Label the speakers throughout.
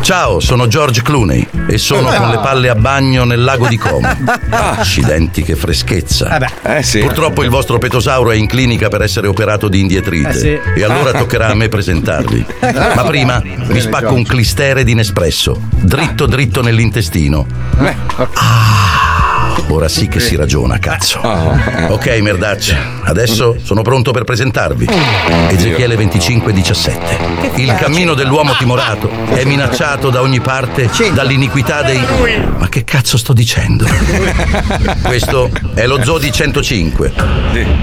Speaker 1: Ciao, sono George Clooney e sono
Speaker 2: Ah.
Speaker 1: con le palle a bagno nel lago di Como.
Speaker 3: Ah.
Speaker 1: Accidenti che freschezza.
Speaker 2: Eh, sì.
Speaker 1: Purtroppo il vostro petosauro è in clinica per essere operato di indietrite
Speaker 2: Eh, sì.
Speaker 1: e allora toccherà a me presentarvi. Ma prima vi spacco un clistere di Nespresso, dritto dritto nell'intestino.
Speaker 2: Eh,
Speaker 1: Ah, ora sì che si ragiona, cazzo.
Speaker 2: Ah, eh.
Speaker 1: Ok, merdacci, adesso sono pronto per presentarvi. Ezechiele 25:17. Il cammino dell'uomo timorato è minacciato da ogni parte dall'iniquità dei Ma che cazzo sto dicendo? Questo è lo Zoo di 105.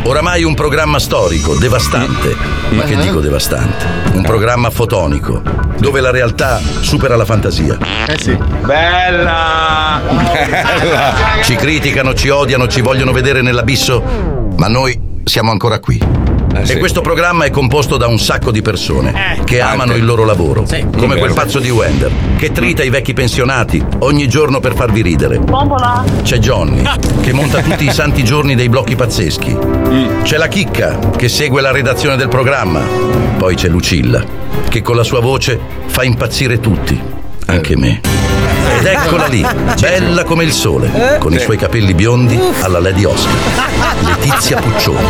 Speaker 1: Oramai un programma storico, devastante. Ma che dico devastante? Un programma fotonico, dove la realtà supera la fantasia.
Speaker 4: Eh sì. Bella!
Speaker 1: Ci criticano, ci odiano, ci vogliono vedere nell'abisso, ma noi siamo ancora qui. e
Speaker 4: Eh
Speaker 3: sì.
Speaker 1: questo programma è composto da un sacco di persone che amano il loro lavoro, come quel
Speaker 3: Vero.
Speaker 1: pazzo di Wender, che trita i vecchi pensionati ogni giorno per farvi ridere.
Speaker 5: Bombola.
Speaker 1: C'è Johnny, che monta tutti i santi giorni dei blocchi pazzeschi. C'è la Chicca, che segue la redazione del programma. Poi c'è Lucilla, che con la sua voce fa impazzire tutti, anche me. Ed eccola lì, bella come il sole, con i suoi capelli biondi alla Lady Oscar.
Speaker 3: Ah,
Speaker 1: Letizia Puccioni.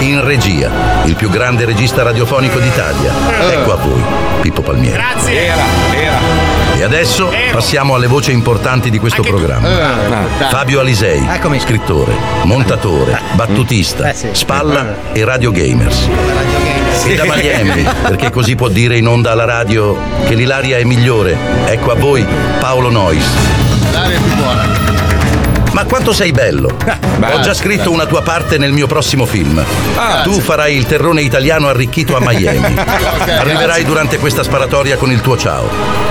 Speaker 1: In regia, il più grande regista radiofonico d'Italia. Ecco a voi, Pippo Palmieri.
Speaker 6: Grazie. Era, era.
Speaker 1: E adesso passiamo alle voci importanti di questo programma.
Speaker 6: Eh, dai.
Speaker 1: Fabio Alisei, scrittore, montatore, battutista, spalla e radio gamers. E da Miami, perché così può dire in onda alla radio che l'Ilaria è migliore. Ecco a voi Paolo Nois.
Speaker 7: L'aria è più buona.
Speaker 1: Ma quanto sei bello! Ho già scritto una tua parte nel mio prossimo film. tu farai il terrone italiano arricchito a Miami. Arriverai
Speaker 7: grazie.
Speaker 1: durante questa sparatoria con il tuo ciao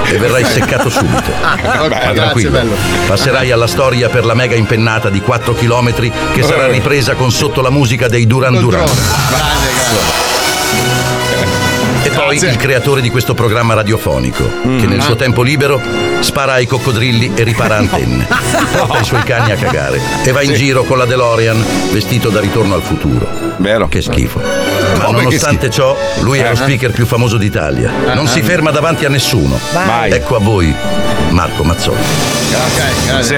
Speaker 1: e verrai seccato subito.
Speaker 7: Ah, ok,
Speaker 1: Ma
Speaker 7: grazie,
Speaker 1: tranquillo,
Speaker 7: bello.
Speaker 1: passerai alla storia per la mega impennata di 4 km che sarà ripresa con sotto la musica dei Duran Duran. E poi il creatore di questo programma radiofonico, che nel suo tempo libero spara ai coccodrilli e ripara antenne, porta i suoi cani a cagare e va in giro con la DeLorean vestito da ritorno al futuro. Vero. Che schifo. Ma
Speaker 3: Come che
Speaker 1: nonostante ciò, lui è lo speaker più famoso d'Italia.
Speaker 3: Eh.
Speaker 1: Non si ferma davanti a nessuno. Ecco a voi Marco Mazzoli.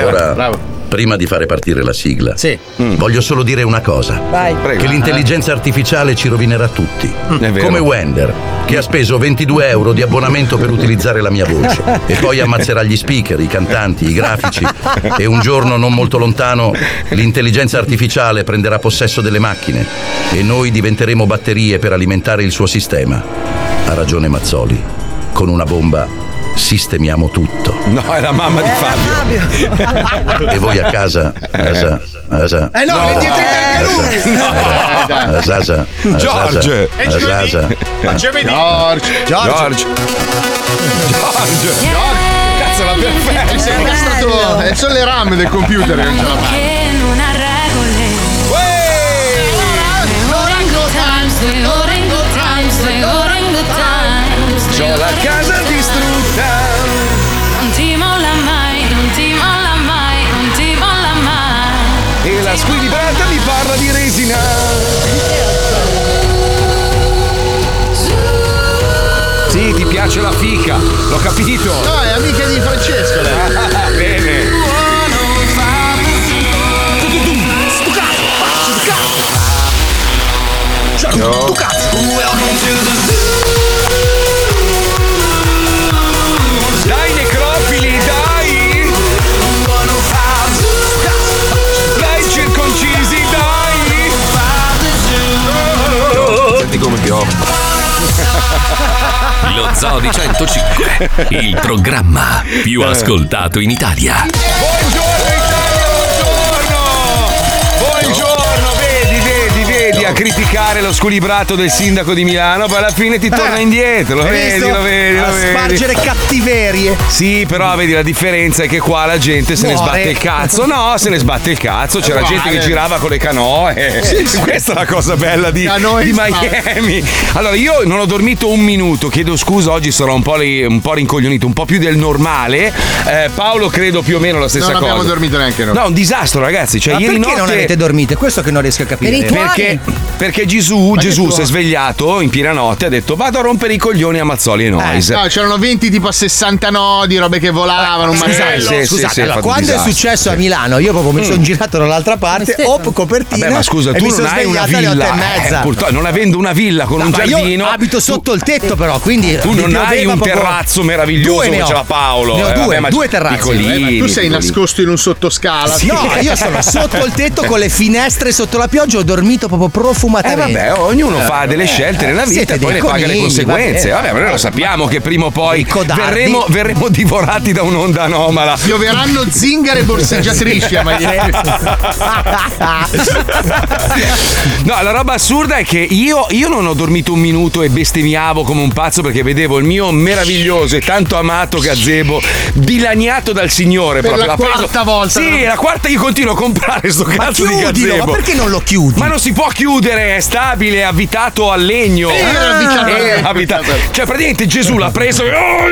Speaker 1: Ora, prima di fare partire la sigla, Mm. voglio solo dire una cosa.
Speaker 8: Vai. Prego. Eh.
Speaker 1: Che l'intelligenza artificiale ci rovinerà tutti.
Speaker 8: vero.
Speaker 1: Come Wender, che ha speso 22 euro di abbonamento per utilizzare la mia voce. e poi ammazzerà gli speaker, i cantanti, i grafici. e un giorno non molto lontano l'intelligenza artificiale prenderà possesso delle macchine. E noi diventeremo batterie per alimentare il suo sistema. Ha ragione Mazzoli. Con una bomba sistemiamo tutto.
Speaker 3: No, è la
Speaker 7: Ah,
Speaker 3: mamma
Speaker 9: Eh,
Speaker 3: di Eh. Fabio.
Speaker 1: E voi a casa, casa, casa.
Speaker 3: Eh no, l'indietrita
Speaker 1: anche lui. Asasa,
Speaker 3: George.
Speaker 1: Asasa, Asasa.
Speaker 7: George.
Speaker 3: George.
Speaker 7: Cazzo,
Speaker 9: Eh,
Speaker 7: l'abbiamo fatto. Si è incastrato. È solo eh, le RAM del computer che non ce la fa.
Speaker 9: Che non ha regole. Orango Times, the Orango Times, the Orango Times.
Speaker 6: C'ho la casa
Speaker 9: distrutta. Non ti molla mai, non ti molla mai, non ti molla mai.
Speaker 3: E la squilibrata mi parla di resina. Sì, ti piace la fica, l'ho capito.
Speaker 7: No, è amica di Francesco lei.
Speaker 3: Bene.
Speaker 6: Tu cazzo!
Speaker 3: Dai necrofili, dai! Dai circoncisi, dai!
Speaker 10: Senti come piove. Lo Zoo di 105, il programma
Speaker 3: Eh.
Speaker 6: Eh.
Speaker 10: più ascoltato in Italia.
Speaker 3: Buongiorno, vedi, vedi, vedi a criticare lo squilibrato del sindaco di Milano, poi alla fine ti torna
Speaker 4: Eh,
Speaker 3: indietro, lo
Speaker 4: hai
Speaker 3: vedi,
Speaker 4: visto?
Speaker 3: lo vedi, lo
Speaker 4: A
Speaker 3: vedi.
Speaker 4: spargere cattiverie.
Speaker 3: Sì, però vedi la differenza è che qua la gente se ne
Speaker 4: Muore.
Speaker 3: sbatte il cazzo. No, se ne sbatte il cazzo. C'era
Speaker 4: Uguale.
Speaker 3: gente che girava con le canoe.
Speaker 4: Sì, sì.
Speaker 3: Questa è la cosa bella di,
Speaker 4: Canoe
Speaker 3: di
Speaker 4: in
Speaker 3: Miami. Allora, io non ho dormito un minuto. Chiedo scusa, oggi sarò un po', li- un po' rincoglionito, un po' più del normale. Eh, Paolo, credo più o meno la stessa
Speaker 7: Non
Speaker 3: cosa.
Speaker 7: abbiamo dormito neanche noi.
Speaker 3: No, un disastro, ragazzi. Cioè,
Speaker 7: Ma
Speaker 3: ieri
Speaker 7: perché non
Speaker 3: notte-
Speaker 7: avete
Speaker 4: Dormite, questo che non riesco a capire.
Speaker 3: eh, perché, Perché Gesù, Gesù si è svegliato in piena notte e ha detto vado a rompere i coglioni a Mazzoli e
Speaker 4: Eh,
Speaker 3: Nois.
Speaker 7: No, c'erano 20 tipo a 60 nodi, robe che volavano, un
Speaker 3: Scusate,
Speaker 7: macello.
Speaker 3: sì, sì,
Speaker 2: Scusate,
Speaker 3: sì, ha
Speaker 2: allora,
Speaker 3: fatto
Speaker 2: quando è
Speaker 3: disastro,
Speaker 2: successo a
Speaker 3: sì.
Speaker 2: Milano, io proprio mi sono
Speaker 3: Mm.
Speaker 2: girato dall'altra parte, hop, copertina.
Speaker 3: Beh, ma scusa,
Speaker 2: e
Speaker 3: tu
Speaker 2: mi
Speaker 3: non
Speaker 2: sono
Speaker 3: hai una
Speaker 2: svegliato alle otto
Speaker 3: villa.
Speaker 2: e mezza.
Speaker 3: eh, purtroppo, non avendo una villa con
Speaker 2: No,
Speaker 3: un
Speaker 2: ma io
Speaker 3: giardino.
Speaker 2: abito sotto il tetto, però, quindi.
Speaker 3: tu
Speaker 2: mi
Speaker 3: non hai
Speaker 2: pioveva
Speaker 3: un
Speaker 2: proprio-
Speaker 3: terrazzo meraviglioso
Speaker 2: Due ne
Speaker 3: come
Speaker 2: ho.
Speaker 3: ce l'ha Paolo.
Speaker 2: Ne ho
Speaker 3: Eh,
Speaker 2: due,
Speaker 3: vabbè, ma
Speaker 2: due terrazzi.
Speaker 3: piccolini,
Speaker 7: Eh, ma tu sei
Speaker 3: piccolini.
Speaker 7: nascosto in un sottoscala.
Speaker 2: Sì, No, io sono sotto il tetto con le finestre sotto la pioggia, ho dormito proprio
Speaker 3: Eh
Speaker 2: profumatamente.
Speaker 3: vabbè, ognuno fa delle scelte nella vita
Speaker 2: Eh, Siete
Speaker 3: e poi
Speaker 2: dei
Speaker 3: ne paga le
Speaker 2: conigli,
Speaker 3: conseguenze.
Speaker 2: va bene.
Speaker 3: Vabbè, ma noi lo sappiamo che prima o poi
Speaker 2: Dei codardi.
Speaker 3: verremo, verremo divorati da un'onda anomala.
Speaker 7: Pioveranno zingare borseggiatrici a
Speaker 3: No, la roba assurda è che io, io non ho dormito un minuto e bestemmiavo come un pazzo perché vedevo il mio meraviglioso e tanto amato gazebo dilaniato dal signore.
Speaker 7: Per
Speaker 3: proprio.
Speaker 7: la
Speaker 3: L'ha preso-
Speaker 7: quarta volta.
Speaker 3: Sì, la quarta io continuo a comprare sto
Speaker 2: Ma
Speaker 3: cazzo di
Speaker 2: chiudilo, ma
Speaker 3: gazebo.
Speaker 2: perché non lo chiudi?
Speaker 3: Ma non si può chiudere, è stabile, è abitato al legno.
Speaker 7: Era abitato.
Speaker 3: Eh, abitato. Cioè, praticamente Gesù l'ha preso e "Oh,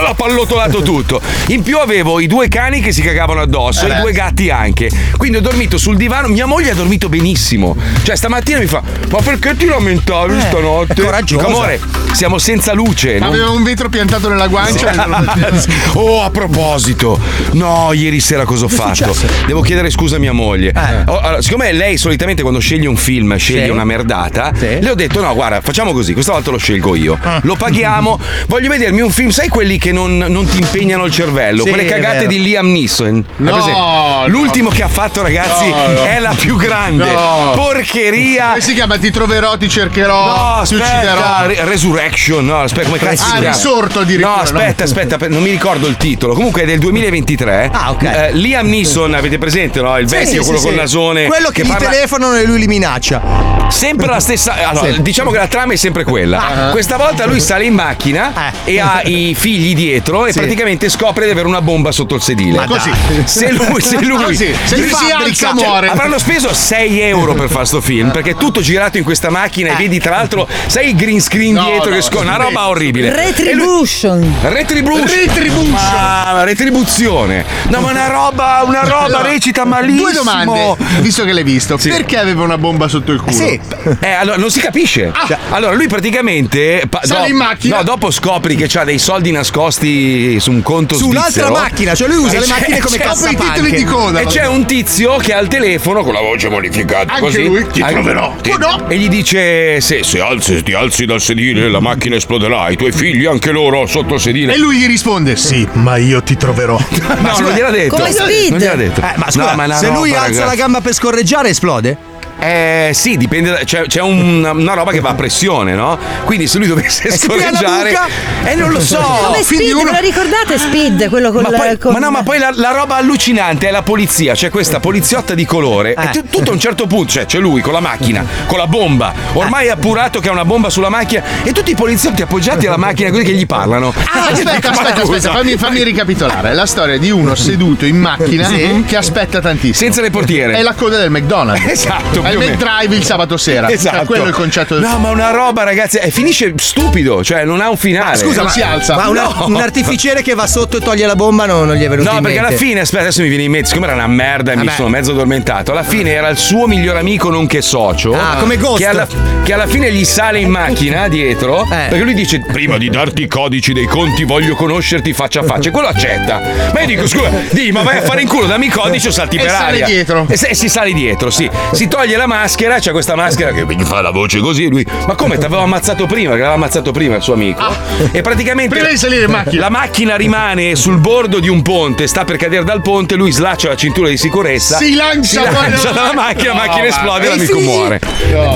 Speaker 3: l'ha pallottolato tutto. In più avevo i due cani che si cagavano addosso
Speaker 2: Eh.
Speaker 3: e i due gatti anche. Quindi ho dormito sul divano, mia moglie ha dormito benissimo. Cioè, stamattina mi fa: Ma perché ti lamentavi stanotte?
Speaker 2: Eh, è coraggiosa.
Speaker 3: Dico, amore, siamo senza luce. non-
Speaker 7: Aveva un vetro piantato nella guancia.
Speaker 3: Oh, a proposito, no, ieri sera cosa ho fatto? Devo chiedere scusa a mia moglie. Oh, allora, siccome lei solitamente quando sceglie un film sceglie
Speaker 2: Sì.
Speaker 3: una merdata,
Speaker 2: Sì.
Speaker 3: le ho detto: no, guarda, facciamo così, questa volta lo scelgo io. Lo paghiamo, voglio vedermi un film, sai quelli che non, non ti impegnano il cervello,
Speaker 2: Sì,
Speaker 3: quelle
Speaker 2: è
Speaker 3: cagate
Speaker 2: vero.
Speaker 3: di Liam Neeson. Hai
Speaker 7: No,
Speaker 3: presente?
Speaker 7: no.
Speaker 3: L'ultimo che ha fatto, ragazzi,
Speaker 7: No, no.
Speaker 3: è la più grande
Speaker 7: No.
Speaker 3: porcheria.
Speaker 7: Come si chiama? Ti troverò, ti cercherò,
Speaker 3: No,
Speaker 7: ti
Speaker 3: Ah, aspetta,
Speaker 7: ucciderò.
Speaker 3: Re- Resurrection, no, aspetta, come cazzo si
Speaker 7: Ah,
Speaker 3: chiama?
Speaker 7: risorto addirittura.
Speaker 3: No, aspetta, aspetta, per- non mi ricordo il titolo. Comunque è del 2023.
Speaker 2: Ah, ok.
Speaker 3: Eh, Liam Neeson, avete presente, no? Il
Speaker 2: Sì,
Speaker 3: vecchio,
Speaker 2: sì,
Speaker 3: quello
Speaker 2: sì.
Speaker 3: col nasone.
Speaker 2: Quello che, gli
Speaker 3: parla
Speaker 2: telefonano e lui li minaccia.
Speaker 3: sempre la stessa. Allora,
Speaker 2: Sì.
Speaker 3: diciamo che la trama è sempre quella.
Speaker 7: Ah.
Speaker 3: Questa volta lui sale in macchina
Speaker 2: Eh.
Speaker 3: e ha i figli dietro e praticamente scopre di avere una bomba sotto il sedile. Ah.
Speaker 7: No, così.
Speaker 3: Se lui, se lui,
Speaker 7: Così, se
Speaker 3: gli
Speaker 7: lui si
Speaker 3: fabbrica-
Speaker 7: alza, muore.
Speaker 3: Avranno speso 6 euro per fare sto film perché è tutto girato in questa macchina e vedi tra l'altro, sai il green screen
Speaker 7: Eh. No,
Speaker 3: dietro
Speaker 7: no,
Speaker 3: che scorre, una roba orribile.
Speaker 5: Retribution.
Speaker 3: Retribution.
Speaker 7: Retribution.
Speaker 3: Ma- retribuzione. No, ma una roba, una roba
Speaker 7: Allora,
Speaker 3: recita malissimo.
Speaker 7: Due domande, visto che l'hai visto. Perché aveva una bomba sotto il culo? Ah,
Speaker 2: Sì.
Speaker 3: Eh, allora non si capisce. Cioè, allora, lui praticamente. pa-
Speaker 7: Sale in macchina.
Speaker 3: No, dopo scopri che ha dei soldi nascosti su un conto
Speaker 2: Su un'altra
Speaker 3: svizzero.
Speaker 2: macchina, cioè lui usa
Speaker 3: Eh,
Speaker 2: le
Speaker 3: c'è-
Speaker 2: macchine come
Speaker 3: c'è-
Speaker 7: Dopo i titoli
Speaker 2: cassapanche.
Speaker 7: di coda.
Speaker 3: E c'è un tizio che ha il telefono con la voce modificata
Speaker 7: Anche
Speaker 3: così.
Speaker 7: lui, ti troverò.
Speaker 3: ti-
Speaker 7: Oh, no.
Speaker 3: E gli dice: se, se alzi, ti alzi dal sedile, la macchina esploderà. I tuoi figli, anche loro, sotto il sedile.
Speaker 7: E lui gli risponde: Sì, ma io ti troverò.
Speaker 3: No, non gliel'ha detto.
Speaker 5: come Speed.
Speaker 3: Non gliel'ha detto.
Speaker 2: Eh, ma scusa,
Speaker 3: No, è una
Speaker 2: se lui
Speaker 3: roba,
Speaker 2: alza
Speaker 3: ragazzi.
Speaker 2: la gamba per scorreggiare esplode?
Speaker 3: Eh sì, dipende. da- C'è, c'è un- una roba che va a pressione, no? Quindi se lui dovesse
Speaker 2: E se tira la
Speaker 3: scorreggiare.
Speaker 2: buca?
Speaker 3: Eh, non lo so.
Speaker 5: Come
Speaker 7: quindi
Speaker 5: Speed,
Speaker 7: uno-
Speaker 5: ve lo ricordate Speed? Quello col,
Speaker 3: Ma, poi,
Speaker 5: col-
Speaker 3: ma no, ma poi la, la roba allucinante è la polizia, c'è questa poliziotta di colore.
Speaker 2: Eh.
Speaker 3: E tu- tutto a un certo punto, cioè c'è lui con la macchina, con la bomba. Ormai è appurato che ha una bomba sulla macchina. E tutti i poliziotti appoggiati alla macchina così che gli parlano.
Speaker 7: Ah, aspetta,
Speaker 3: Ma
Speaker 7: aspetta,
Speaker 3: scusa,
Speaker 7: aspetta, fammi, fammi ricapitolare. È la storia di uno seduto in macchina che aspetta tantissimo.
Speaker 3: Senza le portiere.
Speaker 7: È la coda del McDonald's.
Speaker 3: Esatto, più
Speaker 7: È
Speaker 3: o
Speaker 7: il
Speaker 3: meno.
Speaker 7: McDrive il sabato sera.
Speaker 3: Esatto.
Speaker 7: È quello il concetto del
Speaker 3: No, ma una roba, ragazzi, eh, finisce stupido, cioè non ha un finale.
Speaker 7: Scusa, ma si alza.
Speaker 2: Ma una-
Speaker 3: No.
Speaker 2: un artificiere che va sotto e toglie la bomba no, non gli è venuto
Speaker 3: No,
Speaker 2: in
Speaker 3: perché
Speaker 2: mente.
Speaker 3: alla fine, aspetta, adesso mi viene in mente, siccome era una merda e mi
Speaker 2: Vabbè.
Speaker 3: sono mezzo addormentato, alla fine era il suo miglior amico nonché socio.
Speaker 2: Ah, come Ghost.
Speaker 3: Che alla, che alla fine gli sale in macchina dietro,
Speaker 2: Eh.
Speaker 3: perché lui dice, prima di darti i codici dei conti voglio conoscerti faccia a faccia. E quello accetta. Ma io dico, scusa, digli, ma vai a fare in culo, dammi i codici o salti
Speaker 7: E
Speaker 3: per
Speaker 7: sale
Speaker 3: aria.
Speaker 7: dietro.
Speaker 3: E, se- e si sale dietro, sì. Si toglie la maschera, c'è questa maschera che gli fa la voce così, lui, ma come, ti avevo ammazzato prima, che l'aveva ammazzato prima il suo amico. E praticamente...
Speaker 7: Prima di salire in macchina.
Speaker 3: La macchina rimane sul bordo di un ponte, sta per cadere dal ponte, lui slaccia la cintura di sicurezza.
Speaker 7: Si lancia fuori dalla Eh,
Speaker 3: lancia dalla macchina, la macchina esplode e l'amico muore.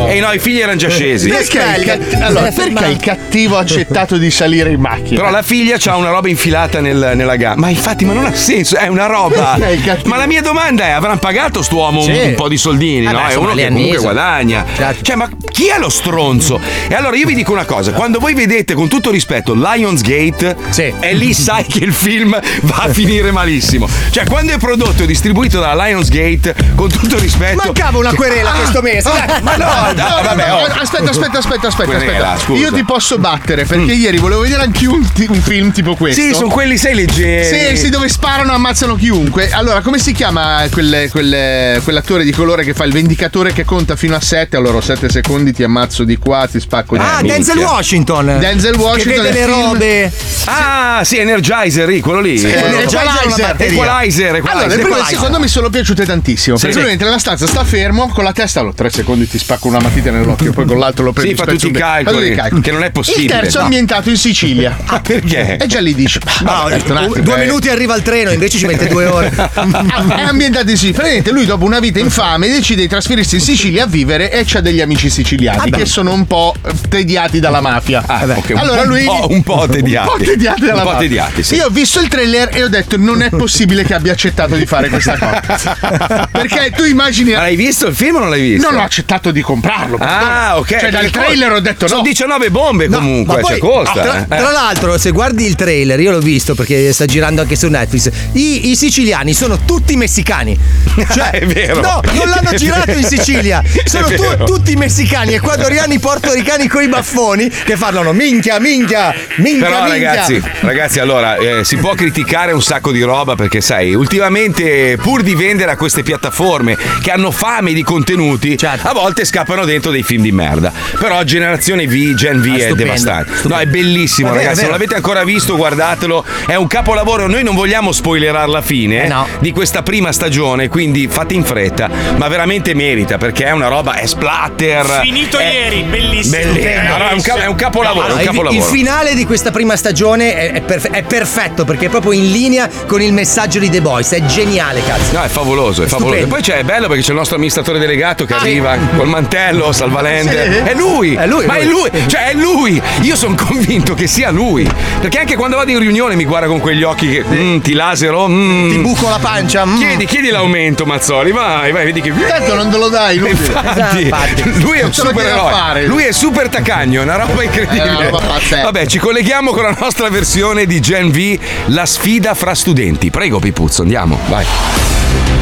Speaker 3: E no, i figli erano già scesi.
Speaker 7: Perché, il, ca- eh, allora, perché il cattivo ha accettato di salire in macchina?
Speaker 3: Però la figlia ha una roba infilata nel- nella gamba. Ma infatti, ma non ha senso, è una roba.
Speaker 7: Perché il cattivo?
Speaker 3: Ma la mia domanda è: avranno pagato st'uomo un,
Speaker 2: Sì.
Speaker 3: un po' di soldini?
Speaker 2: Eh
Speaker 3: no?
Speaker 2: beh,
Speaker 3: è
Speaker 2: insomma,
Speaker 3: uno
Speaker 2: li
Speaker 3: che
Speaker 2: hanno
Speaker 3: comunque
Speaker 2: preso.
Speaker 3: guadagna.
Speaker 2: Certo.
Speaker 3: Cioè, ma chi è lo stronzo? E allora io vi dico una cosa: quando voi vedete, con tutto rispetto, Lionsgate,
Speaker 2: Sì.
Speaker 3: e lì sai che il film va a finire malissimo. Cioè, quando è prodotto e distribuito dalla Lionsgate, con tutto rispetto. Ah!
Speaker 2: Mancava una querela questo mese. eh. Ah, dai.
Speaker 3: Ma no,
Speaker 7: No,
Speaker 3: dai,
Speaker 7: no,
Speaker 3: vabbè,
Speaker 7: no,
Speaker 3: oh.
Speaker 7: aspetta, aspetta, aspetta, aspetta,
Speaker 3: Querela,
Speaker 7: aspetta.
Speaker 3: scusa.
Speaker 7: Io ti posso battere perché ieri volevo vedere anche un, ti- un film tipo questo.
Speaker 3: Sì, sono quelli, sei leggeri.
Speaker 7: Sì, sì, dove sparano ammazzano chiunque. Allora, come si chiama quel- quel- quell'attore di colore che fa il
Speaker 11: giocatore che conta fino a 7, allora ho 7 secondi, ti ammazzo di qua, ti spacco di
Speaker 3: Ah,
Speaker 11: là.
Speaker 3: Denzel
Speaker 11: Minchia.
Speaker 3: Washington.
Speaker 11: Denzel Washington.
Speaker 3: Che vede
Speaker 11: nel
Speaker 3: le
Speaker 11: film-
Speaker 3: robe. Ah, sì, Energizer, lì, quello lì.
Speaker 11: Sì,
Speaker 3: Quello-
Speaker 11: Equalizer.
Speaker 3: Equalizer,
Speaker 11: Allora, le
Speaker 3: Equalizer.
Speaker 11: prime secondo mi sono piaciute tantissimo.
Speaker 3: Sì,
Speaker 11: perché
Speaker 3: sì.
Speaker 11: lui entra nella stanza, sta fermo, con la testa, allora, tre secondi ti spacco una matita nell'occhio, poi con l'altro lo
Speaker 3: Sì,
Speaker 11: prendi.
Speaker 3: fa tutti i
Speaker 11: spezzo un dente. Fa
Speaker 3: calcoli,
Speaker 11: tutti i
Speaker 3: che non è possibile,
Speaker 11: Il terzo è
Speaker 3: no.
Speaker 11: ambientato in Sicilia.
Speaker 3: Ah, perché?
Speaker 11: E già lì dici,
Speaker 2: No,
Speaker 11: "Vabbè, un attimo,
Speaker 2: due
Speaker 11: eh."
Speaker 2: minuti arriva il treno, invece ci mette due ore.
Speaker 11: è ambientato in Sicilia. Praticamente lui, dopo una vita infame, decide di trasferirsi in Sicilia a vivere e c'ha degli amici siciliani
Speaker 3: Ah,
Speaker 11: che sono un po' tediati dalla mafia.
Speaker 3: ok, un
Speaker 11: allora
Speaker 3: po'-
Speaker 11: lui.
Speaker 3: un po', un po' tediati.
Speaker 11: Un po' tediati dalla
Speaker 3: Un po'
Speaker 11: mafia.
Speaker 3: tediati, sì.
Speaker 11: Io ho visto il trailer e ho detto: non è possibile che abbia accettato di fare questa cosa. Perché tu immagini.
Speaker 3: Ma l'hai visto il film o non l'hai visto?
Speaker 11: Non ho accettato di comprarlo.
Speaker 3: Ah,
Speaker 11: perdona.
Speaker 3: ok.
Speaker 11: Cioè, dal
Speaker 3: perché
Speaker 11: trailer
Speaker 3: poi
Speaker 11: ho detto
Speaker 3: Sono
Speaker 11: no. ah,
Speaker 3: 19 bombe comunque,
Speaker 2: Ma poi,
Speaker 3: cioè, costa.
Speaker 2: tra,
Speaker 3: eh.
Speaker 2: tra l'altro, se guardi il trailer, io l'ho visto perché sta girando anche su Netflix. I, i siciliani sono tutti messicani. Cioè,
Speaker 3: È vero.
Speaker 2: No, non l'hanno girato in Sicilia. Sono
Speaker 3: È vero.
Speaker 2: tu- tutti messicani, ecuadoriani, portoricani coi baffoni che parlano minchia, minchia, minchia.
Speaker 3: Però
Speaker 2: minchia.
Speaker 3: ragazzi, ragazzi, allora eh, si può criticare un sacco di roba perché sai, ultimamente pur di vendere a queste piattaforme che hanno fame di contenuti,
Speaker 6: Certo.
Speaker 3: a volte scappano dentro dei film di merda. Però generazione V, Gen V
Speaker 6: Ah,
Speaker 3: è
Speaker 6: stupendo,
Speaker 3: devastante. No, è bellissimo
Speaker 6: È vero,
Speaker 3: ragazzi,
Speaker 6: è
Speaker 3: se
Speaker 6: vero.
Speaker 3: non l'avete ancora visto guardatelo, è un capolavoro, noi non vogliamo spoilerare la
Speaker 6: Eh,
Speaker 3: fine di questa prima stagione, quindi fate in fretta, ma veramente merita perché è una roba, è splatter.
Speaker 12: Finito
Speaker 3: è-
Speaker 12: ieri, bellissimo.
Speaker 3: Bellissimo. No, no, è un ca- è un capolavoro,
Speaker 2: Eh, No,
Speaker 3: un
Speaker 2: il-
Speaker 3: capolavoro.
Speaker 2: Il finale di questa prima stagione è, è perf- è perfetto perché è proprio in linea con il messaggio di The Boys. È geniale, cazzo.
Speaker 3: No, è favoloso, è favoloso. E poi c'è, è bello perché c'è il nostro amministratore delegato che
Speaker 11: Ah,
Speaker 3: arriva col mantello, salvalente.
Speaker 2: Sì.
Speaker 3: È lui!
Speaker 2: È lui,
Speaker 3: Ma è
Speaker 2: lui.
Speaker 3: lui! Cioè, è lui! Io sono convinto che sia lui. Perché anche quando vado in riunione mi guarda con quegli occhi che "Mm, ti lasero. mm."
Speaker 2: Ti buco la pancia. mm.
Speaker 3: Chiedi, chiedi l'aumento, Mazzoli. Vai, vai, vedi che.
Speaker 11: Tanto non te lo dai, lui. Esatto,
Speaker 3: Infatti, lui è un
Speaker 11: Non te lo tiene a fare.
Speaker 3: supereroe. Lui è super taccagno, è una roba incredibile.
Speaker 11: È una roba pazzesca.
Speaker 3: Vabbè, ci colleghiamo con la nostra versione di Gen V, la sfida fra studenti. Prego, Pipuzzo, andiamo, vai.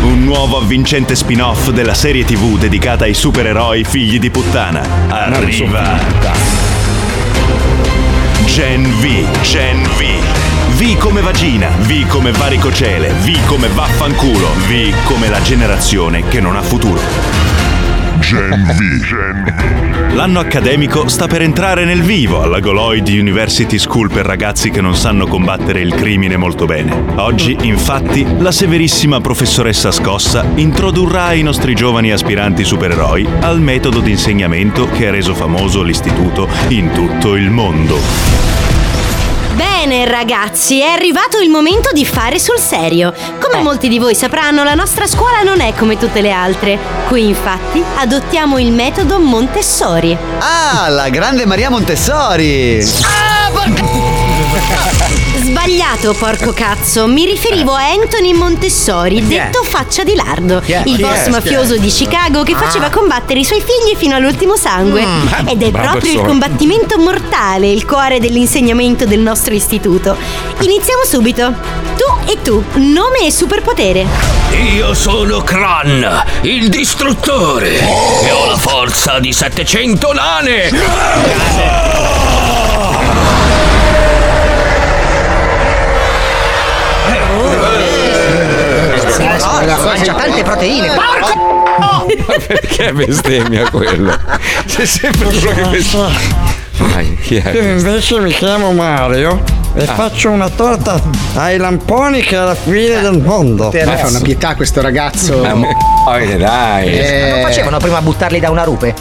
Speaker 13: Un nuovo avvincente spin-off della serie TV dedicata ai supereroi figli di puttana. Arriva. Gen V, Gen V. V come vagina, V come varicocele, V come vaffanculo, V come la generazione che non ha futuro. Gen V. L'anno accademico sta per entrare nel vivo alla Goloid University School per ragazzi che non sanno combattere il crimine molto bene. Oggi, infatti, la severissima professoressa Scossa introdurrà i nostri giovani aspiranti supereroi al metodo di insegnamento che ha reso famoso l'istituto in tutto il mondo.
Speaker 14: Bene ragazzi, è arrivato il momento di fare sul serio. Come molti di voi sapranno, la nostra scuola non è come tutte le altre. Qui infatti adottiamo il metodo Montessori.
Speaker 15: Ah, la grande Maria Montessori!
Speaker 14: Sbagliato, porco cazzo. Mi riferivo a Anthony Montessori,
Speaker 15: Chi è?
Speaker 14: detto faccia di lardo,
Speaker 15: Chi è?
Speaker 14: il
Speaker 15: Chi
Speaker 14: boss
Speaker 15: è?
Speaker 14: mafioso di Chicago che
Speaker 15: Ah.
Speaker 14: faceva combattere i suoi figli fino all'ultimo sangue.
Speaker 15: Mm.
Speaker 14: Ed è
Speaker 15: Brava
Speaker 14: proprio il
Speaker 15: persona.
Speaker 14: combattimento mortale il cuore dell'insegnamento del nostro istituto. Iniziamo subito. Tu e tu, nome e superpotere.
Speaker 6: Io sono Kran, il distruttore. E ho la forza di 700 lane.
Speaker 16: Mangia tante proteine.
Speaker 3: Ma perché bestemmia quello? C'è sempre uno che bestemmia. Vai, chi
Speaker 7: Io
Speaker 3: è?
Speaker 7: invece mi chiamo Mario e
Speaker 3: Ah.
Speaker 7: faccio una torta ai lamponi che è la
Speaker 11: Eh,
Speaker 7: fine del mondo.
Speaker 3: Ma fa una
Speaker 7: pietà questo ragazzo.
Speaker 3: Ma mo- Eh. dai,
Speaker 11: Eh.
Speaker 3: dai.
Speaker 16: Non
Speaker 7: Eh.
Speaker 16: facevano prima a buttarli da una rupe?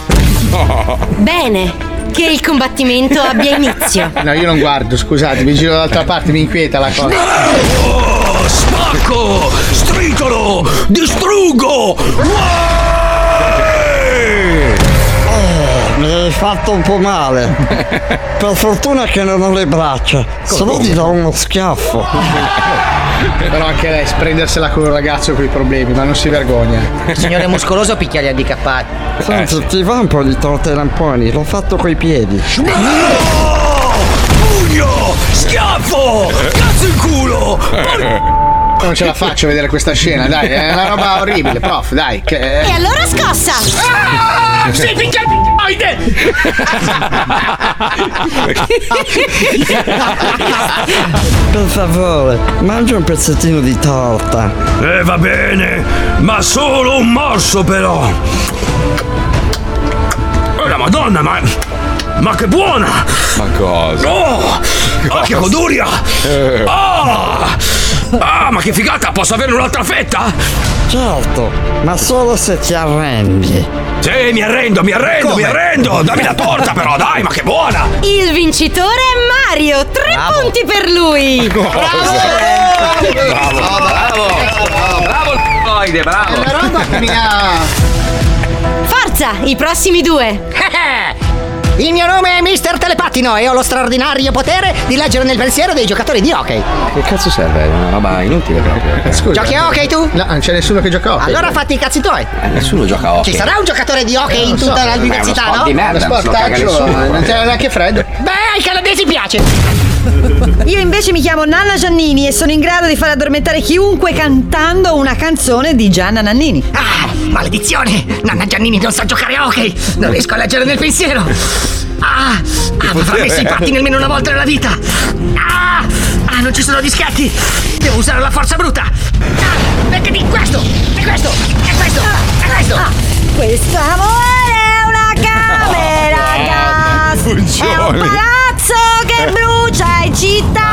Speaker 3: No.
Speaker 14: Bene. Che il combattimento abbia inizio.
Speaker 11: No, io non guardo, scusate, mi giro dall'altra parte, mi inquieta la cosa.
Speaker 6: Oh, spacco, stritolo, distruggo.
Speaker 7: Oh, mi hai fatto un po' male. per fortuna che non ho le braccia, se no ti do uno schiaffo.
Speaker 11: Però anche lei, prendersela con un ragazzo con i problemi, ma non si vergogna.
Speaker 16: Signore muscoloso picchiali handicappati.
Speaker 3: Eh,
Speaker 7: Senti, ti va un po' di torta ai lamponi, l'ho fatto coi piedi.
Speaker 6: Pugno, schiaffo, cazzo in culo.
Speaker 11: Non ce la faccio vedere questa scena, dai, è una roba orribile, prof, dai. Che... eh.
Speaker 14: E allora scossa!
Speaker 6: Ah!
Speaker 17: Sì, picchia il
Speaker 11: schizoide!
Speaker 8: Per favore, mangia un pezzettino di torta.
Speaker 12: Eh va bene, ma solo un morso però. Oh la madonna, ma. Ma che buona!
Speaker 3: Ma cosa?
Speaker 12: Oh! Ah, che goduria!
Speaker 3: Eh.
Speaker 12: Ah! Ah, ma che figata! Posso avere un'altra fetta?
Speaker 8: Certo, ma solo se ti arrendi.
Speaker 12: Sì, mi arrendo, mi arrendo, mi arrendo! Dammi la torta però, dai, ma che buona!
Speaker 14: Il vincitore è Mario, tre punti per lui.
Speaker 11: Bravo, bravo! Bravo il schizoide, bravo!
Speaker 7: È una roba che mi ha.
Speaker 14: Forza, i prossimi due.
Speaker 15: Il mio nome è Mister Telepatino e ho lo straordinario potere di leggere nel pensiero dei giocatori di hockey.
Speaker 18: Che cazzo serve? È una roba inutile proprio.
Speaker 7: Eh, Scusa.
Speaker 15: Giochi a hockey tu?
Speaker 7: No, non c'è nessuno che gioca a hockey.
Speaker 15: Allora fatti i cazzi tuoi.
Speaker 18: Eh, Nessuno gioca a hockey.
Speaker 15: Ci sarà un giocatore di
Speaker 7: Eh,
Speaker 15: hockey in
Speaker 7: lo so.
Speaker 15: tutta
Speaker 7: Ma è uno
Speaker 15: l'università,
Speaker 18: sport
Speaker 15: no?
Speaker 18: di merda,
Speaker 7: Lo
Speaker 18: non se lo caga
Speaker 7: sportaccio,
Speaker 18: nessuno. Eh,
Speaker 7: non c'è neanche freddo.
Speaker 15: Beh, ai canadesi piace.
Speaker 16: Io invece mi chiamo Nanna Giannini e sono in grado di far addormentare chiunque cantando una canzone di Gianna Nannini.
Speaker 6: Ah, maledizione! Nanna Giannini non sa giocare a hockey! Non riesco a leggere nel pensiero! Ah! ah avrà messo i pattini almeno una volta nella vita! Ah! Ah, non ci sono dischetti! Devo usare la forza bruta! Ah! Mettiti questo! E questo! E questo! E questo!
Speaker 16: Questo amore è una camera a gas. È un palazzo che brucia in città.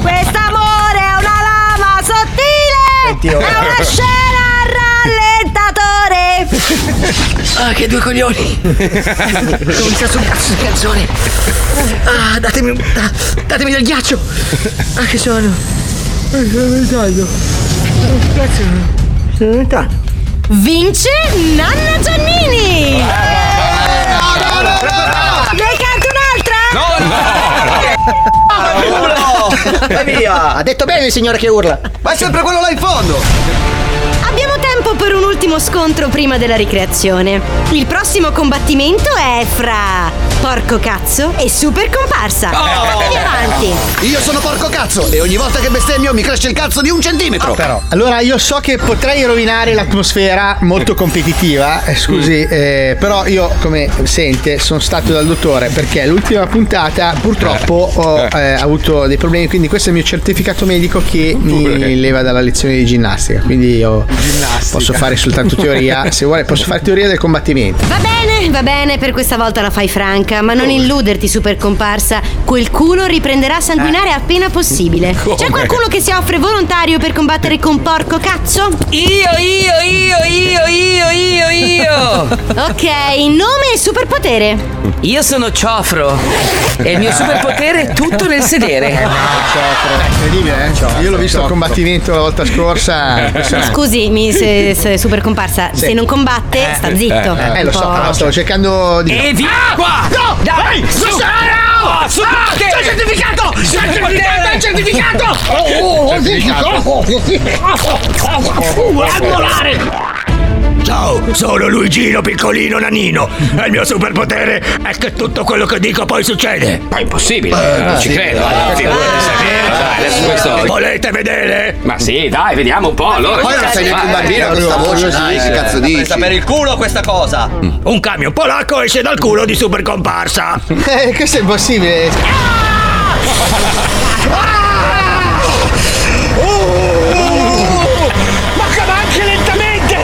Speaker 16: Quest'amore è una lama sottile. È una scena al rallentatore.
Speaker 6: Ah, che due coglioni! Non mi sa sul cazzo di canzone! Ah, datemi un. da- datemi del ghiaccio! Ah, che sono? Ah, che taglio! Cazzo! Sono lontano!
Speaker 14: Vince Nanna Giannini. Ne canto un'altra?
Speaker 15: Vai via! Ha detto bene il signore che urla.
Speaker 2: Ma è sempre quello là in fondo!
Speaker 14: Abbiamo tempo per un ultimo scontro prima della ricreazione. Il prossimo combattimento è fra Porco Cazzo e Super Comparsa.
Speaker 2: Oh!
Speaker 14: Tutti avanti.
Speaker 2: Io sono porco cazzo e ogni volta che bestemmio mi cresce il cazzo di un centimetro.
Speaker 7: Ah,
Speaker 2: però.
Speaker 7: Allora, io so che potrei rovinare l'atmosfera molto competitiva, eh,
Speaker 18: Mm.
Speaker 7: scusi, eh, però io, come sente, sono stato dal dottore perché l'ultima puntata purtroppo ho eh, avuto dei problemi, quindi questo è il mio certificato medico che mi leva dalla lezione di ginnastica, quindi io posso fare soltanto teoria, se vuole posso fare teoria del combattimento.
Speaker 14: Va bene, va bene, per questa volta la fai franca, ma non illuderti, super comparsa. Quel culo riprenderà a sanguinare
Speaker 7: Eh.
Speaker 14: appena possibile. C'è qualcuno che si offre volontario per combattere con porco cazzo? Io, io, io, io, io, io,
Speaker 19: io.
Speaker 14: ok, nome e superpotere.
Speaker 19: Io sono Ciofro e il mio
Speaker 18: Eh.
Speaker 19: superpotere è tutto nel sedere.
Speaker 7: Incredibile, eh? Io l'ho visto al combattimento la volta scorsa.
Speaker 14: Scusami, se, se super comparsa, se non combatte, sta zitto.
Speaker 7: Eh, lo so,
Speaker 14: Un po'.
Speaker 7: però stavo cercando di. Ah!
Speaker 19: E via qua!
Speaker 6: No! Dai! Su!
Speaker 11: su.
Speaker 6: Ah, no!
Speaker 11: Su,
Speaker 6: Ah,
Speaker 11: potere.
Speaker 6: c'è il certificato! C'è il
Speaker 11: Su,
Speaker 6: certificato! C'è
Speaker 11: potere.
Speaker 6: il certificato!
Speaker 11: Certificato.
Speaker 6: Angolare!
Speaker 12: Ciao, sono Luigino Piccolino Nanino e il mio superpotere è che tutto quello che dico poi succede. Eh, Ma è impossibile,
Speaker 18: non ci credo,
Speaker 6: eh,
Speaker 18: dai, figurati se è vero, dai, adesso questo-
Speaker 12: Volete vedere?
Speaker 18: Ma sì, dai, vediamo un po' allora.
Speaker 12: Poi non sei neanche un bambino con sta voce, dai, che cazzo dici?
Speaker 18: Presa per il
Speaker 2: culo questa cosa!
Speaker 12: Un camion polacco esce dal culo di super comparsa.
Speaker 7: Eh, questo è impossibile.
Speaker 11: Ma che va anche lentamente!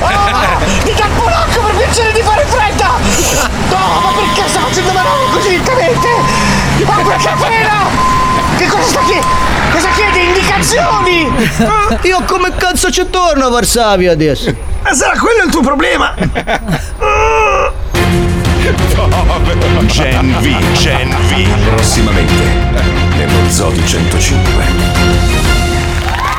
Speaker 11: Ah, mi dà un polacco per piacere di fare fretta! No, ma perché sta facendo manovre così lentamente? Ma perché frena? Che cosa sta chiedendo? Cosa chiede? Indicazioni!
Speaker 2: Io come cazzo ci torno a Varsavia adesso?
Speaker 11: Ma Eh, sarà quello il tuo problema?
Speaker 13: Gen V, Gen V. Prossimamente, nello Zodi 105.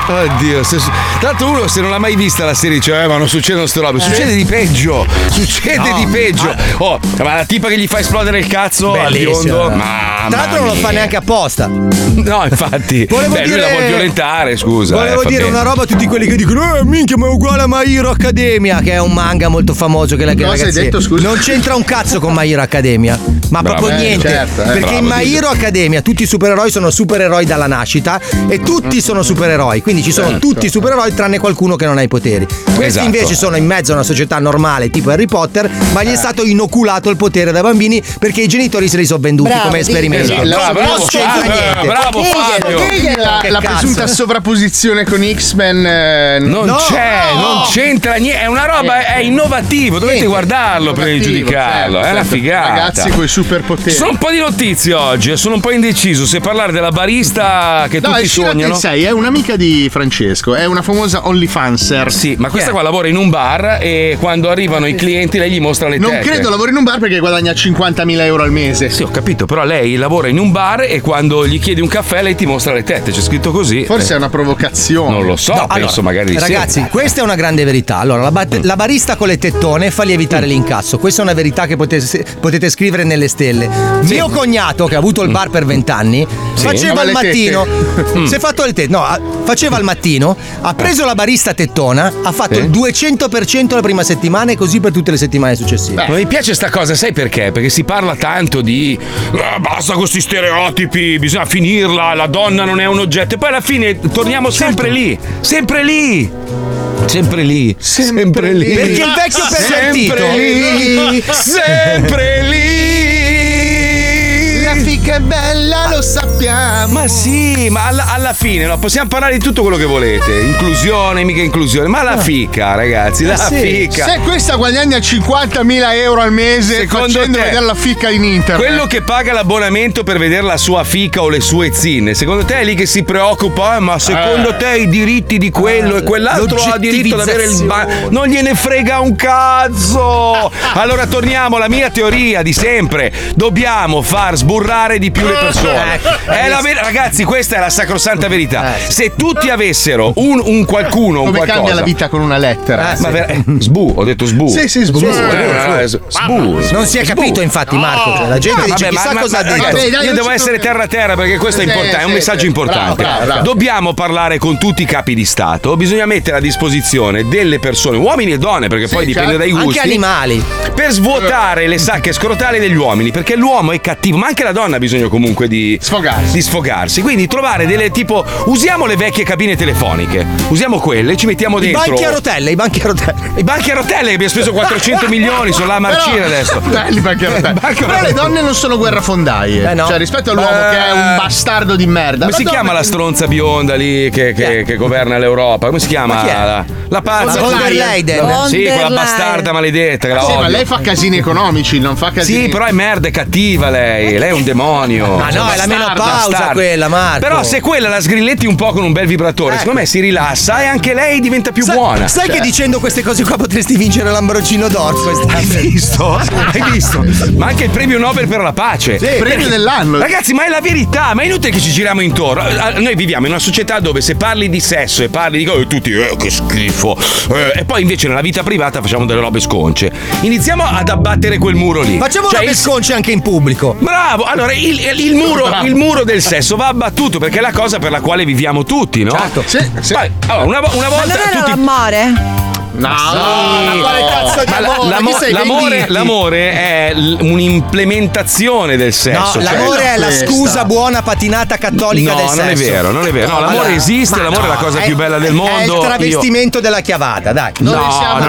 Speaker 3: Oddio, se- tanto uno se non l'ha mai vista la serie dice, eh, ma non succedono ste robe, succede di peggio, succede
Speaker 13: No,
Speaker 3: di peggio. Oh, ma la tipa che gli fa esplodere il cazzo al
Speaker 13: Bellissima.
Speaker 3: biondo, ma Mamma
Speaker 2: Tra l'altro non lo fa
Speaker 3: mia.
Speaker 2: neanche apposta.
Speaker 3: No, infatti.
Speaker 2: Volevo
Speaker 3: Beh,
Speaker 2: dire-
Speaker 3: lui la vuol violentare, scusa.
Speaker 2: Volevo
Speaker 3: eh, fa
Speaker 2: dire
Speaker 3: bene.
Speaker 2: una roba a tutti quelli che dicono Eh minchia ma è uguale a My Hero Academia Che è un manga molto famoso che la che
Speaker 11: Cosa hai
Speaker 2: ragazzi-
Speaker 11: detto, scusa?
Speaker 2: Non c'entra un cazzo con My Hero Academia Ma
Speaker 11: Bravo.
Speaker 2: proprio
Speaker 11: Eh,
Speaker 2: niente
Speaker 11: certo, eh,
Speaker 2: Perché in
Speaker 11: bravo,
Speaker 2: My
Speaker 11: dillo.
Speaker 2: Hero Academia tutti i supereroi sono supereroi dalla nascita E tutti sono supereroi Quindi ci sono
Speaker 11: Certo.
Speaker 2: tutti i supereroi tranne qualcuno che non ha i poteri Questi
Speaker 11: Esatto.
Speaker 2: invece sono in mezzo a una società normale tipo Harry Potter Ma
Speaker 11: Eh.
Speaker 2: gli è stato inoculato il potere da bambini Perché i genitori se li sono venduti
Speaker 11: Bravo,
Speaker 2: come
Speaker 11: dillo.
Speaker 2: esperimento
Speaker 11: Esatto.
Speaker 2: Non
Speaker 11: Bravo, bravo,
Speaker 2: c'entra
Speaker 11: Fabio,
Speaker 2: niente.
Speaker 11: bravo,
Speaker 2: Fabio.
Speaker 11: La,
Speaker 2: Che
Speaker 11: la
Speaker 2: cazzo.
Speaker 11: presunta sovrapposizione con X-Men. eh,
Speaker 3: Non
Speaker 11: no,
Speaker 3: c'è,
Speaker 11: no.
Speaker 3: non c'entra niente. È una roba, è innovativo. Dovete
Speaker 11: Niente.
Speaker 3: guardarlo prima di
Speaker 11: Innovativo,
Speaker 3: giudicarlo.
Speaker 11: certo,
Speaker 3: è una
Speaker 11: certo.
Speaker 3: figata.
Speaker 11: Ragazzi coi superpoteri.
Speaker 3: Sono un po' di notizie oggi. eh, Sono un po' indeciso se parlare della barista che
Speaker 11: No, è
Speaker 3: tutti
Speaker 11: Shira
Speaker 3: sognano.
Speaker 11: Tensei, è un'amica di Francesco, è una famosa OnlyFanser.
Speaker 3: Sì, Ma questa qua lavora in un bar e quando arrivano i clienti lei gli mostra le
Speaker 11: Non
Speaker 3: tette.
Speaker 11: credo lavori in un bar perché guadagna 50.000 euro al mese.
Speaker 3: Sì, ho capito, però lei lavora in un bar e quando gli chiedi un caffè lei ti mostra le tette. C'è scritto così. eh.
Speaker 11: Forse è una provocazione.
Speaker 3: Non lo so,
Speaker 2: No,
Speaker 3: penso
Speaker 2: allora,
Speaker 3: magari di sì.
Speaker 2: Ragazzi, questa è una grande verità. Allora, la, bat- la barista con le tettone fa lievitare
Speaker 3: Mm.
Speaker 2: l'incasso. Questa è una verità che potete, potete scrivere nelle stelle. Mio cognato, che ha avuto
Speaker 3: Mm.
Speaker 2: il bar per vent'anni,
Speaker 11: Sì.
Speaker 2: faceva
Speaker 11: Aveva
Speaker 2: al
Speaker 11: le
Speaker 2: mattino.
Speaker 11: tette. Mm.
Speaker 2: Si è fatto le tette. No, ha- faceva al mattino, ha preso la barista tettona, ha fatto
Speaker 3: Sì.
Speaker 2: il 200% la prima settimana e così per tutte le settimane successive.
Speaker 3: Ma mi piace sta cosa, sai perché? Perché si parla tanto di "Ah, basta con questi stereotipi, bisogna finirla, la donna non è un oggetto e poi alla fine torniamo sempre lì, sempre lì. Sempre lì, sempre, lì. Ah,
Speaker 2: Perché il vecchio
Speaker 3: Sempre lì,
Speaker 2: pervertito
Speaker 3: sempre lì.
Speaker 2: La fica è bella, lo sappiamo.
Speaker 3: Ma sì, ma alla, alla fine no, possiamo parlare di tutto quello che volete, inclusione, mica inclusione, ma la fica, ragazzi, la
Speaker 11: Eh Ah, Sì.
Speaker 3: fica.
Speaker 11: Se questa guadagna 50.000 euro al mese facendo
Speaker 3: te-
Speaker 11: vedere la fica in internet.
Speaker 3: Quello che paga l'abbonamento per vedere la sua fica o le sue zinne, secondo te è lì che si preoccupa? "Eh, Ma secondo te i diritti di quello e quell'altro ha diritto ad avere il ba- Non gliene frega un cazzo! Allora torniamo alla mia teoria di sempre. Dobbiamo far sburrare di più le persone. È la ver- ragazzi, questa è la sacrosanta verità. Se tutti avessero un, un qualcuno, un
Speaker 11: Come
Speaker 3: qualcosa.
Speaker 11: cambia la vita con una lettera?
Speaker 3: Ma ver- eh, sbu, ho detto sbu.
Speaker 11: Sì, sì, sbu.
Speaker 3: Eh,
Speaker 11: Sbu,
Speaker 3: eh,
Speaker 11: sbu.
Speaker 3: sbu, sbu.
Speaker 2: Non si è capito, infatti, Marco. Cioè, la gente
Speaker 3: No,
Speaker 2: dice
Speaker 3: vabbè,
Speaker 2: chissà
Speaker 3: ma- ma-
Speaker 2: cosa ha
Speaker 3: ma-
Speaker 2: detto.
Speaker 3: Io devo essere terra a terra perché questo è
Speaker 2: Sì,
Speaker 3: importante, è un
Speaker 2: sì,
Speaker 3: messaggio
Speaker 2: sì.
Speaker 3: importante.
Speaker 2: Bravo, bravo, bravo.
Speaker 3: Dobbiamo parlare con tutti i capi di Stato, bisogna mettere a disposizione delle persone, uomini e donne, perché
Speaker 2: Sì,
Speaker 3: poi dipende
Speaker 2: certo.
Speaker 3: dai
Speaker 2: Anche
Speaker 3: gusti.
Speaker 2: animali.
Speaker 3: Per svuotare le sacche scrotali degli uomini, perché l'uomo è cattivo, ma anche la donna ha bisogno comunque di sfogarsi. Di sfogarsi. Quindi trovare delle tipo usiamo le vecchie cabine telefoniche, usiamo quelle, ci mettiamo
Speaker 2: I
Speaker 3: dentro.
Speaker 2: banchi a rotelle, i banchi a rotelle.
Speaker 3: I banchi a rotelle che abbiamo speso 400 milioni, sono là a marcire
Speaker 11: Però-
Speaker 3: adesso.
Speaker 11: Belli perché
Speaker 3: Eh,
Speaker 11: erano
Speaker 3: banchi
Speaker 11: tanti.
Speaker 3: a
Speaker 11: Però le
Speaker 3: rotelle.
Speaker 11: donne non sono guerrafondaie.
Speaker 3: Eh, no.
Speaker 11: Cioè, rispetto all'uomo
Speaker 3: Eh.
Speaker 11: che è un bastardo di merda.
Speaker 3: Come si
Speaker 11: donna-
Speaker 3: chiama la stronza bionda lì che, che- che governa l'Europa? Come si
Speaker 11: Ma
Speaker 3: chiama?
Speaker 11: chi è?
Speaker 3: La, la pazza.
Speaker 11: Von der Leyen.
Speaker 3: No, Sì,
Speaker 11: Von
Speaker 3: quella
Speaker 11: der Leyen.
Speaker 3: bastarda maledetta. Che la
Speaker 11: Sì, ma
Speaker 3: odio.
Speaker 11: lei fa casini economici, non fa casini.
Speaker 3: Sì, però è merda, è cattiva lei. Lei è un demonio.
Speaker 2: Ma no,
Speaker 3: Cioè,
Speaker 2: è la
Speaker 3: bastarda,
Speaker 2: menopausa
Speaker 3: bastarda.
Speaker 2: quella, Marco.
Speaker 3: Però se quella la sgrilletti un po' con un bel vibratore, secondo me si rilassa e anche lei diventa più
Speaker 2: Sai-
Speaker 3: buona. cioè.
Speaker 2: Sai che dicendo queste cose qua potresti vincere l'Ambrocino d'Or quest'anno?
Speaker 3: Hai visto? Hai visto? Ma anche il premio Nobel per la pace.
Speaker 2: Sì, premio
Speaker 11: dell'anno.
Speaker 3: Ragazzi, ma è la verità, ma è inutile che ci giriamo intorno. Ah, Noi viviamo in una società dove se parli di sesso e parli di cose, tutti, eh, che schifo. eh, e poi invece nella vita privata facciamo delle robe sconce. Iniziamo ad abbattere quel muro lì.
Speaker 2: Facciamo
Speaker 3: Cioè,
Speaker 2: robe
Speaker 3: il-
Speaker 2: sconce anche in pubblico.
Speaker 3: Bravo, allora il, il- il muro, il muro del sesso va abbattuto perché è la cosa per la quale viviamo tutti, no? Certo. Poi, allora, una, vo- una
Speaker 16: Ma
Speaker 3: volta
Speaker 16: non era
Speaker 3: tutti
Speaker 16: l'amore?
Speaker 3: No,
Speaker 16: ma quale cazzo di
Speaker 3: Ah, Ma la-
Speaker 16: amore?
Speaker 3: l'amo-
Speaker 16: Chi sei?
Speaker 3: l'amore,
Speaker 16: Venditi.
Speaker 3: l'amore è l- un'implementazione del
Speaker 2: No,
Speaker 3: sesso. cioè-
Speaker 2: l'amore è la
Speaker 3: Questa.
Speaker 2: scusa buona patinata cattolica
Speaker 3: No,
Speaker 2: del
Speaker 3: non
Speaker 2: sesso.
Speaker 3: è vero, non è vero. No, l'amore esiste,
Speaker 2: ma
Speaker 3: l'amore è la cosa più bella del
Speaker 2: È il
Speaker 3: mondo,
Speaker 2: travestimento della chiavata, dai.
Speaker 3: No, non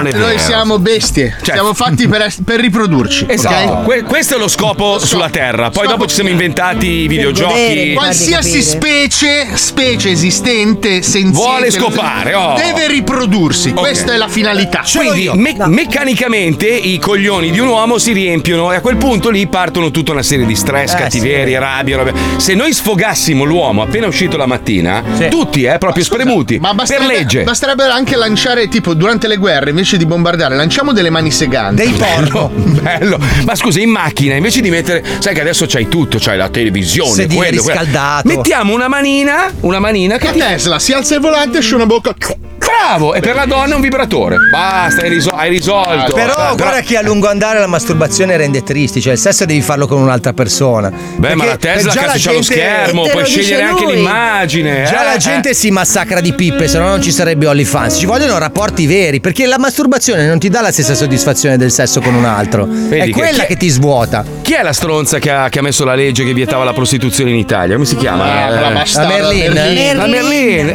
Speaker 3: è
Speaker 11: Noi
Speaker 3: vero. Cioè,
Speaker 11: siamo bestie, siamo fatti per, es- per riprodurci.
Speaker 3: Esatto.
Speaker 11: ok?
Speaker 3: Que- questo è lo scopo sulla Terra. Poi dopo ci siamo inventati i videogiochi.
Speaker 11: Qualsiasi specie, specie esistente, senziente,
Speaker 3: Vuole scopare, oh.
Speaker 11: deve riprodursi.
Speaker 3: Ok.
Speaker 11: Questa è la finalità.
Speaker 3: Quindi me- meccanicamente i coglioni di un uomo si riempiono e a quel punto lì partono tutta una serie di stress,
Speaker 20: Eh,
Speaker 3: cattiverie, rabbia. robe. Se noi sfogassimo l'uomo appena uscito la mattina, tutti, eh, proprio spremuti, per
Speaker 11: Basterebbe-
Speaker 3: legge.
Speaker 11: Basterebbe anche lanciare, tipo, durante le guerre, invece di bombardare, lanciamo delle mani seganti. Dei
Speaker 3: porno. Bello, ma scusa, in macchina invece di mettere, sai che adesso c'hai tutto, c'hai la televisione,
Speaker 2: Sedile
Speaker 3: quello, quella.
Speaker 2: riscaldato.
Speaker 3: Mettiamo una manina, una manina che
Speaker 11: Tesla si alza il volante, esce una bocca.
Speaker 3: Bravo! E per la donna un vibratore. Basta, hai, risol- hai risolto.
Speaker 2: Però
Speaker 3: Bra-
Speaker 2: guarda che a lungo andare la masturbazione rende tristi, cioè il sesso devi farlo con un'altra persona.
Speaker 3: Beh, ma la Tesla cazzo c'ha lo schermo, puoi scegliere anche l'immagine.
Speaker 2: Già
Speaker 3: eh,
Speaker 2: la
Speaker 3: eh.
Speaker 2: gente si massacra di pippe, se no non ci sarebbe OnlyFans. Ci vogliono rapporti veri, perché la masturbazione non ti dà la stessa soddisfazione del sesso con un altro.
Speaker 3: Vedi
Speaker 2: è
Speaker 3: che-
Speaker 2: quella
Speaker 3: chi-
Speaker 2: che ti svuota.
Speaker 3: eh. Chi è la stronza che ha, che ha messo la legge che vietava la prostituzione in Italia? Come si chiama?
Speaker 2: Eh, quella
Speaker 3: Eh,
Speaker 2: bastarda,
Speaker 3: la Merlin.
Speaker 2: Merlin.
Speaker 3: La Merlin. Eh,
Speaker 2: Eh,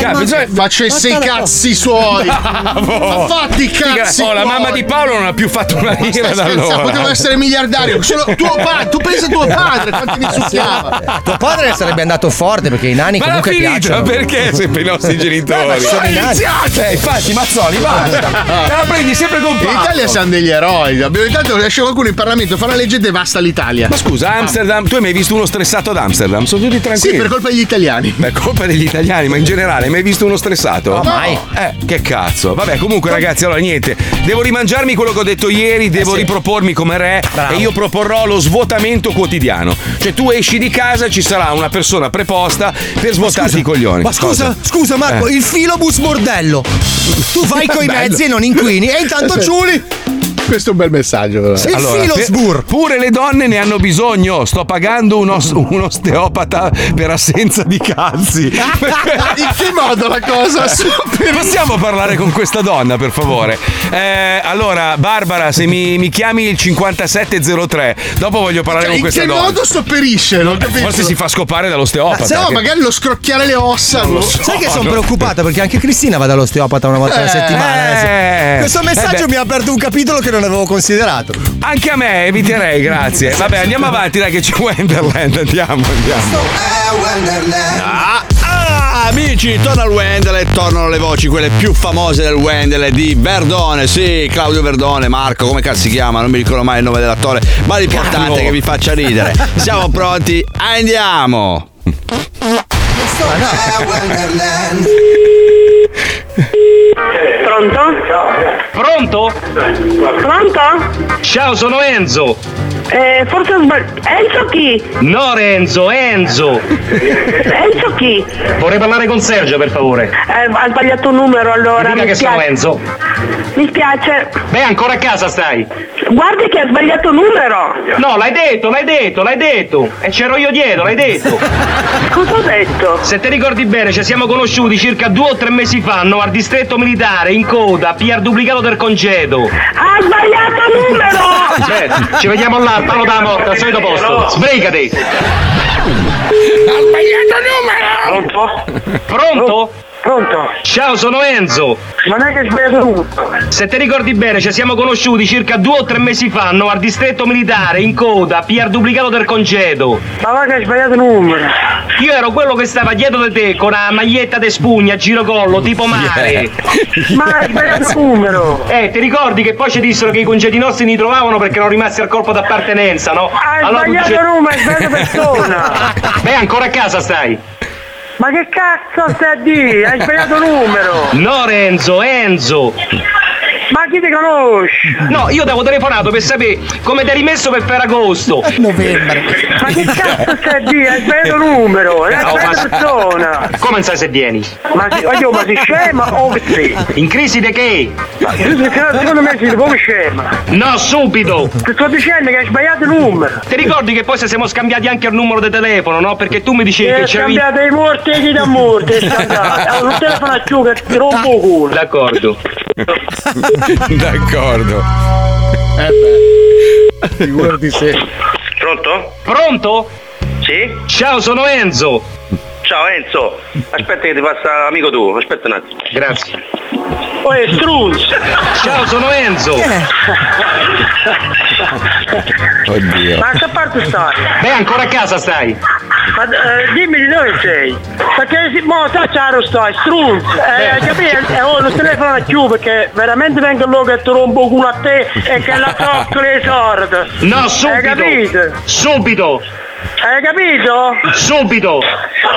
Speaker 2: ma-
Speaker 21: cioè,
Speaker 3: bisogna-
Speaker 2: faccio i sei
Speaker 3: Portala qua.
Speaker 2: cazzi suoi. Ma
Speaker 3: Bravo.
Speaker 2: fatti i
Speaker 3: Figa-
Speaker 2: cazzi
Speaker 3: Oh, la
Speaker 2: suoi.
Speaker 3: mamma di Paolo non ha più fatto una lira da
Speaker 21: scherzando,
Speaker 3: allora.
Speaker 21: potevo essere miliardario. Solo tuo padre, tu pensa a tuo padre, quanti ne succhiava.
Speaker 2: Tuo padre sarebbe andato forte perché i nani
Speaker 3: Ma l'ha
Speaker 2: comunque
Speaker 3: finita
Speaker 2: piacciono.
Speaker 3: Cioè, perché sempre i nostri genitori?
Speaker 2: sono in
Speaker 21: Iniziate!
Speaker 3: Eh, infatti, Mazzoli, basta. Te la prendi sempre con
Speaker 21: Ah. In
Speaker 3: Paolo.
Speaker 21: Italia siamo degli eroi. Abbiamo intanto esce qualcuno in Parlamento, fa la legge e devasta l'Italia. Ah.
Speaker 3: Ma scusa, Amsterdam, tu hai mai visto uno stressato ad Amsterdam? Sono tutti tranquilli.
Speaker 21: Sì, per colpa degli italiani.
Speaker 3: Per colpa degli italiani, ma in generale, hai mai visto uno stressato?
Speaker 21: No, mai.
Speaker 3: Eh, che cazzo. Vabbè, comunque, ragazzi, allora niente. Devo rimangiarmi quello che ho detto ieri,
Speaker 2: Eh
Speaker 3: devo ripropormi come re e io proporrò lo svuotamento quotidiano. Cioè, tu esci di casa, ci sarà una persona preposta per svuotarti i coglioni.
Speaker 2: Ma scusa,
Speaker 3: Cosa?
Speaker 2: scusa Marco,
Speaker 3: Eh.
Speaker 2: il filobus bordello. Tu vai coi
Speaker 3: Bello.
Speaker 2: mezzi e non inquini e intanto ciuli.
Speaker 21: Questo è un bel messaggio, però.
Speaker 2: Il filo
Speaker 3: per-
Speaker 2: sbur.
Speaker 3: Pure le donne ne hanno bisogno. Sto pagando un, os- un osteopata per assenza di calzi.
Speaker 21: In che modo la cosa?
Speaker 3: Possiamo parlare con questa donna, per favore? Eh, allora, Barbara, se mi, mi chiami il 5703, dopo voglio parlare
Speaker 21: Cioè,
Speaker 3: con
Speaker 21: in
Speaker 3: questa
Speaker 21: che
Speaker 3: donna.
Speaker 21: modo sopperisce? Non capisco.
Speaker 3: Forse si fa scopare dall'osteopata.
Speaker 21: Se no,
Speaker 3: Oh, che-
Speaker 21: magari lo scrocchiare le ossa.
Speaker 3: Non lo
Speaker 21: boh.
Speaker 3: so.
Speaker 2: Sai che sono
Speaker 3: no.
Speaker 2: preoccupata perché anche Cristina va dall'osteopata una volta alla
Speaker 21: Eh,
Speaker 2: settimana.
Speaker 3: eh,
Speaker 2: Questo messaggio
Speaker 3: eh beh.
Speaker 2: mi ha aperto un capitolo che non avevo considerato.
Speaker 3: Anche a me, eviterei, grazie. Vabbè, andiamo avanti, dai, che c'è Wonderland. Andiamo, andiamo.
Speaker 22: Ah, ah, amici, torna il Wendel e tornano le voci, quelle più famose del Wendel di Verdone. Sì, Claudio Verdone, Marco, come cazzo si chiama? Non mi ricordo mai il nome dell'attore, ma l'importante
Speaker 3: Carlo.
Speaker 22: è che vi faccia ridere. Siamo pronti? Andiamo!
Speaker 6: Pronto? Pronto? Pronto? Ciao, sono Enzo. Eh, forse ho sbagliato. Enzo chi? No, Renzo, Enzo. Enzo chi? Vorrei parlare con Sergio, per favore. Eh, ha sbagliato numero, allora.
Speaker 23: Dica
Speaker 6: mi
Speaker 23: che sono
Speaker 6: spiace.
Speaker 23: Enzo.
Speaker 6: Mi spiace.
Speaker 23: Beh, ancora a casa stai.
Speaker 6: Guardi che ha sbagliato numero.
Speaker 23: No, l'hai detto, l'hai detto, l'hai detto. E c'ero io dietro, l'hai detto.
Speaker 6: Cosa ho detto?
Speaker 23: Se ti ricordi bene, ci siamo conosciuti circa due o tre mesi fa, no, al distretto militare, in coda, a pigliar duplicato del congedo.
Speaker 6: Ha sbagliato numero.
Speaker 23: Beh, ci vediamo là, al palo della morte, al solito posto. Sbrigati!
Speaker 6: Ho sbagliato
Speaker 23: numero! Pronto? Pronto? Ciao, sono Enzo! Ma non è che sbaglio Se ti ricordi bene, ci siamo conosciuti circa due o tre mesi fa, no, al distretto militare, in coda, a pigliar duplicato del congedo. Ma va che hai sbagliato numero! Io ero quello che stava dietro di te con la maglietta di spugna, girocollo, tipo mare. Ma hai sbagliato numero! Eh, ti ricordi che poi ci dissero che i congedi nostri li trovavano perché erano rimasti al corpo d'appartenenza, no?
Speaker 6: Hai sbagliato numero, hai sbagliato persona.
Speaker 23: Beh, ancora a casa stai!
Speaker 6: Ma che cazzo stai a dire? Hai sbagliato numero.
Speaker 23: No Renzo, Enzo!
Speaker 6: Ma chi ti conosci?
Speaker 23: No, io ti avevo telefonato per sapere come ti hai rimesso per Ferragosto! Novembre!
Speaker 6: Ma che cazzo stai a dire? Hai sbagliato numero. Hai sbagliato persona.
Speaker 23: Oh, Come non sai se vieni?
Speaker 6: Ma si, oh, io, ma si scema o sì?
Speaker 23: In crisi di che?
Speaker 6: Secondo me sei proprio scema.
Speaker 23: No, subito!
Speaker 6: Ti sto dicendo che hai sbagliato numero.
Speaker 23: Ti ricordi che poi se siamo scambiati anche il numero di telefono, no? Perché tu mi dicevi
Speaker 6: Che
Speaker 23: che
Speaker 6: è
Speaker 23: c'avevi...
Speaker 6: scambiato Eh, i morti e chi da morti. è scambiato. Non telefono a più che ti rompo culo.
Speaker 23: D'accordo.
Speaker 3: D'accordo.
Speaker 21: Figurati
Speaker 6: Eh,
Speaker 21: se.
Speaker 23: Pronto? Pronto? Sì? Ciao, sono Enzo! Ciao Enzo, aspetta che ti passa amico tuo, aspetta un attimo. Grazie.
Speaker 6: Oh, è strunz.
Speaker 23: Ciao, sono Enzo! Oddio.
Speaker 6: Ma a che parte stai?
Speaker 23: Beh, ancora a casa stai?
Speaker 6: Ma eh, dimmi di dove sei? Perché si, mo tacciaro stai, strunz, eh, hai capito? Eh, oh, non telefono più perché veramente vengo loro che ti rompo culo a te e che la tocco le sorte.
Speaker 23: No, subito!
Speaker 6: Hai capito?
Speaker 23: Subito!
Speaker 6: Hai capito?
Speaker 23: Subito!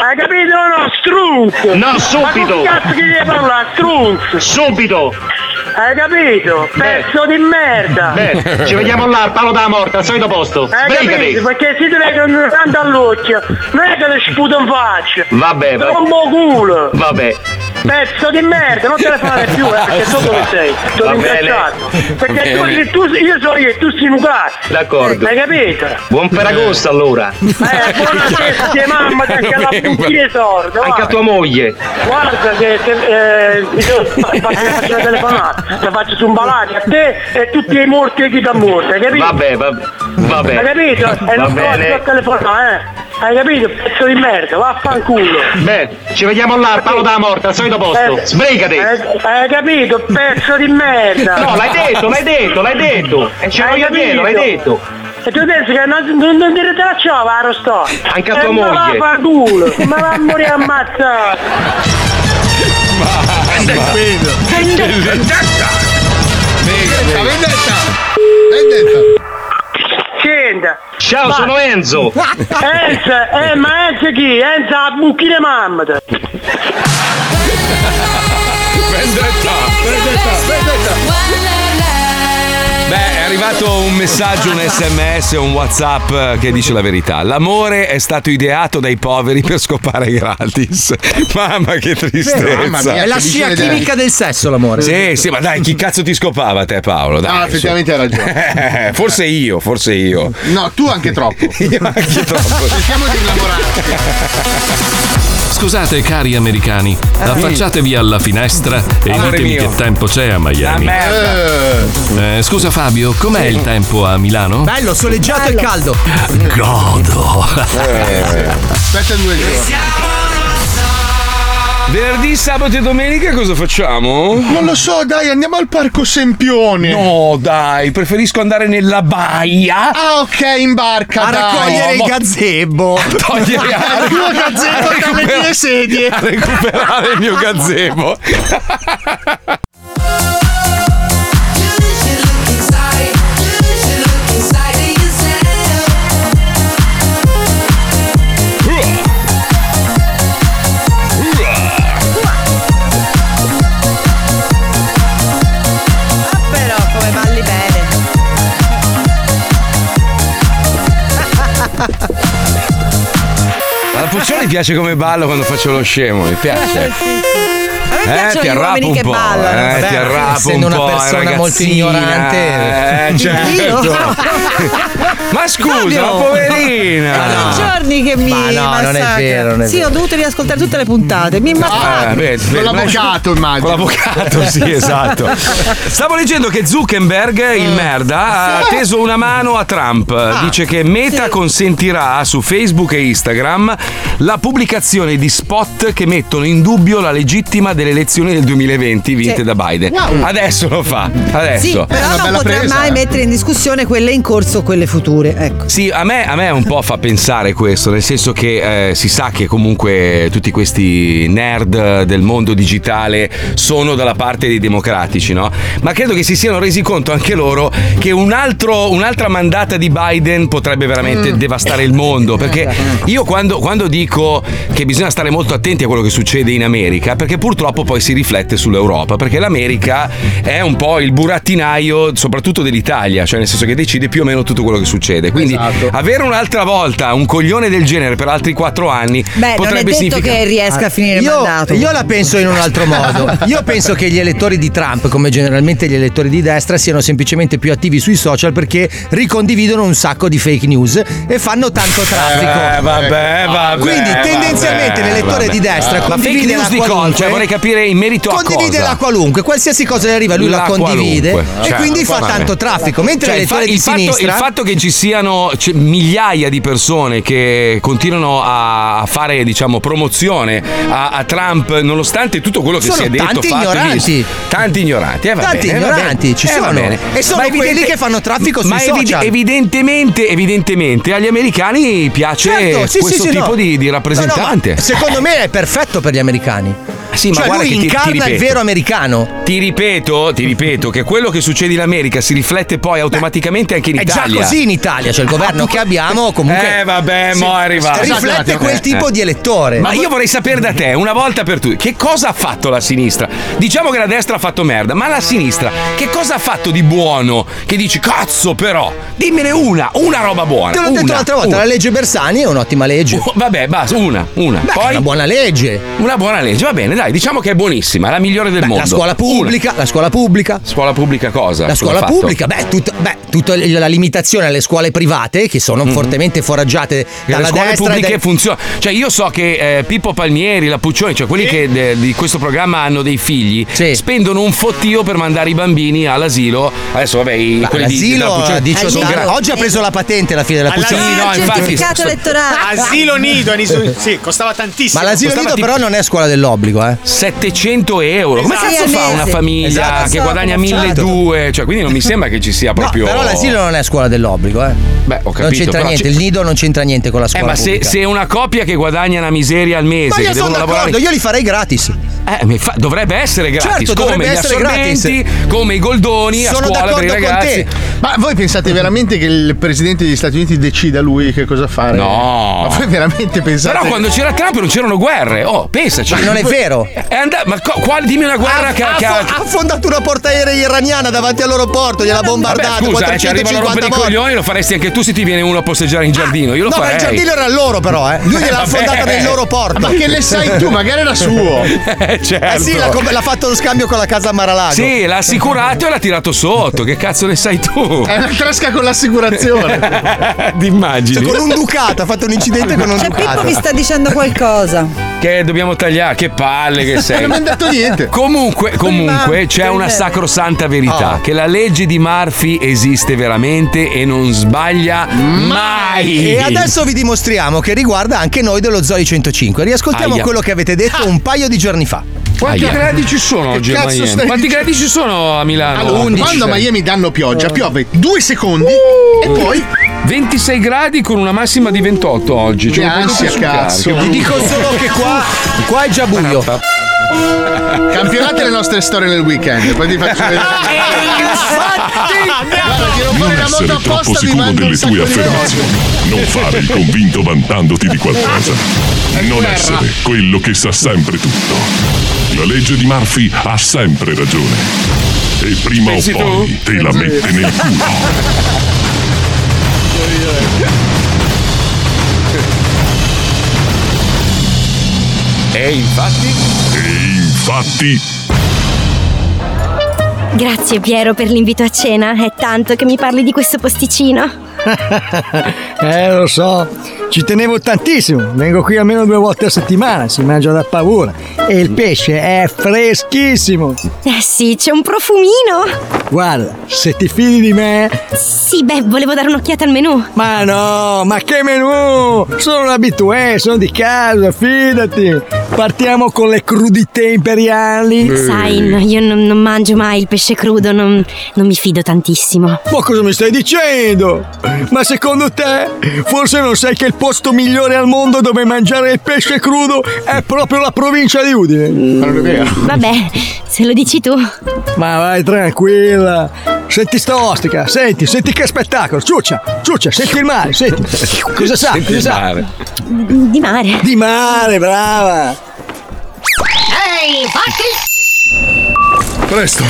Speaker 6: Hai capito o no, strunz?
Speaker 23: No,
Speaker 6: Ma
Speaker 23: subito!
Speaker 6: con chi cazzo che devi parlare, strunz?
Speaker 23: Subito!
Speaker 6: Hai capito? Pezzo di merda!
Speaker 23: Beh, Eh, ci vediamo là al palo della morte, al solito posto.
Speaker 6: Hai
Speaker 23: Sbrigati!
Speaker 6: Eh, capito? Perché si ti vedono
Speaker 24: Eh,
Speaker 6: tanto all'occhio, non è che ti sputo in faccia!
Speaker 23: Vabbè,
Speaker 6: Rompo culo!
Speaker 23: Vabbè.
Speaker 6: Pezzo di merda, non telefonare più, eh, perché so dove sei, sono
Speaker 24: Va bene.
Speaker 6: intracciato. Perché
Speaker 24: Va bene.
Speaker 6: tu, tu, io so io, tu sei un cazzo.
Speaker 24: D'accordo.
Speaker 23: Eh,
Speaker 6: Hai capito?
Speaker 24: Buon Ferragosto allora.
Speaker 6: Eh, buona festa, sì, mamma, ti anche alla puntine
Speaker 24: Anche
Speaker 6: sordo.
Speaker 24: a
Speaker 6: guarda.
Speaker 24: tua moglie.
Speaker 6: Guarda che te- eh, mi devo- faccio faccio una telefonata, la faccio su un balani a te e tutti i eh, morti e chi ti ha morto, hai capito?
Speaker 24: Vabbè, va, va
Speaker 6: Hai
Speaker 24: bene.
Speaker 6: capito? E
Speaker 24: Va
Speaker 6: non
Speaker 24: bene.
Speaker 6: voglio la telefonata, eh. Hai capito? Pezzo di merda, vaffanculo.
Speaker 24: Beh, ci vediamo là al palo della morte, al solito posto. Sbrigati.
Speaker 6: Hai, eh, hai capito? Pezzo di merda.
Speaker 24: No, l'hai detto, l'hai detto, l'hai detto. E ci
Speaker 6: Hai
Speaker 24: voglio
Speaker 6: capito?
Speaker 24: dietro, l'hai detto.
Speaker 6: E tu pensi che non, non, non ti ritracciava la Rostò?
Speaker 24: Anche a
Speaker 6: E
Speaker 24: tua
Speaker 6: Eh, ma
Speaker 24: moglie.
Speaker 6: vaffanculo, ma va a morire ammazzato.
Speaker 24: Vendetta,
Speaker 6: vendetta. Senta.
Speaker 24: Ciao, sono Enzo.
Speaker 6: Enzo, eh, ma Enzo chi? Enzo a buchine mamma. te.
Speaker 3: Vendetta. Beh, è arrivato un messaggio, un sms, un whatsapp eh, che dice la verità. L'amore è stato ideato dai poveri per scopare gratis. Mamma che tristezza.
Speaker 2: È la scia chimica del sesso l'amore.
Speaker 3: Sì, sì, ma dai, chi cazzo ti scopava te Paolo? Dai,
Speaker 2: No,
Speaker 3: su.
Speaker 2: effettivamente hai ragione.
Speaker 3: Eh, forse io, forse io.
Speaker 2: No, tu anche troppo.
Speaker 3: Io anche troppo.
Speaker 6: Cerchiamo di lavorare.
Speaker 10: Scusate cari americani,
Speaker 6: Ah, sì.
Speaker 10: affacciatevi alla finestra e
Speaker 6: Amore
Speaker 10: ditemi
Speaker 6: mio.
Speaker 10: che tempo c'è a Miami.
Speaker 6: Ah, merda.
Speaker 10: Eh, scusa Fabio, com'è il tempo a Milano?
Speaker 2: Bello, soleggiato e caldo.
Speaker 10: Godo.
Speaker 6: Eh.
Speaker 21: Aspetta due giorni.
Speaker 3: Venerdì, sabato e domenica cosa facciamo?
Speaker 21: Non lo so, dai, andiamo al parco Sempione.
Speaker 3: No, dai, preferisco andare nella baia.
Speaker 21: Ah, ok, in barca.
Speaker 3: A
Speaker 21: dai.
Speaker 3: raccogliere il
Speaker 2: gazebo.
Speaker 3: Togliere
Speaker 21: il tuo gazebo dalle mie sedie.
Speaker 3: A recuperare il mio gazebo.
Speaker 5: Però come balli bene.
Speaker 3: Alla Puccioni piace come ballo quando faccio lo scemo, mi
Speaker 6: Eh.
Speaker 3: piace. Eh,
Speaker 6: A me piacciono
Speaker 3: ti
Speaker 6: gli
Speaker 3: arrapa
Speaker 6: uomini
Speaker 3: un
Speaker 6: che
Speaker 3: po',
Speaker 6: ballano.
Speaker 3: eh,
Speaker 6: Vabbè,
Speaker 3: ti arrapa
Speaker 2: essendo
Speaker 3: un
Speaker 2: una
Speaker 3: po', eh,
Speaker 2: persona molto
Speaker 3: ragazzina,
Speaker 2: ignorante.
Speaker 3: Eh, certo.
Speaker 2: Io?
Speaker 3: Ma scusa, ma
Speaker 2: Fabio.
Speaker 3: poverina.
Speaker 2: Ma no.
Speaker 16: giorni che mi
Speaker 2: Ma no, non è
Speaker 16: massacra.
Speaker 2: vero, non è
Speaker 16: sì,
Speaker 2: vero. Ah,
Speaker 16: ho dovuto riascoltare tutte le puntate. Mi massacra.
Speaker 3: Eh, beh, beh,
Speaker 21: l'avvocato, immagino.
Speaker 3: Con l'avvocato, sì, esatto. Stavo leggendo che Zuckerberg,
Speaker 16: Eh.
Speaker 3: il merda, ha teso una mano a Trump.
Speaker 16: Ah.
Speaker 3: Dice che Meta consentirà su Facebook e Instagram la pubblicazione di spot che mettono in dubbio la legittima delle elezioni del 2020 vinte
Speaker 16: Sì.
Speaker 3: da Biden.
Speaker 16: Wow.
Speaker 3: Adesso lo fa, adesso.
Speaker 16: Sì, però non potrà
Speaker 3: eh.
Speaker 16: mai mettere in discussione quelle in corso o quelle future. Ecco.
Speaker 3: Sì, a me, a me un po' fa pensare questo, nel senso che eh, si sa che comunque tutti questi nerd del mondo digitale sono dalla parte dei democratici, no? Ma credo che si siano resi conto anche loro che un altro- un'altra mandata di Biden potrebbe veramente devastare il
Speaker 16: Eh,
Speaker 3: mondo, perché io quando, quando dico che bisogna stare molto attenti a quello che succede in America, perché purtroppo poi si riflette sull'Europa, perché l'America è un po' il burattinaio soprattutto dell'Italia, cioè nel senso che decide più o meno tutto quello che succede. Quindi
Speaker 16: Esatto.
Speaker 3: avere un'altra volta un coglione del genere per altri quattro anni
Speaker 16: Beh, non è
Speaker 3: potrebbe
Speaker 16: detto
Speaker 3: significare
Speaker 16: che riesca a finire il
Speaker 2: Ah, io,
Speaker 16: mandato.
Speaker 2: Io la penso in un altro modo. Io penso che gli elettori di Trump, come generalmente gli elettori di destra, siano semplicemente più attivi sui social perché ricondividono un sacco di fake news e fanno tanto traffico.
Speaker 3: Eh, vabbè, vabbè,
Speaker 2: Quindi
Speaker 3: vabbè,
Speaker 2: tendenzialmente l'elettore
Speaker 3: vabbè.
Speaker 2: di destra
Speaker 3: Ma fake
Speaker 2: condivide
Speaker 3: news
Speaker 2: la
Speaker 3: di cosa?
Speaker 2: qualunque.
Speaker 3: Cioè, vorrei capire in merito a
Speaker 2: condivide
Speaker 3: cosa.
Speaker 2: la qualunque, qualsiasi cosa gli arriva, lui la,
Speaker 3: La
Speaker 2: condivide
Speaker 3: qualunque.
Speaker 2: e
Speaker 3: Cioè,
Speaker 2: quindi fa
Speaker 3: vabbè.
Speaker 2: tanto traffico. Mentre
Speaker 3: Cioè, il, fa-
Speaker 2: l'elettore di
Speaker 3: il fatto,
Speaker 2: sinistra
Speaker 3: il fatto che ci siano c- migliaia di persone che continuano a a fare diciamo promozione a, a Trump nonostante tutto quello che
Speaker 2: Sono
Speaker 3: si è detto
Speaker 2: tanti
Speaker 3: fatto,
Speaker 2: ignoranti.
Speaker 3: visto. tanti ignoranti eh, va
Speaker 2: Tanti
Speaker 3: bene, eh, va
Speaker 2: ignoranti,
Speaker 3: bene.
Speaker 2: ci
Speaker 3: Eh, va
Speaker 2: sono.
Speaker 3: bene.
Speaker 2: E sono
Speaker 3: Ma
Speaker 2: quelli che fanno traffico sui
Speaker 3: ma evi-
Speaker 2: social.
Speaker 3: evidentemente evidentemente agli americani piace
Speaker 2: Certo, sì, sì,
Speaker 3: questo
Speaker 2: sì,
Speaker 3: tipo
Speaker 2: no.
Speaker 3: di,
Speaker 2: No,
Speaker 3: di
Speaker 2: no,
Speaker 3: rappresentante Ah,
Speaker 2: ma secondo me è perfetto per gli americani.
Speaker 3: Sì, ma
Speaker 2: cioè
Speaker 3: guarda
Speaker 2: lui
Speaker 3: che ti- ti
Speaker 2: incarna il
Speaker 3: ripeto.
Speaker 2: vero americano.
Speaker 3: Ti ripeto, ti ripeto che quello che succede in America si riflette poi automaticamente anche in
Speaker 2: È già
Speaker 3: Italia. Ah,
Speaker 2: così in Italia, cioè il governo che abbiamo comunque
Speaker 3: Eh vabbè, mo' è arrivato.
Speaker 2: Riflette quel tipo
Speaker 3: Eh.
Speaker 2: di elettore.
Speaker 3: Ma io vorrei sapere da te, una volta per tutte, che cosa ha fatto la sinistra? Diciamo che la destra ha fatto merda, ma la sinistra che cosa ha fatto di buono? Che dici, cazzo però, dimmene una, una roba buona.
Speaker 2: Te l'ho detto
Speaker 3: una,
Speaker 2: l'altra volta,
Speaker 3: una.
Speaker 2: la legge Bersani è un'ottima legge.
Speaker 3: Oh, Vabbè, basta, una, una.
Speaker 2: Beh,
Speaker 3: Poi
Speaker 2: una buona legge.
Speaker 3: una buona legge, va bene, dai, dai, diciamo che è buonissima, la migliore del
Speaker 2: Beh,
Speaker 3: mondo.
Speaker 2: la scuola pubblica, la scuola pubblica.
Speaker 3: Scuola pubblica cosa?
Speaker 2: La
Speaker 3: Cosa ha
Speaker 2: scuola
Speaker 3: fatto?
Speaker 2: pubblica, beh, tutta, beh, tutta la limitazione alle scuole private che sono fortemente foraggiate
Speaker 3: Che Mm-hmm. le
Speaker 2: dalla
Speaker 3: scuole
Speaker 2: destra. e
Speaker 3: pubbliche
Speaker 2: dai-
Speaker 3: funzionano. Cioè, io so che eh, Pippo Palmieri, la Puccioni, cioè quelli che de- di questo programma hanno dei figli, spendono un fottio per mandare i bambini all'asilo. Adesso, vabbè, i, quelli di- della
Speaker 2: L'asilo
Speaker 3: Puccioni Eh,
Speaker 2: ha 18
Speaker 3: sono gra-
Speaker 2: Oggi ha preso la patente la figlia della
Speaker 3: All'asilo
Speaker 2: Puccioni.
Speaker 3: Sì,
Speaker 7: eh,
Speaker 3: no, il infatti, certificato sto-
Speaker 16: elettorale.
Speaker 7: Asilo nido, anis- sì, costava tantissimo.
Speaker 2: Ma l'asilo nido però non è scuola dell'obbligo, eh.
Speaker 3: 700 euro. Come
Speaker 2: Esatto.
Speaker 3: cazzo
Speaker 2: Sì, al
Speaker 3: fa
Speaker 2: mese.
Speaker 3: una famiglia
Speaker 2: Esatto,
Speaker 3: che
Speaker 2: esatto,
Speaker 3: guadagna
Speaker 2: esatto.
Speaker 3: 1200? Cioè, quindi non mi sembra che ci sia
Speaker 2: No,
Speaker 3: proprio.
Speaker 2: però l'asilo non è scuola dell'obbligo, eh.
Speaker 3: Beh, ho
Speaker 2: non
Speaker 3: capito,
Speaker 2: c'entra
Speaker 3: però
Speaker 2: niente,
Speaker 3: c'è-
Speaker 2: il nido non c'entra niente con la
Speaker 3: Eh,
Speaker 2: scuola.
Speaker 3: ma se,
Speaker 2: pubblica.
Speaker 3: se una coppia che guadagna una miseria al mese,
Speaker 2: Ma io
Speaker 3: che
Speaker 2: sono
Speaker 3: devono lavorare.
Speaker 2: d'accordo, io li farei gratis.
Speaker 3: Eh, mi fa- dovrebbe essere gratis,
Speaker 2: Certo,
Speaker 3: come
Speaker 2: dovrebbe
Speaker 3: gli
Speaker 2: essere
Speaker 3: assorbenti,
Speaker 2: gratis.
Speaker 3: come i goldoni a
Speaker 11: Sono
Speaker 3: scuola per i
Speaker 11: d'accordo con
Speaker 3: ragazzi.
Speaker 11: te. Ma voi pensate veramente che il presidente degli Stati Uniti decida lui che cosa fare?
Speaker 3: No.
Speaker 11: Ma voi veramente pensate?
Speaker 3: Però quando c'era Trump non c'erano guerre. Oh, pensaci.
Speaker 11: Ma non è vero.
Speaker 3: È andata- ma co- quale- dimmi una guerra che, che
Speaker 2: Ha, fo- ha fondato una portaerei iraniana davanti all'aeroporto, gliel'ha bombardata
Speaker 3: Eh, Vabbè, scusa, eh, ti arrivano a
Speaker 2: 450
Speaker 3: rompere i
Speaker 2: volte.
Speaker 3: coglioni, lo faresti anche tu se ti viene uno a posteggiare in giardino. Io lo
Speaker 2: Ah, no, ma
Speaker 3: farei.
Speaker 2: il giardino era loro, però, eh. Lui gliel'ha
Speaker 3: Eh,
Speaker 2: affondata
Speaker 3: vabbè.
Speaker 2: nel loro porto.
Speaker 3: Ma che ne sai tu? Magari era suo. Eh, certo.
Speaker 2: Eh sì, l'ha, com- l'ha fatto lo scambio con la casa a Maralago.
Speaker 3: Sì, l'ha assicurato e l'ha tirato sotto. Che cazzo ne sai tu?
Speaker 11: È una tresca con l'assicurazione.
Speaker 3: Ti immagini?
Speaker 2: Cioè, con un ducato, ha fatto un incidente con un
Speaker 16: C'è Cioè, Pippo
Speaker 2: ducato.
Speaker 16: che sta dicendo qualcosa.
Speaker 3: Che dobbiamo tagliare, che palle che sei.
Speaker 16: Non mi hanno detto niente.
Speaker 3: Comunque, comunque
Speaker 16: Prima,
Speaker 3: c'è una
Speaker 16: prima.
Speaker 3: sacrosanta verità:
Speaker 25: Ah.
Speaker 3: che la legge di Murphy esiste veramente e non sbaglia mai.
Speaker 2: E adesso vi dimostriamo che riguarda anche noi dello Zoli 105. Riascoltiamo
Speaker 3: Aia.
Speaker 2: quello che avete detto un paio di giorni fa.
Speaker 3: Quanti gradi ci sono oggi a Miami? Quanti gradi ci sono a Milano? cioè.
Speaker 11: Allora, quando a Miami danno pioggia, piove due secondi e poi.
Speaker 3: 26 Uh. gradi con una massima di 28 oggi. C'è
Speaker 11: Che
Speaker 3: un po' di
Speaker 11: ansia,
Speaker 3: sul carico.
Speaker 11: cazzo.
Speaker 3: Che
Speaker 11: Vi dico
Speaker 2: solo che qua, qua è già buio.
Speaker 11: Campionate le nostre storie nel weekend, poi ti faccio vedere. Guarda, tiro fuori
Speaker 26: Non
Speaker 11: la moto
Speaker 26: essere troppo
Speaker 11: apposta, vi
Speaker 26: sicuro
Speaker 11: mando un
Speaker 26: delle
Speaker 11: sacco
Speaker 26: tue
Speaker 11: di roba.
Speaker 26: affermazioni. Non fare il convinto vantandoti di qualcosa. Non
Speaker 11: guerra.
Speaker 26: essere quello che sa sempre tutto. La legge di Murphy ha sempre ragione. E prima Pensi o poi tu? te la Sì. mette nel culo.
Speaker 3: E infatti?
Speaker 26: E infatti...
Speaker 14: Grazie Piero per l'invito a cena, è tanto che mi parli di questo posticino.
Speaker 6: eh, lo so, ci tenevo tantissimo. Vengo qui almeno due volte a settimana, si mangia da paura. E il pesce è freschissimo.
Speaker 14: Eh sì, c'è un profumino.
Speaker 6: Guarda, se ti fidi di me.
Speaker 14: Sì, beh, volevo dare un'occhiata al menù.
Speaker 6: Ma no, ma che menù! Sono un abitué, sono di casa, fidati. Partiamo con le crudité imperiali.
Speaker 14: Sai, no, io non, non mangio mai il pesce crudo, non, non mi fido tantissimo.
Speaker 6: Ma cosa mi stai dicendo? Ma secondo te, forse non sai che il posto migliore al mondo dove mangiare il pesce crudo è proprio la provincia di Udine? Ma non è vero.
Speaker 14: Vabbè, se lo dici tu.
Speaker 6: Ma vai tranquilla. Senti sta ostica, senti, senti che spettacolo. Ciuccia, ciuccia, senti il mare, senti. Cosa sa?
Speaker 3: Senti
Speaker 6: cosa
Speaker 3: il
Speaker 6: sa?
Speaker 3: mare.
Speaker 14: Di mare.
Speaker 6: Di mare, brava.
Speaker 27: Ehi, infatti!
Speaker 21: Presto,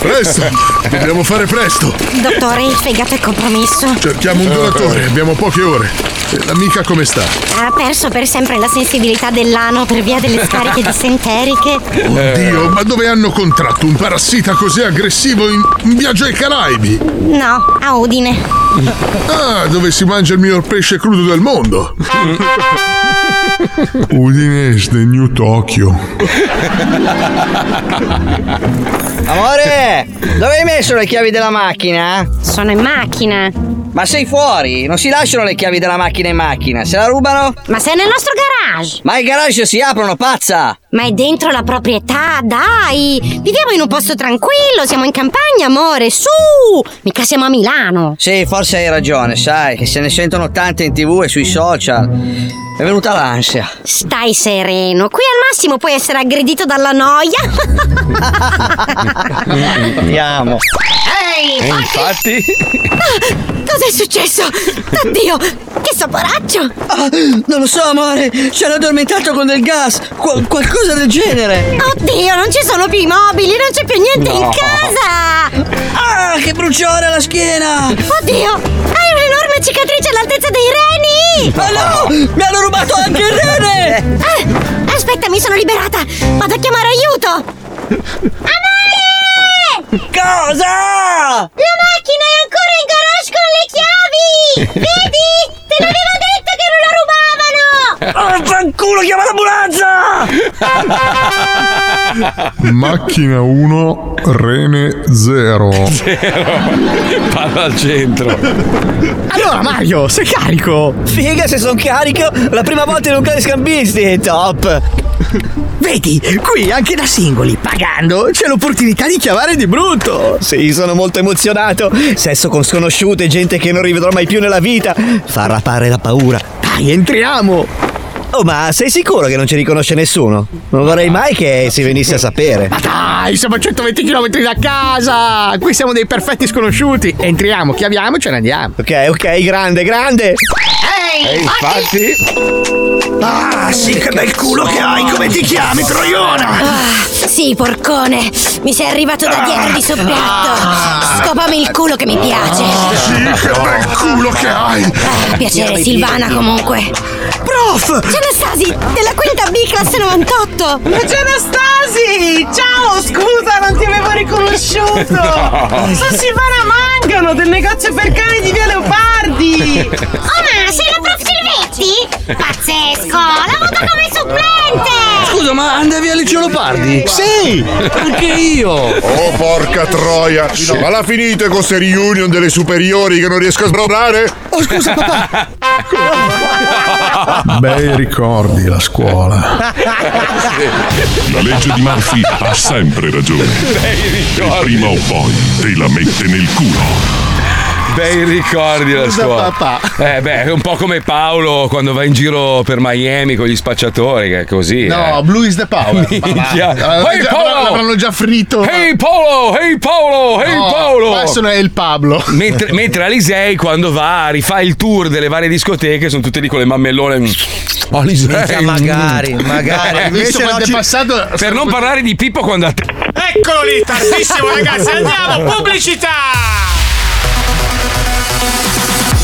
Speaker 21: presto, dobbiamo fare presto.
Speaker 14: Dottore, il fegato è compromesso.
Speaker 21: Cerchiamo un donatore, abbiamo poche ore. Eh, L'amica come sta?
Speaker 14: Ha perso per sempre la sensibilità dell'ano per via delle scariche dissenteriche.
Speaker 21: Oddio, ma dove hanno contratto un parassita così aggressivo in, in viaggio ai Caraibi?
Speaker 14: No, a Udine.
Speaker 21: Ah, dove si mangia il miglior pesce crudo del mondo. Udine is the new Tokyo.
Speaker 22: Amore, dove hai messo le chiavi della macchina?
Speaker 14: Sono in macchina.
Speaker 22: Ma sei fuori, non si lasciano le chiavi della macchina in macchina, se la rubano?
Speaker 14: Ma sei nel nostro garage!
Speaker 22: Ma i garage si aprono, pazza!
Speaker 14: Ma è dentro la proprietà, dai! Viviamo in un posto tranquillo, siamo in campagna, amore, su! Mica siamo a Milano!
Speaker 22: Sì, forse hai ragione, sai, che se ne sentono tante in tv e sui social. È venuta l'ansia.
Speaker 14: Stai sereno, qui al massimo puoi essere aggredito dalla noia.
Speaker 22: Andiamo.
Speaker 6: Eh,
Speaker 14: Ehi!
Speaker 3: infatti?
Speaker 14: Cos'è successo? Oddio, che saporaccio!
Speaker 22: Ah, non lo so, amore, ci hanno addormentato con del gas, qual- qualcosa del genere.
Speaker 14: Oddio, non ci sono più i mobili, non c'è più niente
Speaker 22: No.
Speaker 14: in casa!
Speaker 22: Ah, che bruciore alla schiena!
Speaker 14: Oddio, hai un'enorme cicatrice all'altezza dei reni!
Speaker 22: Ma no! Mi hanno rubato anche il rene!
Speaker 14: Eh, aspetta, mi sono liberata! disperata! Vado a chiamare aiuto! Amore!
Speaker 15: Cosa?
Speaker 5: La macchina è ancora in garage con le chiavi! Vedi? Te l'avevo detto che non la rubavano!
Speaker 15: Oh, fanculo, chiama l'ambulanza!
Speaker 11: Macchina 1, rene 0.
Speaker 3: Palla al centro.
Speaker 21: Allora Mario, sei carico? Figa se sono carico, la prima volta in un cane scambisti, top! Vedi, qui anche da singoli, pagando, c'è l'opportunità di chiamare di brutto! Sì, sono molto emozionato! Sesso con sconosciute, gente che non rivedrò mai più nella vita! Fa rapare la paura! Dai, entriamo! Oh, ma sei sicuro che non ci riconosce nessuno? Non vorrei mai che si venisse a sapere.
Speaker 7: Ma Ah, dai, siamo a 120 km da casa! Qui siamo dei perfetti sconosciuti! Entriamo, chiamiamo e ce ne andiamo!
Speaker 21: Ok, ok, grande, grande!
Speaker 6: Ehi, infatti.
Speaker 12: Ah, sì, che bel culo che hai, come ti chiami, troiona?
Speaker 14: Ah, sì, porcone! Mi sei arrivato da dietro di soppiatto! Scopami il culo che mi piace!
Speaker 11: Sì, che bel culo che hai!
Speaker 14: Piacere, Silvana, comunque!
Speaker 21: Prof!
Speaker 14: C'è Anastasi, della quinta B, classe 98!
Speaker 4: C'è Anastasi! Ciao, scusa, non ti avevo riconosciuto!
Speaker 6: No.
Speaker 4: Sono Silvana Mangano del negozio per cani di via Leopardi!
Speaker 5: Oh, ma sei la prof Silvetti? Pazzesco! La voto come supplente!
Speaker 21: Scusa, ma andavi al liceo Leopardi? Sì! Anche io!
Speaker 11: Oh, porca troia! Ma la finite con queste reunion delle superiori che non riesco a sbrobrare?
Speaker 21: Oh, scusa, papà!
Speaker 11: Bei ricordi la scuola.
Speaker 26: La legge di Murphy ha sempre ragione. E prima o poi te la mette nel culo.
Speaker 3: Bei ricordi la
Speaker 11: Scusa,
Speaker 3: scuola. Eh beh, è un po' come Paolo quando va in giro per Miami con gli spacciatori, che è così.
Speaker 11: No,
Speaker 3: eh.
Speaker 11: Blue is the power. Ah,
Speaker 3: Minchia.
Speaker 11: L'avranno
Speaker 3: Ehi,
Speaker 11: già-
Speaker 3: Paolo!
Speaker 11: L'avranno già fritto.
Speaker 3: Ehi Paolo, ehi Paolo, ehi Paolo!
Speaker 11: Questo non è il Pablo.
Speaker 3: Mentre, mentre Alisei quando va, rifà il tour delle varie discoteche, sono tutte lì con le mammellone. Oh, Alisei.
Speaker 2: Minchia, magari, magari.
Speaker 11: Hai visto quanto è passato?
Speaker 3: Per non parlare di Pippo quando a te.
Speaker 1: Eccolo lì, tardissimo ragazzi, andiamo, pubblicità!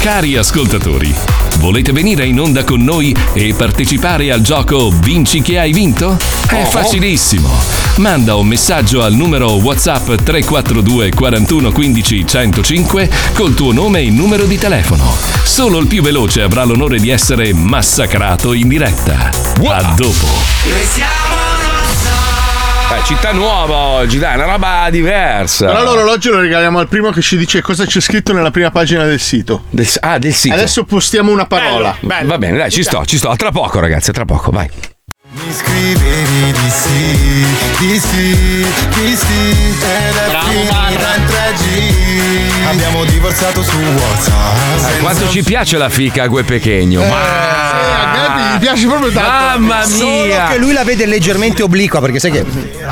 Speaker 10: Cari ascoltatori, volete venire in onda con noi e partecipare al gioco Vinci che hai vinto? È
Speaker 8: Oh.
Speaker 10: facilissimo. Manda un messaggio al numero WhatsApp 342 41 15 105 col tuo nome e numero di telefono. Solo il più veloce avrà l'onore di essere massacrato in diretta. A dopo.
Speaker 3: Eh, città nuova oggi, dai, una roba diversa.
Speaker 11: Però l'orologio lo regaliamo al primo che ci dice cosa c'è scritto nella prima pagina del sito.
Speaker 3: ah, del sito.
Speaker 11: Adesso postiamo una parola.
Speaker 3: Va bene, dai, ci sto, ci sto. A tra poco, ragazzi, a tra poco, vai.
Speaker 11: Eh,
Speaker 6: Mi scrivevi di sì, di sì, di sì E la finita in 3G Abbiamo divorziato su Whatsapp
Speaker 3: Eh, Quanto ci piace la fica a Gue
Speaker 2: Eh,
Speaker 11: Eh,
Speaker 3: Pechegno? Ma.
Speaker 11: Mi piace proprio tanto.
Speaker 3: Mamma
Speaker 2: Solo
Speaker 3: mia!
Speaker 2: che lui la vede leggermente obliqua perché sai che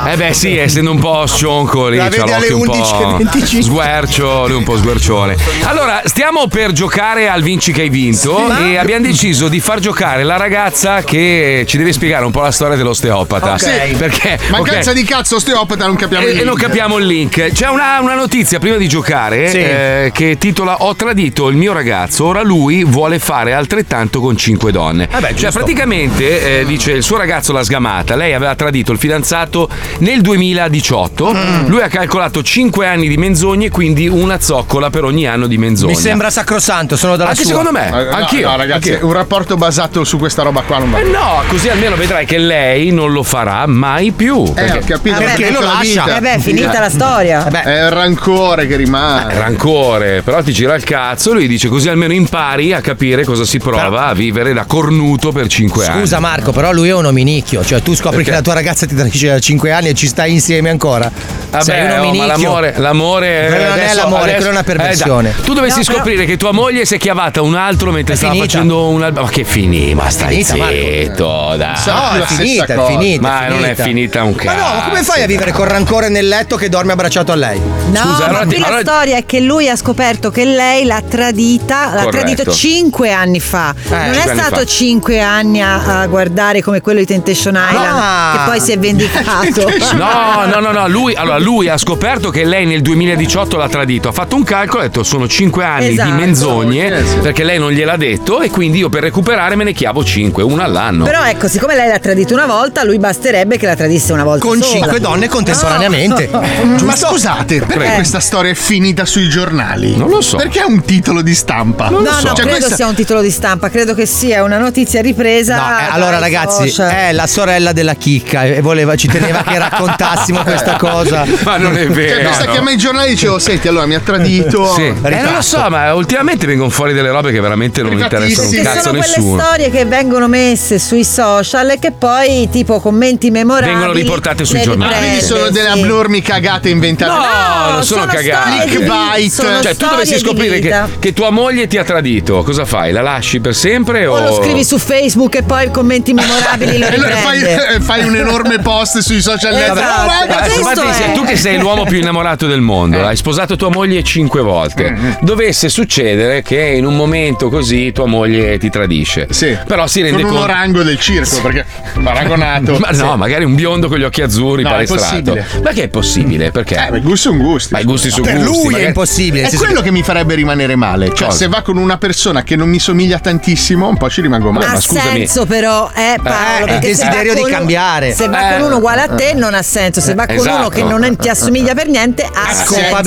Speaker 3: Eh beh sì, essendo un po' scionco lì,
Speaker 2: La
Speaker 3: c'ha
Speaker 2: vedi alle
Speaker 3: l'occhio un po'
Speaker 2: 11:25.
Speaker 3: sguercio, lui un po' sguercione. Allora, stiamo per giocare al vinci che hai vinto
Speaker 6: Sì.
Speaker 3: e abbiamo deciso di far giocare la ragazza che ci deve spiegare un po' la storia dell'osteopata.
Speaker 11: Sì.
Speaker 3: Perché
Speaker 11: Mancanza
Speaker 3: ok.
Speaker 11: di cazzo, osteopata, non capiamo
Speaker 3: E, e non capiamo il link. C'è una, una notizia prima di giocare
Speaker 11: Sì.
Speaker 3: eh, che titola Ho tradito il mio ragazzo, ora lui vuole fare altrettanto con cinque donne.
Speaker 2: Eh
Speaker 3: cioè, praticamente eh, dice il suo ragazzo l'ha sgamata, lei aveva tradito il fidanzato nel 2018,
Speaker 2: Mm.
Speaker 3: lui ha calcolato cinque anni di menzogne, quindi una zoccola per ogni anno di menzogne.
Speaker 2: mi sembra sacrosanto, sono dalla
Speaker 3: Anche
Speaker 2: sua.
Speaker 3: secondo me,
Speaker 11: Eh, no,
Speaker 3: anch'io.
Speaker 11: no, ragazzi,
Speaker 3: anch'io.
Speaker 11: un rapporto basato su questa roba qua non va.
Speaker 3: Eh no, così almeno vedrai che lei non lo farà mai più.
Speaker 11: Eh, ho capito,
Speaker 3: perché
Speaker 11: tutta la vita.
Speaker 16: Ah, Eh beh, è finita la storia.
Speaker 11: È il rancore che rimane.
Speaker 3: Eh, rancore, però ti gira il cazzo. Lui dice così almeno impari a capire cosa si prova a vivere da cornuto per 5 anni.
Speaker 2: Scusa Marco, però lui è un ominicchio, cioè tu scopri
Speaker 3: Perché?
Speaker 2: che la tua ragazza ti tradisce da 5 anni e ci stai insieme ancora.
Speaker 3: Vabbè,
Speaker 2: Sei un
Speaker 3: oh, ma
Speaker 2: ominicchio.
Speaker 3: l'amore, l'amore
Speaker 2: Quello non è l'amore, quello è una perversione.
Speaker 3: Eh, dai. tu dovessi
Speaker 2: No, però-
Speaker 3: scoprire che tua moglie si è chiavata un altro mentre stava
Speaker 2: finita.
Speaker 3: facendo un alba. Ma che finì? Ma stai
Speaker 2: finita, Marco.
Speaker 3: zitto, dai.
Speaker 2: Sarà No, più è la finita, stessa è cosa. finita,
Speaker 3: Ma
Speaker 2: è
Speaker 3: non è
Speaker 2: finita.
Speaker 3: finita un
Speaker 2: Ma
Speaker 3: cazzo.
Speaker 2: no, ma come fai a vivere col rancore nel letto che dorme abbracciato a lei?
Speaker 16: No,
Speaker 3: Scusa,
Speaker 16: ma
Speaker 3: allora
Speaker 16: qui
Speaker 3: ti-
Speaker 16: la
Speaker 3: allora-
Speaker 16: storia è che lui ha scoperto che lei l'ha tradita, l'ha
Speaker 3: Corretto. Eh,
Speaker 16: tradito 5 anni fa. non
Speaker 3: cinque
Speaker 16: è
Speaker 3: anni
Speaker 16: stato
Speaker 3: fa.
Speaker 16: 5 anni a, a guardare come quello di Temptation
Speaker 2: Ah.
Speaker 16: Island che poi si è vendicato.
Speaker 3: Ah! No, no, no, no. Lui, allora, lui ha scoperto che lei nel 2018 l'ha tradito. Ha fatto un calcolo, ha detto sono 5 anni
Speaker 16: Esatto.
Speaker 3: di menzogne perché lei non gliel'ha detto. E quindi io per recuperare me ne chiavo 5, una all'anno.
Speaker 16: Però ecco, siccome lei l'ha tradito una volta, lui basterebbe che la tradisse una volta
Speaker 2: Con
Speaker 16: sola.
Speaker 2: cinque donne contemporaneamente.
Speaker 3: Ah.
Speaker 11: Ma scusate, perché
Speaker 16: Prego.
Speaker 11: questa storia è finita sui giornali? Non
Speaker 3: lo so.
Speaker 11: Perché è un titolo di stampa? Cioè,
Speaker 16: No, no,
Speaker 3: Cioè,
Speaker 16: credo sia un titolo di stampa, credo che sia una notizia ripresa.
Speaker 2: Eh, allora
Speaker 16: dai
Speaker 2: ragazzi,
Speaker 16: social.
Speaker 3: eh,
Speaker 2: è la sorella della chicca e voleva, ci teneva che raccontassimo questa cosa.
Speaker 3: Ma non è vero.
Speaker 11: Cioè, questa
Speaker 3: no.
Speaker 11: chiama i giornali e dicevo, senti, allora mi ha tradito.
Speaker 3: Sì. Eh, non lo so, ma ultimamente vengono fuori delle robe che veramente non interessano un
Speaker 16: Sì,
Speaker 3: cazzo a
Speaker 16: sono quelle
Speaker 3: nessuno.
Speaker 16: storie che vengono messe sui social e che poi tipo commenti memorabili
Speaker 3: Vengono riportate sui
Speaker 16: le
Speaker 3: giornali.
Speaker 11: Quindi
Speaker 16: riprende,
Speaker 11: sono Ah, delle
Speaker 16: sì.
Speaker 11: abnormi cagate inventate.
Speaker 3: No, non sono, cagate.
Speaker 11: Clickbait.
Speaker 3: Cioè, tu dovessi scoprire che, che tua moglie ti ha tradito. Cosa fai? La lasci per sempre? O,
Speaker 16: O lo scrivi su Facebook e poi commenti memorabili lo
Speaker 11: E allora fai, eh,
Speaker 16: riprende.
Speaker 11: fai un enorme post sui social
Speaker 16: Esatto.
Speaker 11: network.
Speaker 16: Vabbè,
Speaker 11: Guarda,
Speaker 3: Adesso,
Speaker 11: questo
Speaker 3: Matti,
Speaker 11: è- Eh.
Speaker 3: sei tu che sei l'uomo più innamorato del mondo, hai sposato tua moglie cinque
Speaker 11: Mm,
Speaker 3: volte. Dovesse succedere che in un momento così tua moglie ti tradisce. Sì. Però si rende
Speaker 11: Con un
Speaker 3: conto.
Speaker 11: orango del circo, perché paragonato.
Speaker 3: Ma no,
Speaker 11: Sì.
Speaker 3: magari un biondo con gli occhi azzurri,
Speaker 11: No, è
Speaker 3: palestrato.
Speaker 11: possibile.
Speaker 3: Ma che è possibile? Perché?
Speaker 11: ma i gusti sono gusti.
Speaker 3: Ma i gusti sono gusti. magari-
Speaker 11: È quello che mi farebbe rimanere male. Cioè,
Speaker 3: Cosa?
Speaker 11: se va con una persona che non mi somiglia tantissimo, un po' ci rimango male.
Speaker 16: ha senso però, eh Paolo,
Speaker 11: Eh,
Speaker 16: perché
Speaker 11: il
Speaker 16: se va
Speaker 11: desiderio di
Speaker 16: con un-
Speaker 11: cambiare.
Speaker 16: Se va
Speaker 11: Eh.
Speaker 16: con uno uguale a te non ha senso, se va con
Speaker 11: Esatto.
Speaker 16: uno che non ti assomiglia per niente ha senso.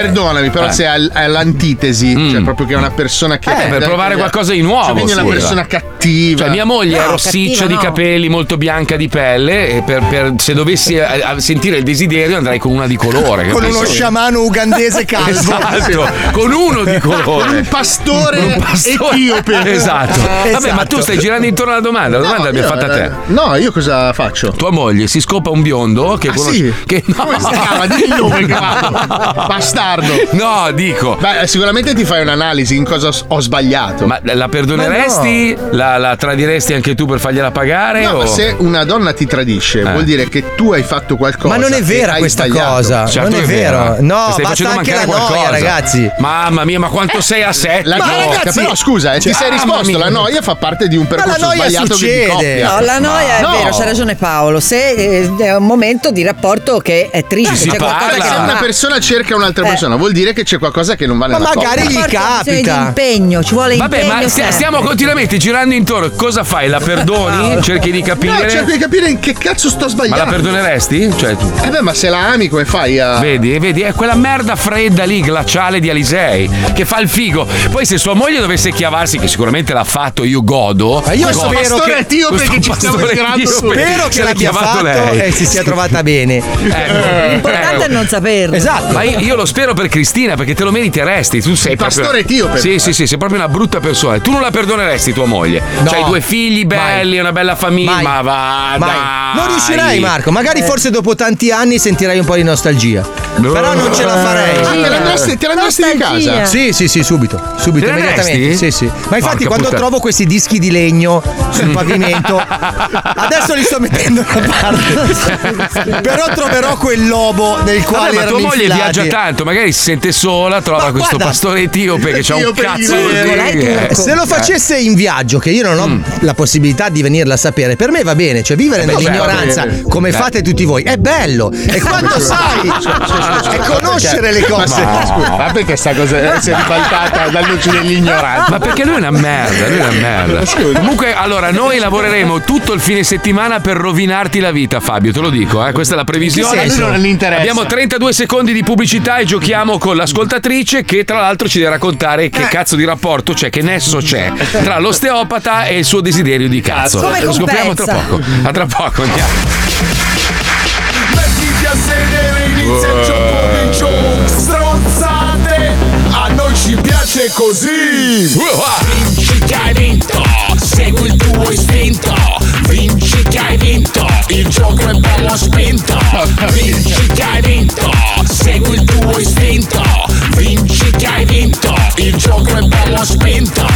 Speaker 11: Perdonami, però,
Speaker 3: Eh. Mm.
Speaker 11: se è al- è l'antitesi, cioè proprio che è una persona che.
Speaker 3: Eh, per provare qualcosa di nuovo,
Speaker 11: Cioè, quindi è una
Speaker 3: scusa.
Speaker 11: persona cattiva.
Speaker 3: Cioè, mia moglie
Speaker 11: No,
Speaker 3: è rossiccia
Speaker 11: cattiva
Speaker 3: di
Speaker 11: no.
Speaker 3: capelli, molto bianca di pelle. E per, per- se dovessi eh, eh, sentire il desiderio, andrei con una di colore.
Speaker 2: Con
Speaker 3: capisci?
Speaker 2: uno sciamano ugandese calvo.
Speaker 3: Esatto, con uno di colore.
Speaker 11: Un pastore etiope.
Speaker 3: Esatto. Vabbè,
Speaker 11: Esatto.
Speaker 3: ma tu stai girando intorno alla domanda. La domanda l'abbiamo
Speaker 11: io-
Speaker 3: fatta a te.
Speaker 11: No, io cosa faccio?
Speaker 3: Tua moglie si scopa un biondo che
Speaker 11: Ah,
Speaker 3: conosce.
Speaker 11: sì?
Speaker 3: Che no.
Speaker 11: Come si chiama? Dimmi il nome che vado. Bastardo.
Speaker 3: No, dico.
Speaker 11: Beh, sicuramente ti fai un'analisi in cosa s- ho sbagliato.
Speaker 3: Ma la perdoneresti? La, la tradiresti anche tu per fargliela pagare?
Speaker 11: No,
Speaker 3: o-
Speaker 11: ma se una donna ti tradisce,
Speaker 3: Eh.
Speaker 11: vuol dire che tu hai fatto qualcosa.
Speaker 2: Ma non è
Speaker 11: e
Speaker 2: vera
Speaker 11: hai
Speaker 2: questa
Speaker 11: sbagliato.
Speaker 2: cosa.
Speaker 3: Certo
Speaker 2: non è
Speaker 3: che
Speaker 2: vero.
Speaker 3: eh.
Speaker 2: No,
Speaker 3: Ti stai
Speaker 2: basta
Speaker 3: facendo
Speaker 2: anche la
Speaker 3: mancare
Speaker 2: noia,
Speaker 3: qualcosa.
Speaker 2: ragazzi.
Speaker 3: Mamma mia, ma quanto sei a sette?
Speaker 11: La noia, però scusa,
Speaker 3: cioè,
Speaker 2: cioè,
Speaker 11: eh, ti sei risposto, la noia fa parte di un percorso
Speaker 16: la noia
Speaker 11: sbagliato che di
Speaker 2: succede.
Speaker 11: coppia.
Speaker 16: No, la noia eh, è
Speaker 11: No.
Speaker 16: vero, c'ha ragione Paolo. Se eh, è un momento di rapporto che è triste, c'è qualcosa che
Speaker 11: se
Speaker 16: non
Speaker 11: una
Speaker 16: va.
Speaker 11: persona cerca un'altra
Speaker 16: Eh.
Speaker 11: persona, vuol dire che c'è qualcosa che non va nella coppia.
Speaker 16: Rapporto ha bisogno di impegno, ci vuole
Speaker 3: Vabbè,
Speaker 16: impegno.
Speaker 3: ma stia-
Speaker 16: sempre.
Speaker 3: stiamo continuamente girando intorno. Cosa fai? La perdoni? Cerchi di capire?
Speaker 11: No, cerco di capire in che cazzo sto
Speaker 3: ma
Speaker 11: sbagliando.
Speaker 3: la perdoneresti? Cioè, tu.
Speaker 11: Eh beh, ma se la ami come fai a.
Speaker 3: Vedi, eh, vedi, è quella merda fredda lì, glaciale di Alisei, che fa il figo. Poi se sua moglie dovesse chiavarsi, che sicuramente l'ha fatto, io godo.
Speaker 2: Ma io
Speaker 3: Godo.
Speaker 2: spero
Speaker 11: pastore
Speaker 2: che
Speaker 11: etiope
Speaker 2: questo
Speaker 11: che ci stiamo
Speaker 2: pastore
Speaker 11: tirando su.
Speaker 2: etiope Spero che
Speaker 3: se l'ha
Speaker 2: l'abbia
Speaker 3: chiamato
Speaker 2: fatto
Speaker 3: lei.
Speaker 2: e si sia trovata bene.
Speaker 11: eh.
Speaker 3: Ecco.
Speaker 16: L'importante è non saperlo.
Speaker 2: Esatto.
Speaker 3: Ma io, io lo spero per Cristina perché te lo meriti e resti. Tu sei
Speaker 11: Il
Speaker 3: proprio-
Speaker 11: pastore etiope.
Speaker 3: Sì, sì, sì, sei proprio una brutta persona. Tu non la perdoneresti tua moglie.
Speaker 2: No.
Speaker 3: C'hai due figli belli, una bella famiglia.
Speaker 2: Mai.
Speaker 3: Ma va,
Speaker 2: Mai.
Speaker 3: dai. Eh.
Speaker 2: Non riuscirai, Marco. Magari forse dopo tanti anni sentirai un po' di nostalgia. Però non ce la farei.
Speaker 11: Ah, te la andresti- te la andresti di casa?
Speaker 2: Sì, sì, sì, subito. Subito,
Speaker 3: Te la
Speaker 2: immediatamente. Sì,
Speaker 3: resti?
Speaker 2: sì. Ma infatti
Speaker 3: Porca
Speaker 2: quando
Speaker 3: puttana.
Speaker 2: trovo questi dischi di legno sul pavimento, adesso li sto mettendo da parte. Però troverò quel lobo nel quale
Speaker 3: Vabbè, ma
Speaker 2: erano
Speaker 3: tua moglie
Speaker 2: infilati.
Speaker 3: viaggia tanto, magari si sente sola, trova questo
Speaker 2: guarda-
Speaker 3: pastore etiope che c'ha un
Speaker 2: Etiope
Speaker 3: cazzo
Speaker 2: di-
Speaker 3: così, eh. Mm.
Speaker 2: Se lo facesse in viaggio, che io non ho la possibilità di venirla a sapere, per me va bene, cioè vivere
Speaker 3: Eh beh, Eh.
Speaker 2: nell'ignoranza
Speaker 3: va bene.
Speaker 2: come
Speaker 3: Dai.
Speaker 2: fate tutti voi è bello. E quando sai e conoscere le cose.
Speaker 11: Ma, se- scusa, ma perché sta cosa eh, si è ribaltata dandoci dell'ignorante?
Speaker 3: Ma perché lui è una merda, lui è una merda. Comunque, allora, noi lavoreremo tutto il fine settimana per rovinarti la vita, Fabio, te lo dico, eh. questa è la previsione.
Speaker 11: In che senso? A lui non gli interessa.
Speaker 3: Abbiamo 32 secondi di pubblicità e giochiamo con l'ascoltatrice che tra l'altro ci deve raccontare che cazzo di rapporto c'è, che nesso c'è tra l'osteopata e il suo desiderio di cazzo.
Speaker 6: Come
Speaker 3: lo scopriamo tra
Speaker 6: compensa?
Speaker 3: poco. A tra poco, andiamo.
Speaker 6: Mettiti a sedere, inizia il gioco,
Speaker 3: Eh.
Speaker 6: vinciamo stronzate. A noi ci piace così.
Speaker 3: Uh, ah.
Speaker 6: Vinci che hai vinto, segui il tuo istinto. Vinci che hai vinto, il gioco è bello spinto. Vinci che hai vinto, segui il tuo istinto. Vinci che hai vinto, il gioco è bello spinto.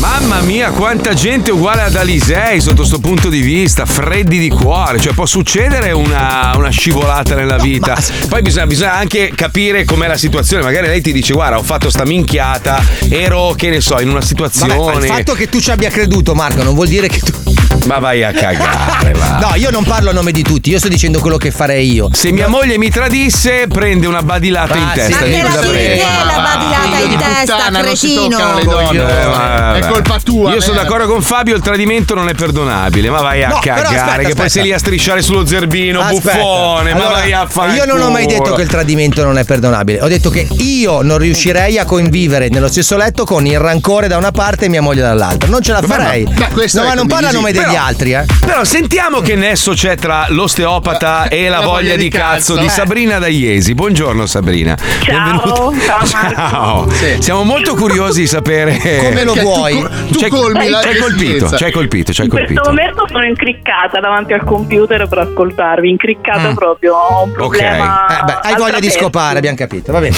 Speaker 3: Mamma mia mia, quanta gente uguale ad Alisei sotto sto punto di vista, freddi di cuore, cioè può succedere una, una scivolata nella vita. Poi bisogna, bisogna anche capire com'è la situazione, magari lei ti dice guarda ho fatto sta minchiata, ero che ne so in una situazione...
Speaker 2: Vabbè, ma il fatto che tu ci abbia creduto, Marco, non vuol dire che tu.
Speaker 3: Ma vai a cagare, va.
Speaker 2: No, io non parlo a nome di tutti, io sto dicendo quello che farei io.
Speaker 3: Ah. Se mia moglie mi tradisse, prende una badilata in
Speaker 2: Ah, sì.
Speaker 3: testa.
Speaker 2: Ma
Speaker 3: di
Speaker 2: che la
Speaker 3: cosa
Speaker 2: dite,
Speaker 3: prende?
Speaker 11: Eh.
Speaker 2: la
Speaker 5: badilata in testa, cretino.
Speaker 3: Eh, vabbè.
Speaker 5: È colpa
Speaker 2: tua,
Speaker 3: Io sono
Speaker 2: merda.
Speaker 3: d'accordo con Fabio, il tradimento non è perdonabile. Ma vai a
Speaker 2: No, però
Speaker 3: cagare,
Speaker 2: aspetta,
Speaker 3: che poi
Speaker 2: aspetta.
Speaker 3: sei lì a strisciare sullo zerbino,
Speaker 2: Aspetta.
Speaker 3: buffone. ma
Speaker 2: Allora,
Speaker 3: vai a fare.
Speaker 2: Io non ho mai
Speaker 3: il
Speaker 2: detto
Speaker 3: culo.
Speaker 2: che il tradimento non è perdonabile. Ho detto che io non riuscirei a convivere nello stesso letto con il rancore da una parte e mia moglie dall'altra. Non ce la
Speaker 3: Vabbè, ma-
Speaker 2: farei.
Speaker 3: ma questo
Speaker 2: no,
Speaker 3: è
Speaker 2: ma non parla a nome degli
Speaker 3: condivisibile.
Speaker 2: altri, eh.
Speaker 3: Però sentiamo che nesso c'è tra l'osteopata e la, voglia, di cazzo, di
Speaker 2: eh.
Speaker 3: Sabrina da Iesi. Buongiorno Sabrina.
Speaker 6: Ciao, ciao
Speaker 3: Ciao. Siamo molto curiosi di sapere
Speaker 6: Come lo Perché tu vuoi. co- tu
Speaker 3: C'è-
Speaker 6: colmi la
Speaker 3: c'è colpito,
Speaker 6: resistenza.
Speaker 3: c'è colpito, c'è
Speaker 8: In
Speaker 3: colpito.
Speaker 8: questo momento sono incriccata davanti al computer per ascoltarvi, incriccata
Speaker 1: Mm.
Speaker 8: proprio, ho un
Speaker 2: Ok.
Speaker 8: problema.
Speaker 2: Eh, beh, hai voglia di
Speaker 8: altraverso.
Speaker 2: scopare, abbiamo capito. Va bene.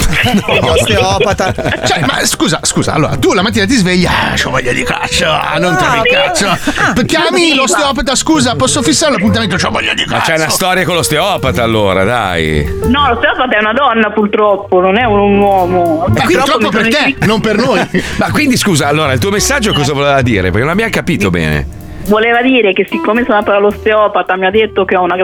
Speaker 11: No.
Speaker 2: Osteopata.
Speaker 11: Cioè, ma scusa, scusa, allora tu la mattina ti svegli, ah, c'ho voglia di cazzo, ah, non trovi sì. cazzo. Chiami Viva. l'osteopata, scusa, posso fissare l'appuntamento, c'ho voglia di cazzo.
Speaker 3: Ma c'è una storia con l'osteopata allora, dai.
Speaker 8: No, l'osteopata è una donna purtroppo, non è un uomo.
Speaker 2: Eh,
Speaker 11: purtroppo
Speaker 8: mi sono
Speaker 11: per te,
Speaker 8: incric-
Speaker 11: non per noi.
Speaker 3: Ma quindi scusa, allora il tuo messaggio cosa voleva dire? Perché non abbiamo capito bene.
Speaker 8: Voleva dire che siccome sono andata all'osteopata mi ha detto che ho una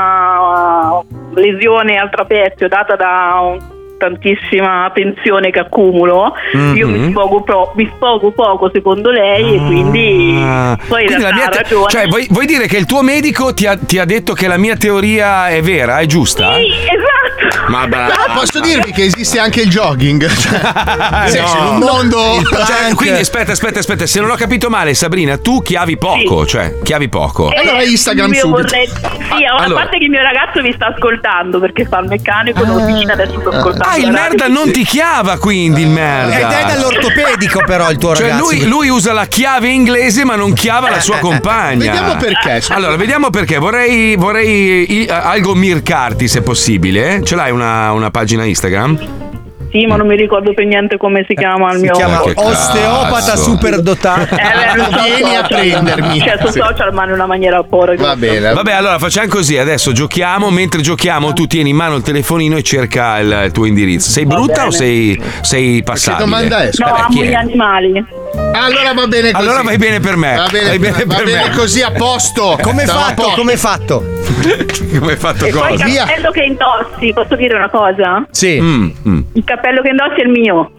Speaker 8: grandissima uh, lesione al trapezio data da un- tantissima tensione che accumulo,
Speaker 3: Mhm.
Speaker 8: io mi sfogo, pro- mi sfogo poco secondo lei e quindi
Speaker 3: Ah,
Speaker 8: poi in
Speaker 3: quindi la
Speaker 8: realtà
Speaker 3: mia
Speaker 8: ha
Speaker 3: te-
Speaker 8: ragione.
Speaker 3: cioè, vuoi, vuoi dire che il tuo medico ti ha, ti ha detto che la mia teoria è vera, è giusta?
Speaker 8: Sì, esatto.
Speaker 3: Ma brava.
Speaker 11: Però posso dirvi che esiste anche il jogging.
Speaker 3: Ah,
Speaker 11: Cioè,
Speaker 3: no.
Speaker 11: in un mondo.
Speaker 3: Cioè, quindi aspetta, aspetta, aspetta. Se non ho capito male, Sabrina, tu chiavi poco, cioè chiavi poco.
Speaker 8: Eh, io vorrei- Sì, a
Speaker 3: allora.
Speaker 8: parte che il mio ragazzo mi sta ascoltando perché fa il meccanico, non vicino adesso
Speaker 11: Eh.
Speaker 8: sto ascoltando.
Speaker 3: Ah, il
Speaker 8: la
Speaker 3: merda
Speaker 8: radio.
Speaker 3: non ti chiava quindi il merda.
Speaker 2: Ed è Eh, dall'ortopedico, però, il tuo
Speaker 3: Cioè
Speaker 2: ragazzo.
Speaker 3: lui, lui usa la chiave inglese ma non chiava la sua
Speaker 2: Eh,
Speaker 3: compagna.
Speaker 2: vediamo perché, scusa.
Speaker 3: Allora, vediamo perché. Vorrei, vorrei eh, algomircarti se possibile. Ce l'hai una, una pagina Instagram?
Speaker 8: Sì, ma non mi ricordo per niente come si chiama il
Speaker 3: si
Speaker 8: mio
Speaker 3: chiama
Speaker 8: Eh,
Speaker 3: Che cazzo.
Speaker 2: Osteopata superdotata.
Speaker 8: beh, non so
Speaker 2: Vieni a
Speaker 8: social.
Speaker 2: prendermi.
Speaker 8: Cioè, su
Speaker 2: Sì.
Speaker 8: social, ma in una maniera pora. Eh,
Speaker 3: Vabbè, allora facciamo così. Adesso giochiamo. Mentre giochiamo, tu tieni in mano il telefonino e cerca il, il tuo indirizzo. Sei
Speaker 8: Va
Speaker 3: brutta
Speaker 8: bene.
Speaker 3: o sei, sei passabile?
Speaker 8: No,
Speaker 3: Vabbè, chi
Speaker 8: amo
Speaker 3: è?
Speaker 8: gli animali.
Speaker 11: Allora va bene così.
Speaker 3: Allora vai bene per me.
Speaker 11: Va bene,
Speaker 3: vai bene
Speaker 11: va
Speaker 3: per
Speaker 11: bene
Speaker 3: me.
Speaker 11: così a posto.
Speaker 2: Come
Speaker 11: Stavo a
Speaker 2: fatto?
Speaker 11: posto.
Speaker 2: Come fatto?
Speaker 3: Come hai fatto
Speaker 8: E poi il
Speaker 3: cosa?
Speaker 8: cappello che indossi, posso dire una cosa?
Speaker 2: Sì.
Speaker 3: Mm,
Speaker 8: Il cappello che indossi è il mio.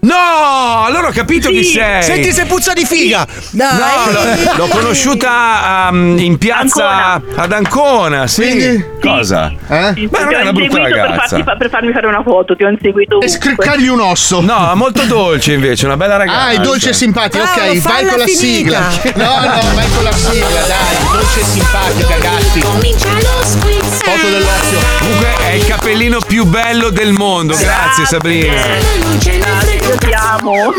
Speaker 3: No, allora ho capito chi sei.
Speaker 2: Senti se puzza di figa.
Speaker 11: Eh,
Speaker 3: No, l'ho, l'ho conosciuta um, in piazza ad Ancona, sì. Cosa?
Speaker 11: Eh,
Speaker 3: Ma non
Speaker 8: Ti
Speaker 3: è
Speaker 8: ho
Speaker 3: una brutta
Speaker 8: inseguito per, farti
Speaker 3: ragazza.
Speaker 8: fa- per farmi fare una foto, ti ho inseguito. E scriccargli
Speaker 11: un osso.
Speaker 3: No, molto dolce invece, una bella ragazza.
Speaker 11: Ah, è dolce e simpatica. ok, vai con la sigla. No, no, vai con la sigla, dai. Dolce e simpatica, ragazzi. Foto dell'occhio.
Speaker 3: Comunque è il capellino più bello del mondo. Grazie Sabrina.
Speaker 8: Io ti amo.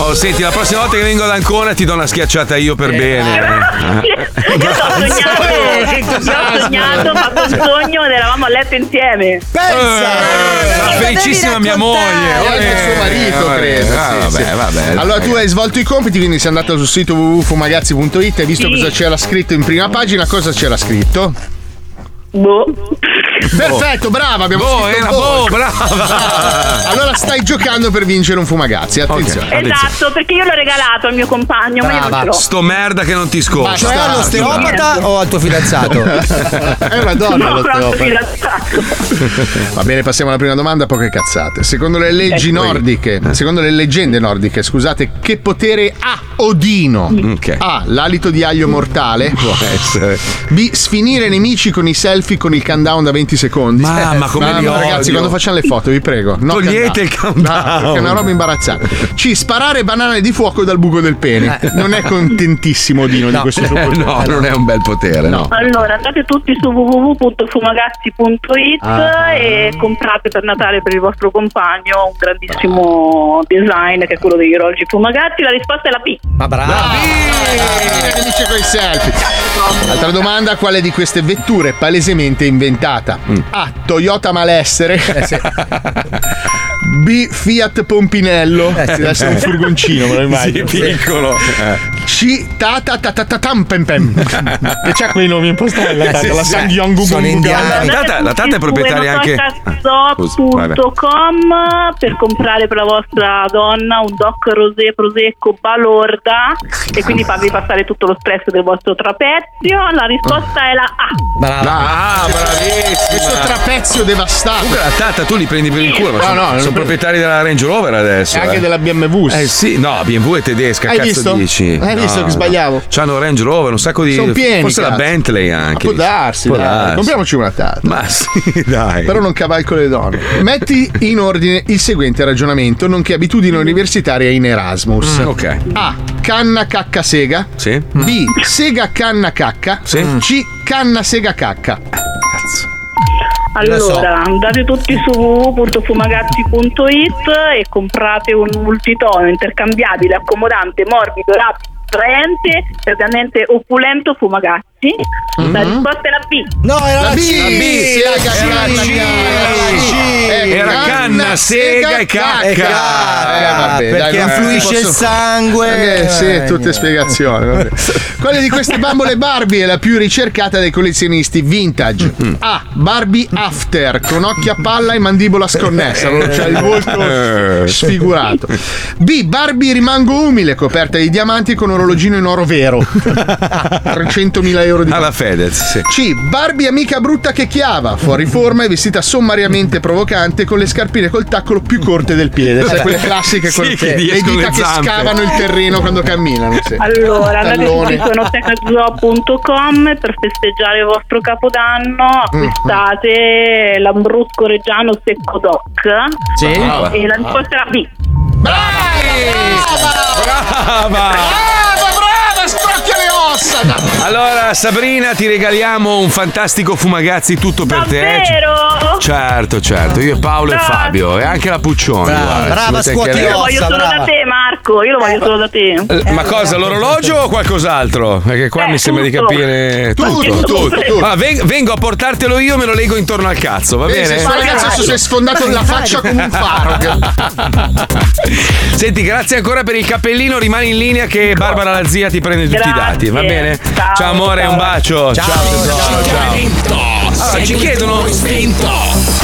Speaker 3: Oh, senti, la prossima volta che vengo ad Ancona ti do una schiacciata io per bene. Eh.
Speaker 8: Io ho
Speaker 11: Eh,
Speaker 8: sognato, io ho sognato, ma con sogno ed eravamo a letto insieme. Eh,
Speaker 3: Sarà felicissima mia moglie.
Speaker 11: E anche
Speaker 3: Eh,
Speaker 11: suo marito,
Speaker 3: vabbè,
Speaker 11: credo.
Speaker 3: ah,
Speaker 11: sì,
Speaker 3: vabbè,
Speaker 11: sì.
Speaker 3: vabbè.
Speaker 11: Allora, tu
Speaker 3: Ragazzi.
Speaker 11: hai svolto i compiti, quindi sei andato sul sito www.fumagazzi.it, hai visto Sì. cosa c'era scritto in prima pagina, cosa c'era scritto?
Speaker 8: Boh.
Speaker 11: Perfetto, brava, abbiamo
Speaker 3: Boh,
Speaker 11: scritto
Speaker 3: era
Speaker 11: boh.
Speaker 3: boh, brava.
Speaker 11: Allora stai giocando per vincere un fumagazzi, attenzione.
Speaker 8: Esatto, perché io l'ho regalato al mio compagno, ma io non ce l'ho.
Speaker 3: Sto merda che non ti scorda.
Speaker 2: Cioè all'osteopata o al tuo fidanzato?
Speaker 11: È una donna l'osteopata. Va bene, passiamo alla prima domanda, poche cazzate. Secondo le leggi
Speaker 3: Ecco.
Speaker 11: nordiche, secondo le leggende nordiche, scusate, che potere ha
Speaker 3: Mm.
Speaker 11: Odino? A. L'alito di aglio mortale.
Speaker 3: Può essere.
Speaker 11: B. Sfinire nemici con i selfie con il countdown da 20 secondi.
Speaker 3: Mamma, come li
Speaker 11: Mamma, Ragazzi,
Speaker 3: odio. Ah,
Speaker 11: quando facciamo le foto, vi prego. no
Speaker 3: Togliete il countdown.
Speaker 11: No, perché è una roba imbarazzante. C. Sparare banane di fuoco dal buco del pene. Eh, Non è contentissimo Odino di questo suo
Speaker 3: Eh,
Speaker 11: potere.
Speaker 3: no, non è un bel potere. No.
Speaker 8: Allora, andate tutti su www.fumagazzi.it
Speaker 3: Ah.
Speaker 8: e comprate per Natale per il vostro compagno un grandissimo design che è quello degli orologi Fumagazzi. La risposta è la B.
Speaker 2: Ma brava.
Speaker 11: Che dice coi selfie. Altra domanda, quale di queste vetture è palesemente inventata? A. Toyota Malessere. B. Fiat Pompinello. Eh, Deve essere un furgoncino, me lo immagino.
Speaker 3: Sì, piccolo. Eh.
Speaker 11: C. Tata Tata Tatam Pem Pem. E c'è quei nomi in postella.
Speaker 3: Eh,
Speaker 11: tata,
Speaker 3: sì,
Speaker 11: la
Speaker 3: sì.
Speaker 11: Sangyong
Speaker 3: Sono indiani. La tata- la tata è proprietaria anche- Ah, scusa, vai, vai.
Speaker 8: Punto.com per comprare per la vostra donna un doc rosé prosecco balorda e quindi farvi passare tutto lo stress del vostro trapezio. La risposta è la A.
Speaker 2: Brava.
Speaker 3: Ah, bravissima.
Speaker 11: Questo trapezio devastato.
Speaker 3: Comunque la tata tu li prendi per il culo, ma
Speaker 11: No,
Speaker 3: sono,
Speaker 11: no,
Speaker 3: sono
Speaker 11: non-
Speaker 3: proprietari della Range Rover adesso.
Speaker 11: E anche
Speaker 3: eh.
Speaker 11: della BMW.
Speaker 3: Eh sì, no, BMW è tedesca,
Speaker 11: Hai
Speaker 3: cazzo
Speaker 11: visto? Eh,
Speaker 3: dici?
Speaker 11: Hai
Speaker 3: No,
Speaker 11: visto che
Speaker 3: no.
Speaker 11: sbagliavo?
Speaker 3: C'hanno Range Rover, un sacco di.
Speaker 11: Sono pieni,
Speaker 3: Forse la
Speaker 11: cazzo.
Speaker 3: Bentley anche.
Speaker 11: Può darsi,
Speaker 3: Può
Speaker 11: dai.
Speaker 3: darsi.
Speaker 11: Compriamoci una tata.
Speaker 3: Ma sì, dai.
Speaker 11: Però non cavalco le donne. Metti in ordine il seguente ragionamento, nonché abitudine universitaria in Erasmus.
Speaker 3: Mm, ok.
Speaker 11: A. Canna cacca sega.
Speaker 3: Sì.
Speaker 11: B. Sega canna cacca. C. Canna sega cacca. so.
Speaker 8: Allora, andate tutti su www.fumagazzi.it e comprate un multitono intercambiabile, accomodante, morbido, rapido, attraente, veramente oppulento Fumagazzi. La
Speaker 3: Mm-hmm.
Speaker 8: risposta è la B.
Speaker 2: No,
Speaker 11: era la C, la B, sega, canna,
Speaker 3: Era canna, sega e cacca.
Speaker 11: E Ah,
Speaker 3: cacca.
Speaker 11: eh, dai,
Speaker 2: perché
Speaker 11: non-
Speaker 2: influisce
Speaker 11: posso-
Speaker 2: il sangue.
Speaker 11: Eh, sì,
Speaker 2: Eh,
Speaker 11: tutte
Speaker 2: niente.
Speaker 11: spiegazioni. vabbè. Quale di queste bambole Barbie è la più ricercata dai collezionisti vintage?
Speaker 2: Mm-hmm.
Speaker 11: A. Barbie After, con occhi a palla e mandibola sconnessa. Non c'è il
Speaker 2: Eh.
Speaker 11: volto sfigurato. B. Barbie Rimango Umile, coperta di diamanti con orologino in oro vero. 300.000 euro di
Speaker 3: Alla Fedez, sì.
Speaker 11: C. Barbie amica brutta che chiava, fuori forma e vestita sommariamente provocante con le scarpine col taccolo più corte del piede. Sai, quelle classiche,
Speaker 3: Sì,
Speaker 11: quelle
Speaker 3: che gli
Speaker 11: le
Speaker 3: escono
Speaker 11: dita
Speaker 3: le
Speaker 11: che
Speaker 3: zampe.
Speaker 11: scavano il terreno quando camminano. sì.
Speaker 8: Allora, andate su
Speaker 11: Tallone.
Speaker 8: iconotecazoo.com per festeggiare il vostro capodanno,
Speaker 11: Mm-hmm.
Speaker 8: acquistate l'ambrusco reggiano secco doc
Speaker 3: Sì.
Speaker 8: e la risposta è la B.
Speaker 11: Ah,
Speaker 3: Brava!
Speaker 11: Brava, brava, scrocchia Ah, le ossa! dai.
Speaker 3: Allora, Sabrina, ti regaliamo un fantastico fumagazzi tutto per
Speaker 11: Eh,
Speaker 8: Davvero?
Speaker 3: te. Certo, certo. Io, Paolo e Fabio e anche la Puccioni.
Speaker 2: Brava,
Speaker 3: guarda,
Speaker 2: brava,
Speaker 3: ci mette
Speaker 2: scuoti
Speaker 3: anche
Speaker 8: Io
Speaker 3: lei.
Speaker 8: lo voglio solo da te, Marco. Io lo voglio solo da te.
Speaker 3: Eh, Ma cosa, l'orologio o qualcos'altro? Perché qua
Speaker 8: Eh,
Speaker 3: mi sembra di
Speaker 8: tutto.
Speaker 3: capire
Speaker 11: Tutto, tutto, tutto.
Speaker 3: Ah, ven- vengo a portartelo io, me lo leggo intorno al cazzo, va
Speaker 11: Pensa,
Speaker 3: bene?
Speaker 11: sto ragazzo adesso si è sfondato la faccia come un faro.
Speaker 3: Senti, grazie ancora per il cappellino, rimani in linea che Barbara la zia ti prende tutti i dati, va bene? Ecco. Ciao, amore, un bacio. Ciao, ciao, Allora, ci chiedono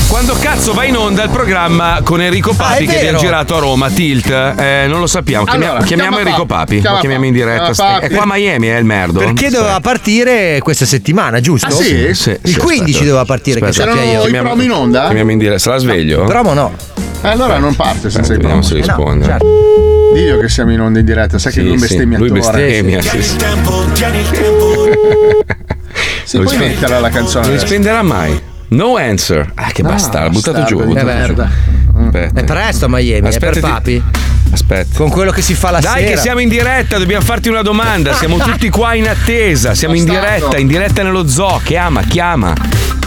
Speaker 3: quando cazzo va in onda il programma con Enrico Papi
Speaker 11: Ah, è
Speaker 3: che abbiamo
Speaker 11: vero.
Speaker 3: girato a Roma, Tilt? Eh, non lo sappiamo, Chiamia-
Speaker 11: Allora,
Speaker 3: chiamiamo
Speaker 11: chiama
Speaker 3: Enrico
Speaker 11: Papi.
Speaker 3: Papi,
Speaker 11: Chiama
Speaker 3: lo chiamiamo in
Speaker 11: Papi.
Speaker 3: diretta.
Speaker 11: Chiama Papi.
Speaker 3: È qua a Miami, è il merdo.
Speaker 2: Perché doveva partire questa settimana, giusto?
Speaker 11: Ah, sì?
Speaker 3: Sì, sì,
Speaker 2: il
Speaker 3: sì,
Speaker 2: 15
Speaker 3: aspetta.
Speaker 2: doveva partire, che
Speaker 3: Aspetta.
Speaker 2: sappia
Speaker 11: C'erano
Speaker 2: io.
Speaker 11: i
Speaker 3: Chiamiamo-
Speaker 11: promo in onda?
Speaker 3: Chiamiamo in diretta, se la sveglio?
Speaker 2: Promo no.
Speaker 11: Eh, Allora non parte senza i
Speaker 3: Vediamo
Speaker 11: promo.
Speaker 3: se risponde.
Speaker 11: certo. Diglio che siamo in onda in diretta, sai che
Speaker 3: Sì,
Speaker 11: lui
Speaker 3: sì,
Speaker 11: bestemmia
Speaker 3: lui
Speaker 11: a tua ora.
Speaker 3: bestemmia, sì, sì.
Speaker 11: Si puoi
Speaker 3: rispe-
Speaker 11: metterla la canzone.
Speaker 3: Non risponderà mai. No answer. Ah, che
Speaker 11: No,
Speaker 3: bastardo, buttato giù.
Speaker 11: bastardo di
Speaker 3: buttato giù.
Speaker 11: merda.
Speaker 3: Aspetta.
Speaker 2: È presto a Miami, è per
Speaker 3: Aspettati-
Speaker 2: papi.
Speaker 3: Aspetta.
Speaker 2: Con quello che si fa la
Speaker 3: Dai
Speaker 2: sera.
Speaker 3: che siamo in diretta, dobbiamo farti una domanda. Siamo tutti qua in attesa. Siamo in
Speaker 11: Bastardo.
Speaker 3: diretta, in diretta nello zoo. Chiama, chiama.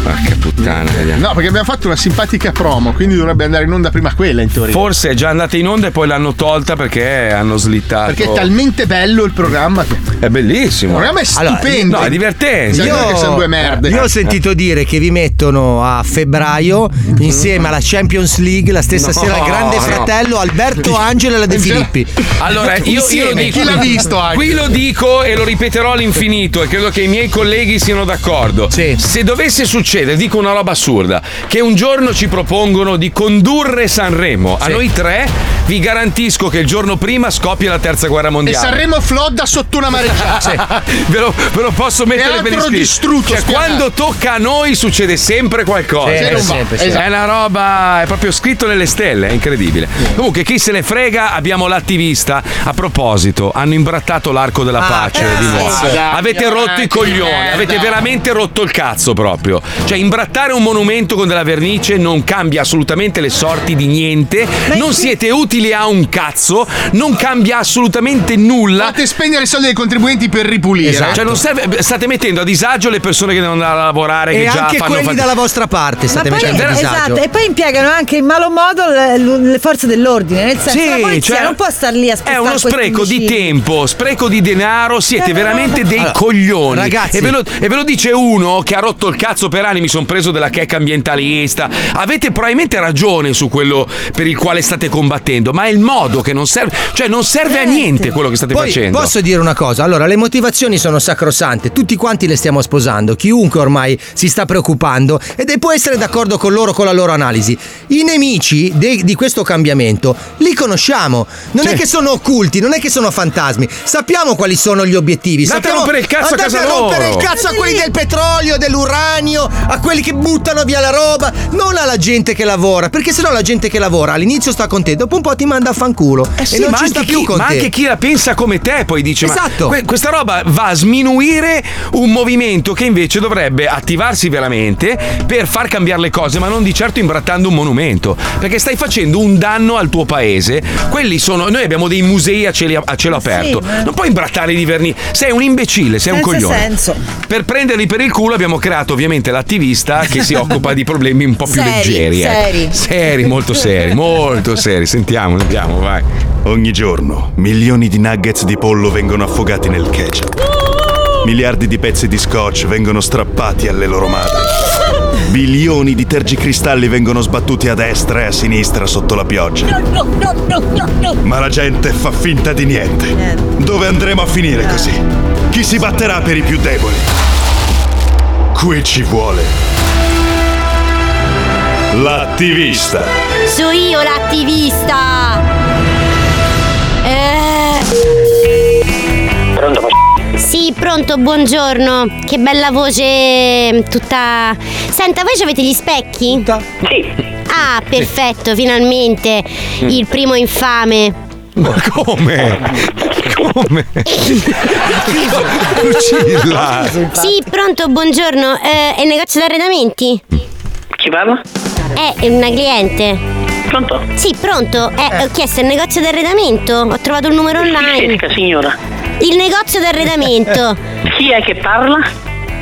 Speaker 3: Porca puttana, vediamo.
Speaker 11: No, perché abbiamo fatto una simpatica promo, quindi dovrebbe andare in onda prima quella in teoria.
Speaker 3: Forse è già andata in onda e poi l'hanno tolta perché hanno slittato.
Speaker 11: perché è talmente bello il programma che
Speaker 3: È bellissimo.
Speaker 11: Il programma è stupendo.
Speaker 3: no, è divertente.
Speaker 11: Bisogna dire che siamo due merde.
Speaker 2: io ho sentito dire che vi mettono a febbraio insieme alla Champions League la stessa
Speaker 3: No,
Speaker 2: sera Grande
Speaker 3: no. Cioè,
Speaker 2: Fratello Alberto Angela De Filippi.
Speaker 3: Allora, io, io lo
Speaker 2: Insieme.
Speaker 3: dico. Qui lo dico e lo ripeterò all'infinito e credo che i miei colleghi siano d'accordo. Se dovesse succedere, dico una roba assurda, che un giorno ci propongono di condurre Sanremo a noi tre, vi garantisco che il giorno prima scoppia la terza guerra
Speaker 11: E
Speaker 3: mondiale.
Speaker 11: Sanremo flodda sotto una mareggiata.
Speaker 3: Ve lo, ve lo posso mettere per
Speaker 11: Teatro
Speaker 3: iscritto.
Speaker 11: distrutto,
Speaker 3: Cioè,
Speaker 11: spianato.
Speaker 3: quando tocca a noi succede sempre qualcosa.
Speaker 11: Sì,
Speaker 3: Eh,
Speaker 11: sì, sempre, sì.
Speaker 3: È una roba, è proprio scritto nelle stelle, è incredibile. Comunque, chi se ne frega, abbiamo l'attivista. A proposito, hanno imbrattato l'arco della pace di nuovo.
Speaker 11: Ah, eh, sì.
Speaker 3: Avete
Speaker 11: Ignoranti
Speaker 3: rotto i
Speaker 11: di
Speaker 3: coglioni,
Speaker 11: merda.
Speaker 3: avete veramente rotto il cazzo proprio. Cioè, imbrattare un monumento con della vernice non cambia assolutamente le sorti di niente. non siete utili a un cazzo, non cambia assolutamente nulla.
Speaker 11: Fate spendere i soldi dei contribuenti per ripulire.
Speaker 3: Cioè, non serve, state mettendo a disagio le persone che devono andare a lavorare.
Speaker 2: Certo. E
Speaker 3: che già
Speaker 2: anche
Speaker 3: fanno
Speaker 2: quelli
Speaker 3: fatica.
Speaker 2: dalla vostra parte state mettendo a disagio.
Speaker 16: esatto, e poi impiegano anche in malo modo le, le forze dell'ordine, nel senso
Speaker 3: Sì,
Speaker 16: la polizia
Speaker 3: cioè,
Speaker 16: non può star lì a spostare
Speaker 3: È uno
Speaker 16: questi
Speaker 3: spreco di
Speaker 16: imbecilli.
Speaker 3: tempo, spreco di denaro, siete
Speaker 16: Eh,
Speaker 3: veramente
Speaker 16: no.
Speaker 3: dei
Speaker 16: Allora,
Speaker 3: coglioni.
Speaker 2: ragazzi-
Speaker 3: E ve, lo, e ve lo dice uno che ha rotto il cazzo per anni, mi sono preso della checca ambientalista. Avete probabilmente ragione su quello per il quale state combattendo, ma è il modo che non serve, cioè non serve a niente quello che state
Speaker 2: Poi
Speaker 3: facendo.
Speaker 2: posso dire una cosa, allora le motivazioni sono sacrosante, tutti quanti le stiamo sposando, chiunque ormai si sta preoccupando ed è- può essere d'accordo con loro con la loro analisi. I nemici de- di questo cambiamento li conosciamo, non è che sono occulti, non è che sono fantasmi, sappiamo quali sono gli obiettivi.
Speaker 3: Andate a
Speaker 2: sappiamo-
Speaker 3: rompere il cazzo a
Speaker 2: andate
Speaker 3: casa
Speaker 2: rompere
Speaker 3: loro.
Speaker 2: il cazzo a quelli del petrolio, dell'uranio, a quelli che buttano via la roba, non alla gente che lavora, perché sennò la gente che lavora all'inizio sta con te, dopo un po' ti manda a fanculo
Speaker 3: Eh sì,
Speaker 2: e non
Speaker 3: ma
Speaker 2: ci
Speaker 3: anche
Speaker 2: sta
Speaker 3: chi-
Speaker 2: più con
Speaker 3: ma
Speaker 2: te.
Speaker 3: anche chi la pensa come te poi dice ma
Speaker 2: Esatto.
Speaker 3: que- questa roba va a sminuire un movimento che invece dovrebbe attivarsi veramente per far cambiare le cose ma non di certo imbrattando un monumento perché stai facendo un danno al tuo paese quelli sono noi abbiamo dei musei a, cieli- a
Speaker 2: Eh
Speaker 3: cielo aperto
Speaker 16: ma-
Speaker 3: non puoi imbrattarli di vernice sei un imbecille sei un
Speaker 16: Senza
Speaker 3: coglione
Speaker 16: senso.
Speaker 3: per prenderli per il culo abbiamo creato ovviamente l'attivista che si occupa di problemi un po' più
Speaker 16: Seri,
Speaker 3: leggeri ecco.
Speaker 16: seri.
Speaker 3: seri molto seri molto seri sentiamo sentiamo vai
Speaker 13: Ogni giorno milioni di nuggets di pollo vengono affogati nel ketchup. Miliardi di pezzi di scotch vengono strappati alle loro madri. Bilioni di tergicristalli vengono sbattuti a destra e a sinistra sotto la pioggia.
Speaker 28: No, no, no, no, no.
Speaker 13: Ma la gente fa finta di niente. Dove andremo a finire così? Chi si batterà per i più deboli? Qui ci vuole. L'attivista.
Speaker 14: So io l'attivista! Pronto? Sì, pronto, buongiorno. Che bella voce tutta. Senta, voi avete gli specchi? Sì. Ah, perfetto, finalmente.
Speaker 28: Mm.
Speaker 14: Il primo infame.
Speaker 3: Ma come? Come? Lucilla!
Speaker 14: Sì, pronto, buongiorno. Eh, è il negozio di arredamenti? Ci parla? Eh, è una cliente. Pronto? Sì, pronto. Eh, Ho chiesto il negozio di arredamento. Ho trovato il numero online.
Speaker 6: cerca, signora?
Speaker 14: Il negozio di arredamento.
Speaker 6: Chi è che parla?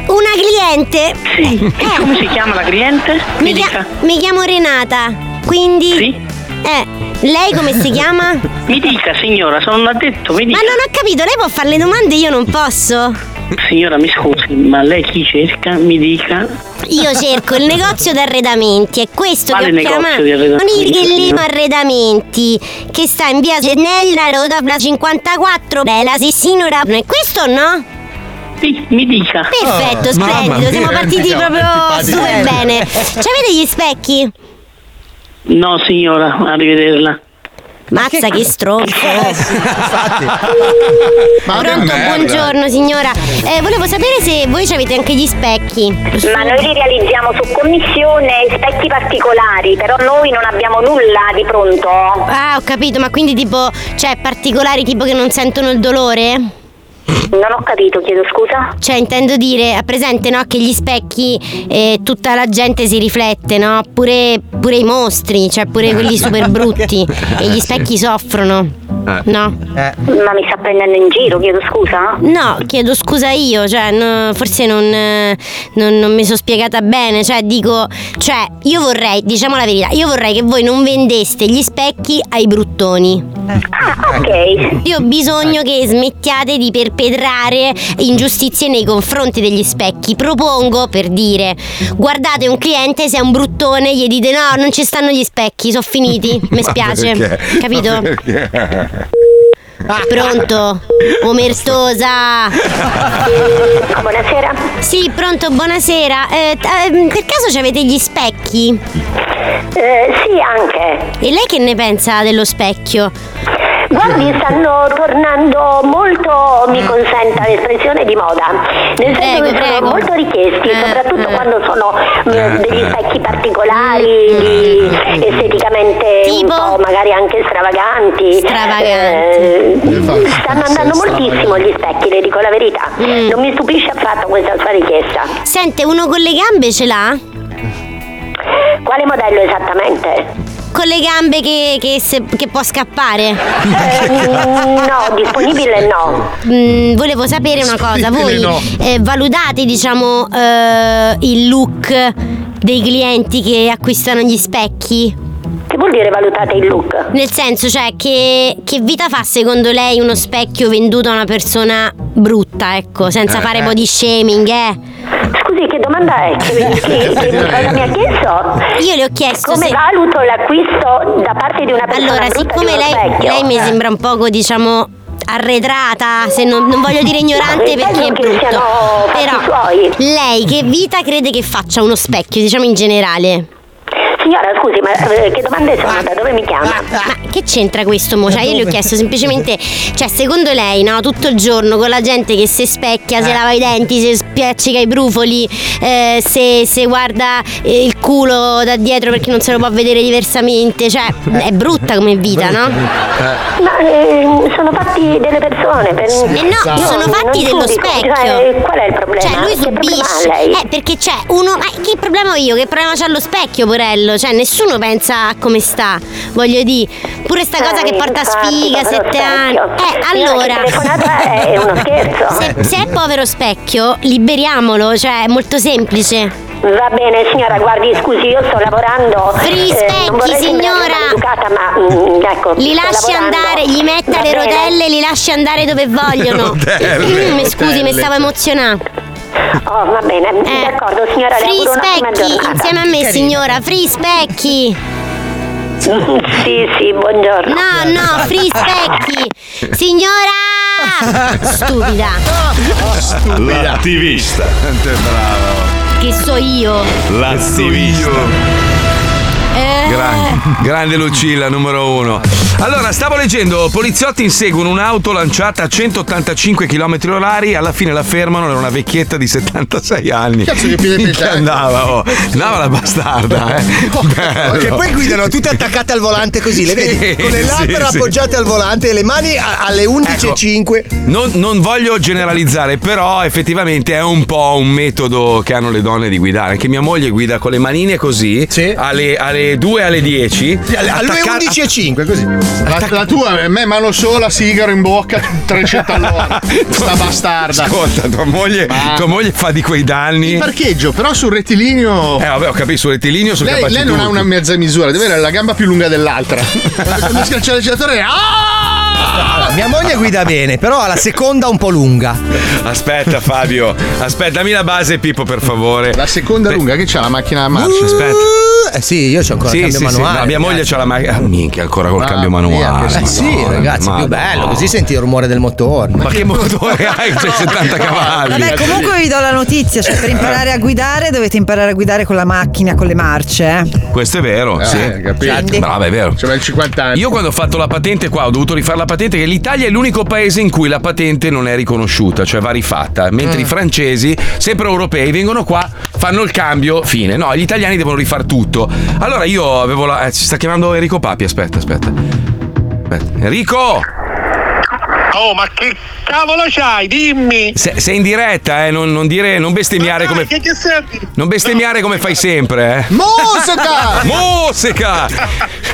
Speaker 14: Una cliente. Eh.
Speaker 6: Sì. Come si chiama la cliente?
Speaker 14: Mi, chia- mi chiamo Renata. Quindi. Eh, lei come si chiama?
Speaker 6: Mi dica, signora, sono un addetto, mi dica.
Speaker 14: Ma non ho capito, lei può fare le domande, io non posso.
Speaker 6: Signora, mi scusi, ma lei chi cerca? Mi dica.
Speaker 11: Ecco.
Speaker 14: Io cerco il negozio di arredamenti, è questo
Speaker 6: Quale
Speaker 14: che ho
Speaker 6: negozio
Speaker 14: chiamato.
Speaker 6: di
Speaker 14: Con
Speaker 6: arredamenti?
Speaker 14: il grillino arredamenti, che sta in via Senella, Rodabla 54, Bella Sessinora. È questo o no?
Speaker 6: Sì, mi dica.
Speaker 14: Perfetto,
Speaker 6: Oh, mamma
Speaker 14: splendido,
Speaker 6: mia.
Speaker 14: siamo partiti
Speaker 6: Siamo
Speaker 14: proprio
Speaker 6: antipatici.
Speaker 14: super bene. C'avete gli specchi?
Speaker 6: No, signora, arrivederla.
Speaker 14: Mazza che stronzo. Pronto,
Speaker 6: merda.
Speaker 14: buongiorno signora. Eh, volevo sapere se voi avete anche gli specchi.
Speaker 8: Ma noi li realizziamo su commissione specchi particolari, però noi non abbiamo nulla di pronto.
Speaker 14: Ah, ho capito, ma quindi tipo, cioè particolari tipo che non sentono il dolore?
Speaker 8: Non ho capito, chiedo scusa.
Speaker 14: Cioè, intendo dire, ha presente no che gli specchi eh, tutta la gente si riflette, no? Pure, pure i mostri, cioè pure quelli super brutti. e gli specchi soffrono. No.
Speaker 8: Ma mi sta prendendo in giro, chiedo scusa?
Speaker 14: No, chiedo scusa io, cioè no, forse non, eh, non- non mi sono spiegata bene, cioè dico, cioè io vorrei, diciamo la verità, io vorrei che voi non vendeste gli specchi ai bruttoni.
Speaker 8: Ah, ok.
Speaker 14: Io ho bisogno che smettiate di perpetrare ingiustizie nei confronti degli specchi. Propongo per dire: guardate un cliente, se è un bruttone, gli dite no, non ci stanno gli specchi, sono finiti. Mi spiace. Capito? Pronto? Omertosa!
Speaker 8: Buonasera.
Speaker 14: Sì, pronto, buonasera. Eh, t- ehm, per caso ci avete gli specchi?
Speaker 6: Eh,
Speaker 8: sì, anche.
Speaker 14: E lei che ne pensa dello specchio?
Speaker 6: Guardi, stanno tornando molto,
Speaker 14: Mm.
Speaker 6: mi consenta l'espressione di moda, nel senso che sono molto richiesti,
Speaker 14: Eh,
Speaker 6: soprattutto quando sono eh, degli specchi particolari, di-
Speaker 14: Mm.
Speaker 6: esteticamente un po' magari anche stravaganti. Eh, stanno andando moltissimo gli specchi, le dico la verità. Non mi stupisce affatto questa sua richiesta.
Speaker 14: Sente, Mm. uno con le gambe ce l'ha?
Speaker 6: Quale modello esattamente?
Speaker 14: Con le gambe che, che se- che può scappare?
Speaker 6: Mm, no, disponibile no.
Speaker 14: Mm, volevo sapere una cosa, voi
Speaker 6: Disponibile no.
Speaker 14: eh, valutate diciamo eh, il look dei clienti che acquistano gli specchi?
Speaker 6: Che vuol dire valutate il look?
Speaker 14: Nel senso, cioè, che, che vita fa secondo lei uno specchio venduto a una persona brutta, ecco, senza
Speaker 6: Eh,
Speaker 14: fare
Speaker 6: eh.
Speaker 14: body shaming, eh?
Speaker 6: Scusi, che domanda è? Che, che- che- che cosa mi ha chiesto?
Speaker 14: Io le ho chiesto
Speaker 6: Come
Speaker 14: se-
Speaker 6: valuto l'acquisto da parte di una persona
Speaker 14: Allora,
Speaker 6: brutta di
Speaker 14: siccome
Speaker 6: uno
Speaker 14: lei,
Speaker 6: specchio? Eh.
Speaker 14: lei mi sembra un poco, diciamo, arretrata, se non, non voglio dire ignorante
Speaker 6: Ma
Speaker 14: perché
Speaker 6: credo che
Speaker 14: è brutto.
Speaker 6: siano fatti
Speaker 14: Però lei che vita crede che faccia uno specchio, diciamo in generale?
Speaker 6: Signora, scusi, ma eh, che domande
Speaker 3: Ah.
Speaker 6: sono? Da dove mi chiama?
Speaker 14: Ma che c'entra questo mo? Cioè, io le ho chiesto semplicemente, cioè, secondo lei, no, tutto il giorno con la gente che si specchia, se lava i denti, se spiaccica i brufoli, eh, se, se guarda eh, il culo da dietro perché non se lo può vedere diversamente, cioè, è brutta come vita, no?
Speaker 6: Ma eh, sono fatti delle persone. Per...
Speaker 14: Eh no, sono
Speaker 6: non
Speaker 14: fatti dello
Speaker 6: giudico,
Speaker 14: specchio.
Speaker 6: cioè, qual è il problema?
Speaker 14: Cioè, lui
Speaker 6: Che problema ha
Speaker 14: subisce.
Speaker 6: lei?
Speaker 14: Eh, perché c'è uno. Ma che problema ho io? Che problema c'ha lo specchio, Porello? Cioè, nessuno pensa a come sta. Voglio dire, pure sta
Speaker 6: Eh,
Speaker 14: cosa che porta sfiga, sette anni. Eh, allora.
Speaker 6: è uno scherzo.
Speaker 14: Se, se è povero specchio, liberiamolo, cioè, è molto semplice.
Speaker 6: Va bene, signora, guardi, scusi, io sto lavorando. eh,
Speaker 14: Free specchi,
Speaker 6: non vorrei sembrare
Speaker 14: signora.
Speaker 6: maleducata, ma mm, ecco.
Speaker 14: Li
Speaker 6: sto
Speaker 14: lasci
Speaker 6: lavorando.
Speaker 14: andare, gli metta
Speaker 6: Va
Speaker 14: le
Speaker 6: bene.
Speaker 14: rotelle, li lasci andare dove vogliono.
Speaker 6: Rotelle,
Speaker 14: Mi Scusi, mi
Speaker 6: rotelle.
Speaker 14: stavo emozionando. Eh,
Speaker 6: Oh, va bene, d'accordo, signora, le
Speaker 14: Free
Speaker 6: auguro un'ottima
Speaker 14: specchi,
Speaker 6: giornata.
Speaker 14: insieme a me, signora, free specchi.
Speaker 6: Sì, sì, buongiorno.
Speaker 14: No, no, free specchi. Signora! Stupida.
Speaker 13: L'attivista. Bravo.
Speaker 14: Che so io.
Speaker 3: ecco.
Speaker 13: L'attivista.
Speaker 14: Eh,
Speaker 3: Gran- grande Lucilla, numero uno. Allora, stavo leggendo, poliziotti inseguono un'auto lanciata a 185 km orari, alla fine la fermano, era una vecchietta di 76 anni.
Speaker 11: Cazzo, che piede
Speaker 3: In
Speaker 11: pesante.
Speaker 3: andava, oh. Andava la bastarda, eh. Bello.
Speaker 29: Che poi guidano tutte attaccate al volante così, le
Speaker 3: Sì,
Speaker 29: vedi? Con le
Speaker 3: sì,
Speaker 29: labbra
Speaker 3: sì. Ecco.
Speaker 29: appoggiate al volante e le mani a- alle 11.05.
Speaker 3: Non, non voglio generalizzare, però effettivamente è un po' un metodo che hanno le donne di guidare. Anche mia moglie guida con le manine così, alle, alle 2 Cioè, alle 10.
Speaker 11: Alle
Speaker 3: attacca-
Speaker 11: 11.05 così. La, la tua, a me mano sola, sigaro in bocca, 300 all'ora. Sta bastarda.
Speaker 3: Ascolta, tua moglie, tua moglie fa di quei danni.
Speaker 11: Il parcheggio, però sul rettilineo.
Speaker 3: Eh, vabbè, ho capito, sul rettilineo, sul
Speaker 11: Lei,
Speaker 3: capaci
Speaker 11: lei non ha
Speaker 3: turchi.
Speaker 11: una mezza misura, deve avere la gamba più lunga dell'altra. Quando mi schiaccia l'acceleratore, ah!
Speaker 2: Mia moglie guida bene, però ha la seconda un po' lunga.
Speaker 3: Ah. Aspetta, Fabio, aspetta, dammi la base, Pippo, per favore.
Speaker 11: La seconda lunga che c'ha la macchina a marcia.
Speaker 3: Marcia, aspetta.
Speaker 11: Eh sì, io c'ho
Speaker 3: ancora il cambio manuale, Eh. no, mia moglie c'ha la macchina. minchia, ancora col
Speaker 2: Mamma
Speaker 3: cambio
Speaker 2: mia,
Speaker 3: manuale.
Speaker 2: che- Eh sì,
Speaker 3: Madonna,
Speaker 2: ragazzi, più
Speaker 3: Madonna.
Speaker 2: bello, così senti il rumore del motore.
Speaker 3: Ma che motore hai? C'è 70 cavalli.
Speaker 16: Vabbè, comunque vi do la notizia, cioè per imparare a guidare dovete imparare a guidare con la macchina, con le marce, eh.
Speaker 3: Questo è vero,
Speaker 11: Eh,
Speaker 3: sì.
Speaker 11: capito.
Speaker 3: Quindi- Brava, è vero.
Speaker 11: C'aveva il 50 anni.
Speaker 3: Io quando ho fatto la patente qua ho dovuto rifare la patente che l'Italia è l'unico paese in cui la patente non è riconosciuta, cioè va rifatta, mentre
Speaker 11: Mm.
Speaker 3: i francesi, sempre europei, vengono qua, fanno il cambio, fine. No, gli italiani devono rifare tutto. Allora io avevo la... eh, si sta chiamando Enrico Papi, aspetta, aspetta. Aspetta. Enrico!
Speaker 30: Oh, ma che cavolo c'hai? Dimmi!
Speaker 3: Se- Sei, in diretta, eh, non, non dire, non bestemmiare come.
Speaker 30: Che ti serve?
Speaker 3: Non bestemmiare come fai sempre, eh.
Speaker 30: Musica!
Speaker 3: Musica!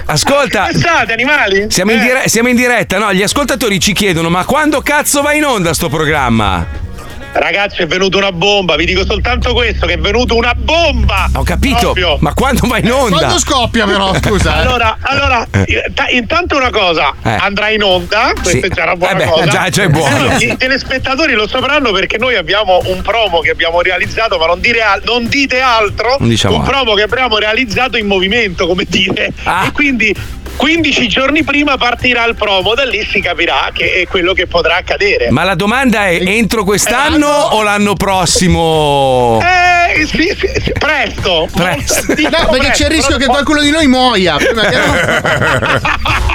Speaker 3: Ascolta.
Speaker 30: Pensate, animali? Eh.
Speaker 3: Siamo in, dire- siamo in diretta, no? Gli ascoltatori ci chiedono: ma quando cazzo va in onda sto programma?
Speaker 30: Ragazzi, è venuta una bomba, vi dico soltanto questo, che è venuta una bomba!
Speaker 3: Ho capito, ma quando va in onda?
Speaker 30: Quando
Speaker 11: scoppia però, scusa, eh.
Speaker 30: allora, allora, ta- intanto una cosa,
Speaker 3: Eh.
Speaker 30: andrà in onda, questa
Speaker 3: Sì.
Speaker 30: è già una buona
Speaker 3: Eh beh,
Speaker 30: cosa.
Speaker 3: già- già è buono.
Speaker 30: I telespettatori lo sapranno perché noi abbiamo un promo che abbiamo realizzato, ma non, dire al- non dite altro,
Speaker 3: Non diciamo
Speaker 30: un
Speaker 3: altro. Ah.
Speaker 30: promo che abbiamo realizzato in movimento, come dire. E quindi 15 giorni prima partirà il promo, da lì si capirà che è quello che potrà accadere. Eh.
Speaker 11: Eh,
Speaker 3: Ma la domanda è: entro quest'anno o l'anno prossimo?
Speaker 30: Eh,
Speaker 23: eh, sì, sì, sì, presto.
Speaker 11: No, perché c'è il rischio che qualcuno di noi muoia. prima
Speaker 30: Eh.
Speaker 11: che-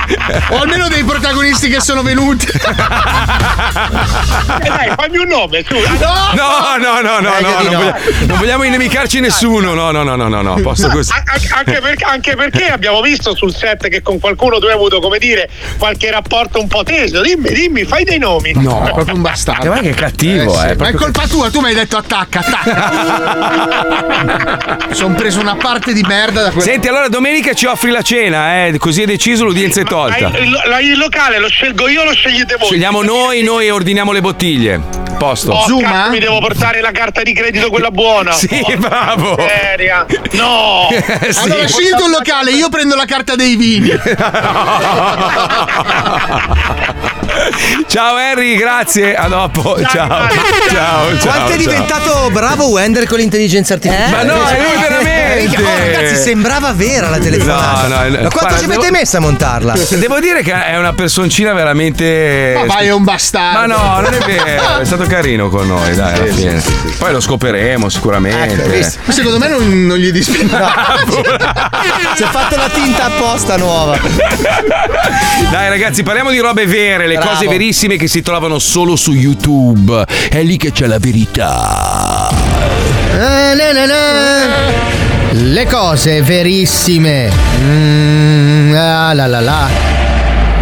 Speaker 11: o almeno dei protagonisti che sono venuti.
Speaker 23: Dai, fammi un nome, tu.
Speaker 11: No!
Speaker 3: No, no, no, no,
Speaker 30: Eh,
Speaker 23: Meglio
Speaker 3: no,
Speaker 23: di no.
Speaker 3: non, vogliamo, non vogliamo inimicarci nessuno. No, no, no, no, no, no. a Posto
Speaker 23: No,
Speaker 3: così.
Speaker 23: a- a- anche, perché, anche perché abbiamo visto sul set che con qualcuno tu hai avuto, come dire, qualche rapporto un po' teso. Dimmi, dimmi, fai dei nomi.
Speaker 11: è proprio un bastardo.
Speaker 3: Ma che cattivo, eh,
Speaker 11: sì, Ma è
Speaker 3: proprio-
Speaker 11: colpa tua, tu mi hai detto attacca, attacca. Sono preso una parte di merda da quel
Speaker 3: Senti, allora domenica ci offri la cena, eh, così è deciso, l'udienza è tolta.
Speaker 23: Il, lo- il locale lo scelgo io, lo scegliete voi.
Speaker 3: Scegliamo noi, noi ordiniamo le bottiglie. Posto.
Speaker 23: Oh, cazzo, mi devo portare la carta di credito, quella buona.
Speaker 3: Sì, bravo. Eh,
Speaker 23: Seria. No.
Speaker 11: Allora scelgo un locale, io prendo la carta dei vini.
Speaker 3: Ciao Henry, grazie. A dopo. Ciao. Ciao. ciao,
Speaker 2: Quanto è
Speaker 3: ciao.
Speaker 2: diventato bravo Wender con l'intelligenza artificiale?
Speaker 3: Ma no, è lui veramente.
Speaker 2: Minchia, oh, ragazzi, sembrava vera la telefonata.
Speaker 3: No, no, no.
Speaker 2: Ma quanto
Speaker 3: Guarda,
Speaker 2: ci avete
Speaker 3: devo-
Speaker 2: messo a montarla?
Speaker 3: Devo dire che è una personcina veramente.
Speaker 11: Ma vai, è un bastardo.
Speaker 3: Ma
Speaker 2: Ah,
Speaker 3: no, non è vero, è stato carino con noi, dai, alla fine. Poi lo scopriremo
Speaker 2: Ecco,
Speaker 3: sicuramente.
Speaker 11: Ma Eh, Secondo me non, non gli dispiace.
Speaker 2: Si è fatto la tinta apposta nuova.
Speaker 3: Dai ragazzi, parliamo di robe vere, le
Speaker 2: Bravo.
Speaker 3: cose verissime che si trovano solo su YouTube. È lì che c'è la verità.
Speaker 7: Ah, na, na, na. Le cose verissime. Mm, ah, la la la.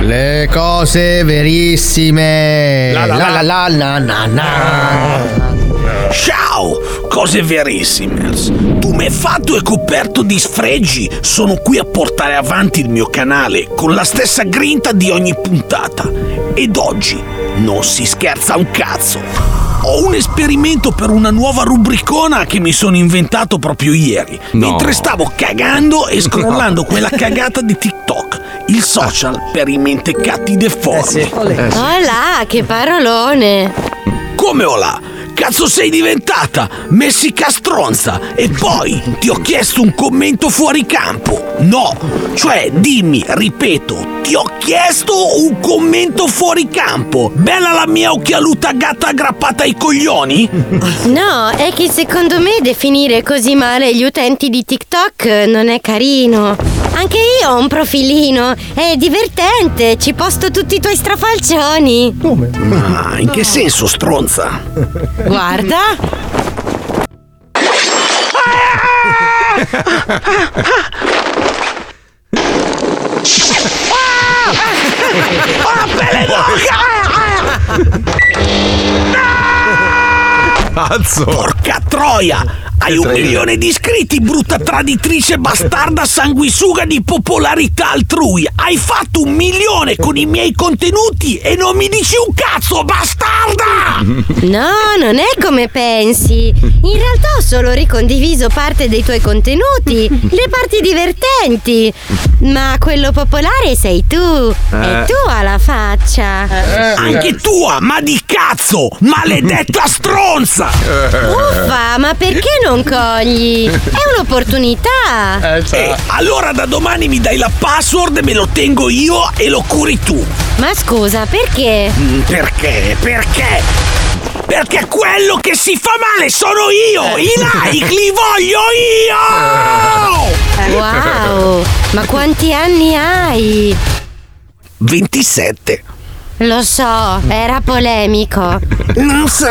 Speaker 7: Le cose verissime.
Speaker 12: La, la, la.
Speaker 7: la, la, na,
Speaker 12: Ah.
Speaker 7: na.
Speaker 12: Ciao, cose verissime. Tumefatto e coperto di sfregi, sono qui a portare avanti il mio canale con la stessa grinta di ogni puntata. Ed oggi non si scherza un cazzo. Ho un esperimento per una nuova rubricona che mi sono inventato proprio ieri.
Speaker 3: No.
Speaker 12: Mentre stavo cagando e scrollando
Speaker 3: No.
Speaker 12: quella cagata di TikTok, il social per i mentecatti deformi. Eh,
Speaker 3: Eh
Speaker 14: Oh là, che parolone!
Speaker 12: Come Ola? Cazzo sei diventata? Messica stronza! E poi ti ho chiesto un commento fuori campo! No! Cioè, dimmi, ripeto, ti ho chiesto un commento fuori campo! Bella la mia occhialuta gatta aggrappata ai coglioni?
Speaker 14: No, è che secondo me definire così male gli utenti di TikTok eh, non è carino. Anche io ho un profilino, è divertente, ci posto tutti i tuoi strafalcioni. Come?
Speaker 12: Ma in che senso stronza?
Speaker 14: Guarda.
Speaker 3: Cazzo!
Speaker 12: Porca troia! Hai un milione di iscritti, brutta traditrice bastarda sanguisuga di popolarità altrui! Hai fatto un milione con i miei contenuti e non mi dici un cazzo, bastarda!
Speaker 14: No, non è come pensi. In realtà ho solo ricondiviso parte dei tuoi contenuti, le parti divertenti. Ma quello popolare sei tu. E
Speaker 12: Eh.
Speaker 14: tu alla faccia.
Speaker 12: Anche tua, ma di cazzo! Maledetta stronza!
Speaker 14: Uffa, ma perché non cogli? È un'opportunità.
Speaker 12: Eh, allora da domani mi dai la password, me lo tengo io e lo curi tu.
Speaker 14: Ma scusa, perché?
Speaker 12: Mm, Perché? Perché? Perché quello che si fa male sono
Speaker 3: Eh.
Speaker 12: io! I like li voglio io!
Speaker 14: Eh. Wow, ma quanti anni hai?
Speaker 12: 27.
Speaker 14: Lo so, era polemico.
Speaker 12: Non so,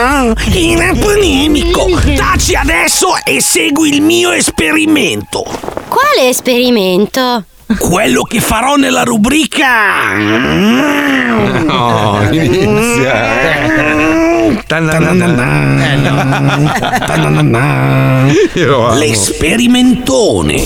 Speaker 12: era polemico. Taci adesso e segui il mio esperimento.
Speaker 14: Quale esperimento?
Speaker 12: Quello che farò nella rubrica.
Speaker 3: No, inizia. Eh,
Speaker 12: L'esperimentone.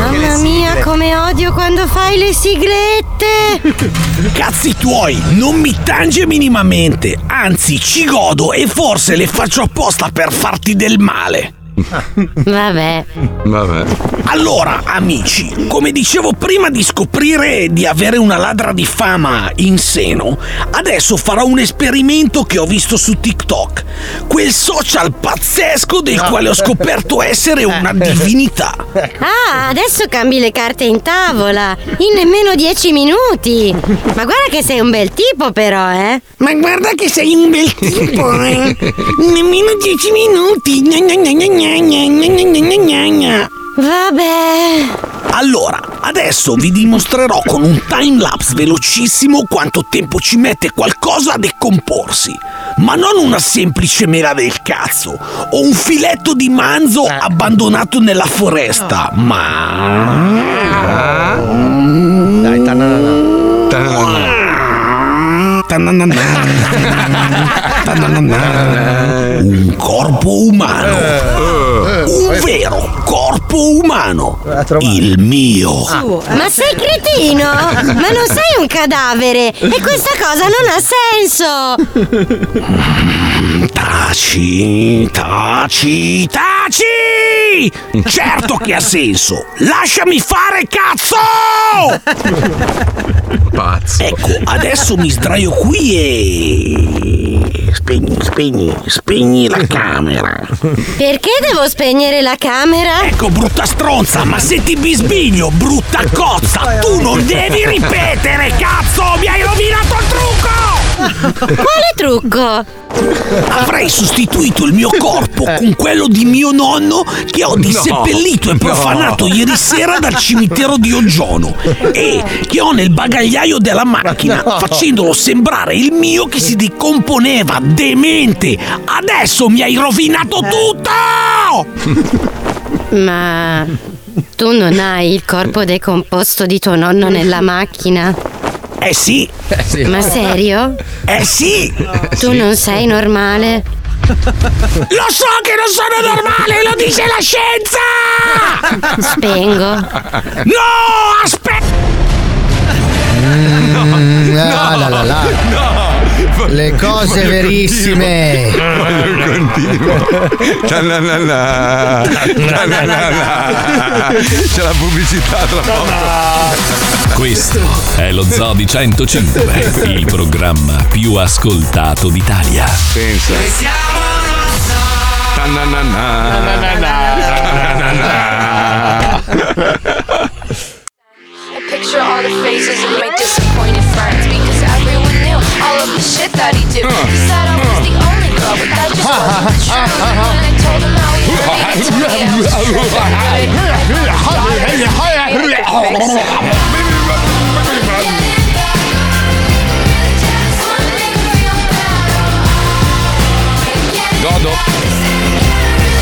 Speaker 14: Mamma mia, come odio quando fai le siglette!
Speaker 12: Cazzi tuoi, non mi tange minimamente. Anzi, ci godo e forse le faccio apposta per farti del male.
Speaker 14: Vabbè.
Speaker 3: Vabbè.
Speaker 12: Allora, amici, come dicevo prima di scoprire di avere una ladra di fama in seno, adesso farò un esperimento che ho visto su TikTok. quel social pazzesco del quale ho scoperto essere una divinità.
Speaker 5: Ah, adesso cambi le carte in tavola. In nemmeno dieci minuti. Ma guarda che sei un bel tipo, però, eh.
Speaker 6: Ma guarda che sei un bel tipo, eh. Nemmeno dieci minuti. Gna gna gna gna gna gna gna gna gna gna gna.
Speaker 5: Vabbè.
Speaker 12: Allora, adesso vi dimostrerò con un timelapse velocissimo quanto tempo ci mette qualcosa a decomporsi. Ma non una semplice mela del cazzo o un filetto di manzo abbandonato nella foresta, ma... Dai, Un corpo umano. Un vero corpo umano. Il mio.
Speaker 14: eh.
Speaker 5: Ma sei cretino? Ma non sei un cadavere! E questa cosa non ha senso!
Speaker 12: Taci, taci, taci! Certo che ha senso! Lasciami fare cazzo!
Speaker 3: Pazzo.
Speaker 12: Ecco, adesso mi sdraio qui e... Spegni, spegni, spegni la camera.
Speaker 5: Perché devo spegnere la camera?
Speaker 12: Ecco, brutta stronza, ma se ti bisbiglio, brutta cozza, tu non devi ripetere, cazzo! Mi hai rovinato il trucco!
Speaker 5: Quale trucco?
Speaker 12: Avrei sostituito il mio corpo con quello di mio nonno che ho disseppellito e
Speaker 3: no.
Speaker 12: profanato ieri sera dal cimitero di Ogiono e che ho nel bagagliaio della macchina
Speaker 3: Ma no.
Speaker 12: facendolo sembrare il mio che si decomponeva demente. Adesso mi hai rovinato tutto!
Speaker 5: Ma tu non hai il corpo decomposto di tuo nonno nella macchina?
Speaker 12: Eh sì!
Speaker 5: Ma serio?
Speaker 12: Eh sì!
Speaker 5: Tu non sei normale?
Speaker 12: Lo so che non sono normale, lo dice la scienza!
Speaker 5: Spengo.
Speaker 12: No, aspetta!
Speaker 7: Ah, la, la, la. Le cose verissime.
Speaker 3: Ta na na na. Ta na na na. C'è la pubblicità tra poco.
Speaker 10: Questo è lo Zoo di 105, il programma più ascoltato d'Italia.
Speaker 3: Pensa. Ta na na na. Ta na na
Speaker 12: Ah.
Speaker 3: na.
Speaker 31: I picture all the faces of my disappointed friends because everyone knew all of the shit that he did. He said I was the only girl, but that just wasn't the truth. And when I told him how he hurt me, he told me I was just a good
Speaker 3: Godo.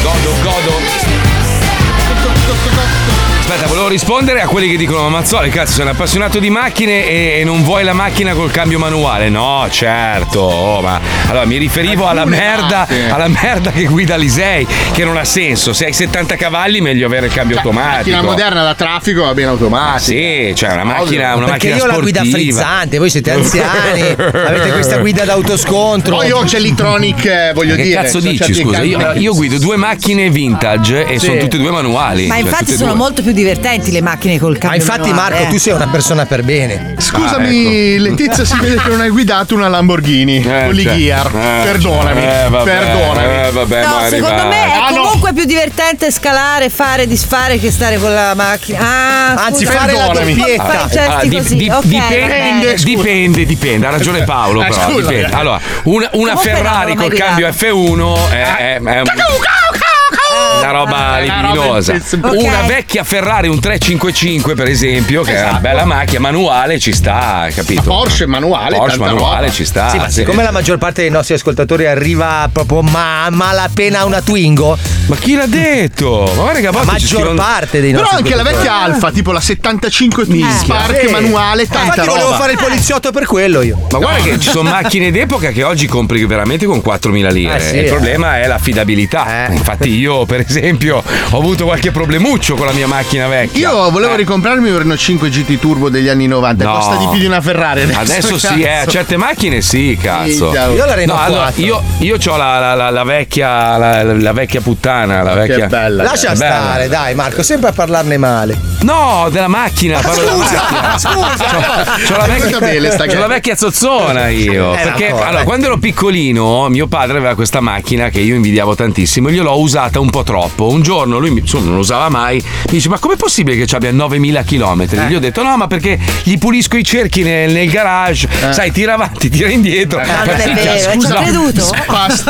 Speaker 3: Godo, godo. Aspetta, volevo rispondere a quelli che dicono: Ma Mazzoli, cazzo, sei un appassionato di macchine e, e non vuoi la macchina col cambio manuale? No, certo. oh, ma allora mi riferivo alla merda,
Speaker 32: macchine.
Speaker 3: alla merda che guida l'Isei, che non ha senso. Se hai 70 cavalli, meglio avere il cambio
Speaker 11: Cioè, Macchina
Speaker 3: automatico.
Speaker 11: moderna da traffico va bene automatica.
Speaker 3: Sì, cioè una macchina, una
Speaker 11: Perché
Speaker 3: macchina
Speaker 11: io la guida
Speaker 3: sportiva.
Speaker 11: frizzante, voi siete
Speaker 2: anziani, avete questa guida d'autoscontro.
Speaker 11: Poi io c'è l'e-tronic, eh, voglio
Speaker 3: che
Speaker 11: dire.
Speaker 3: cazzo
Speaker 11: sono
Speaker 3: dici?
Speaker 11: certi
Speaker 3: Scusa,
Speaker 11: cambi-
Speaker 3: io, io guido due macchine vintage e
Speaker 11: Sì.
Speaker 3: sono tutte e due manuali.
Speaker 16: Ma
Speaker 3: cioè,
Speaker 16: infatti
Speaker 3: tutte e
Speaker 16: sono
Speaker 3: due.
Speaker 16: molto più divertenti le macchine col cambio
Speaker 2: Ma infatti
Speaker 16: manuale,
Speaker 2: Marco,
Speaker 16: eh.
Speaker 2: tu sei una persona per bene.
Speaker 3: Ah,
Speaker 11: Scusami,
Speaker 3: ecco.
Speaker 11: Letizia, si vede che non hai guidato una Lamborghini con
Speaker 3: cioè,
Speaker 11: l'e-gear.
Speaker 3: eh,
Speaker 11: perdonami,
Speaker 3: eh, vabbè,
Speaker 11: perdonami.
Speaker 3: eh, vabbè,
Speaker 16: No,
Speaker 3: ma
Speaker 16: secondo
Speaker 3: arrivati.
Speaker 16: me è
Speaker 2: Ah,
Speaker 16: comunque più divertente scalare, fare, disfare che stare con la macchina. Ah,
Speaker 2: Anzi,
Speaker 16: scusa,
Speaker 2: fare la
Speaker 16: perdonami.
Speaker 2: doppietta.
Speaker 3: Ah,
Speaker 16: Fai i gesti
Speaker 3: di-
Speaker 16: così.
Speaker 3: di-
Speaker 16: ok,
Speaker 3: dipende,
Speaker 16: ok.
Speaker 3: dipende, dipende, ha ragione Paolo.
Speaker 16: Eh,
Speaker 3: Però,
Speaker 16: scusa.
Speaker 3: dipende. Allora, una, una
Speaker 16: Comunque
Speaker 3: Ferrari
Speaker 16: non
Speaker 3: col
Speaker 16: l'avrò mai
Speaker 3: cambio F1 è, è- è un- una roba
Speaker 23: Eh,
Speaker 11: Una roba
Speaker 3: libidinosa.
Speaker 11: altissima. Ok.
Speaker 3: Una vecchia Ferrari, un 355 per esempio, che è una bella macchina, manuale ci sta, capito?
Speaker 11: Porsche manuale,
Speaker 3: Porsche
Speaker 11: tanta
Speaker 3: manuale
Speaker 11: roba.
Speaker 3: ci sta.
Speaker 2: Sì, ma
Speaker 3: sì.
Speaker 2: siccome la maggior parte dei nostri ascoltatori arriva proprio ma malapena a una Twingo.
Speaker 3: Ma chi l'ha detto?
Speaker 11: Eh,
Speaker 3: Ma guarda che a
Speaker 2: la
Speaker 3: volte ci
Speaker 2: maggior
Speaker 3: scrivono-
Speaker 2: parte dei
Speaker 11: Però
Speaker 2: nostri
Speaker 11: anche la vecchia
Speaker 2: ascoltatori. Eh,
Speaker 11: Alfa, tipo la 75 T Spark
Speaker 2: Sì.
Speaker 3: Eh,
Speaker 11: manuale,
Speaker 2: Infatti
Speaker 11: tanta roba. Eh.
Speaker 2: volevo fare il poliziotto per quello io.
Speaker 3: Ma guarda che ci sono macchine d'epoca che oggi compri veramente con 4.000 lire.
Speaker 11: Ah,
Speaker 2: Eh sì,
Speaker 3: il
Speaker 2: eh.
Speaker 3: problema è
Speaker 11: Eh.
Speaker 3: l'affidabilità. Infatti io, per esempio, ho avuto qualche problemuccio con la mia macchina vecchia.
Speaker 11: Io Oh, volevo ricomprarmi un Renault 5 GT Turbo degli anni 90,
Speaker 3: Eh. No.
Speaker 11: costa di più di una Ferrari. Adesso,
Speaker 3: Adesso sì, eh,
Speaker 11: cazzo.
Speaker 3: a certe macchine sì, cazzo.
Speaker 11: Minchia. Io la Renault
Speaker 3: no, allora,
Speaker 11: 4.
Speaker 3: io, io ho la, la- la- la vecchia, la, la vecchia puttana Fontana, la
Speaker 11: Ah,
Speaker 3: vecchia.
Speaker 2: Lascia
Speaker 3: È bella.
Speaker 2: stare, dai, Marco, sempre a parlarne male.
Speaker 3: No, della macchina. parlo della macchina. C'ho, c'ho la vecchia, c'ho la vecchia zozzona io.
Speaker 2: Eh,
Speaker 3: perché
Speaker 2: d'accordo,
Speaker 3: allora,
Speaker 2: eh.
Speaker 3: quando ero piccolino, mio padre aveva questa macchina che io invidiavo tantissimo. Gliel'ho usata un po' troppo. Un giorno lui mi- insomma, non lo usava mai. Mi dice: Ma com'è possibile che ci abbia 9000 km? Gli ho detto: No, ma perché gli pulisco i cerchi nel, nel garage.
Speaker 11: Eh.
Speaker 3: Sai, tira avanti, tira indietro.
Speaker 16: Ah, non è
Speaker 3: Cazzo,
Speaker 16: vero, ci
Speaker 3: scusa,
Speaker 16: ha
Speaker 3: no.
Speaker 16: creduto?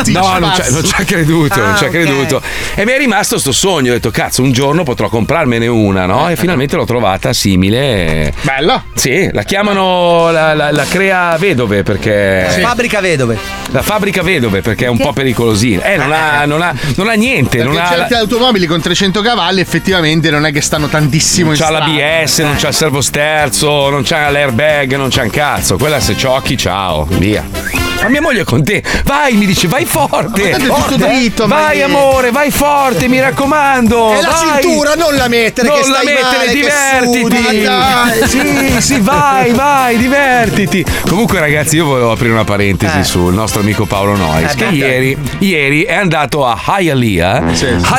Speaker 3: No, non c'ha, non c'ha creduto, non
Speaker 16: Ah,
Speaker 3: c'ha
Speaker 16: ok.
Speaker 3: creduto. E mi è rimasto sto sogno, ho detto cazzo, un giorno potrò comprarmene una, no? E finalmente l'ho trovata simile.
Speaker 11: Bella.
Speaker 3: Sì, la chiamano la, la- la Crea Vedove perché...
Speaker 2: La fabbrica vedove.
Speaker 3: La fabbrica vedove perché è un po' pericolosina. Eh, non ha, non ha- non ha niente, non
Speaker 11: Perché
Speaker 3: ha...
Speaker 11: certe automobili con 300 cavalli effettivamente non è che stanno tantissimo
Speaker 3: Non
Speaker 11: in
Speaker 3: c'ha
Speaker 11: strada.
Speaker 3: l'ABS,
Speaker 32: eh.
Speaker 3: non c'ha il servo sterzo, non c'ha l'airbag, non c'ha un cazzo. Quella se ciocchi, ciao, via. Ma mia moglie è contenta. Vai, mi dice, vai forte.
Speaker 11: Ma tanto è tutto
Speaker 3: forte.
Speaker 11: dritto, ma
Speaker 3: vai,
Speaker 11: niente.
Speaker 3: amore, vai forte, mi raccomando.
Speaker 11: È la
Speaker 3: vai.
Speaker 11: cintura, non la mettere,
Speaker 3: Non
Speaker 11: che
Speaker 3: la
Speaker 11: stai
Speaker 3: mettere,
Speaker 11: male, che sudi.
Speaker 3: divertiti.
Speaker 11: Ma dai.
Speaker 3: sì, sì, vai, vai, divertiti. Comunque, ragazzi, io volevo aprire una parentesi sul nostro amico Paolo Nois,
Speaker 32: Eh,
Speaker 3: che
Speaker 32: beh,
Speaker 3: ieri, ieri è andato a Hialeah.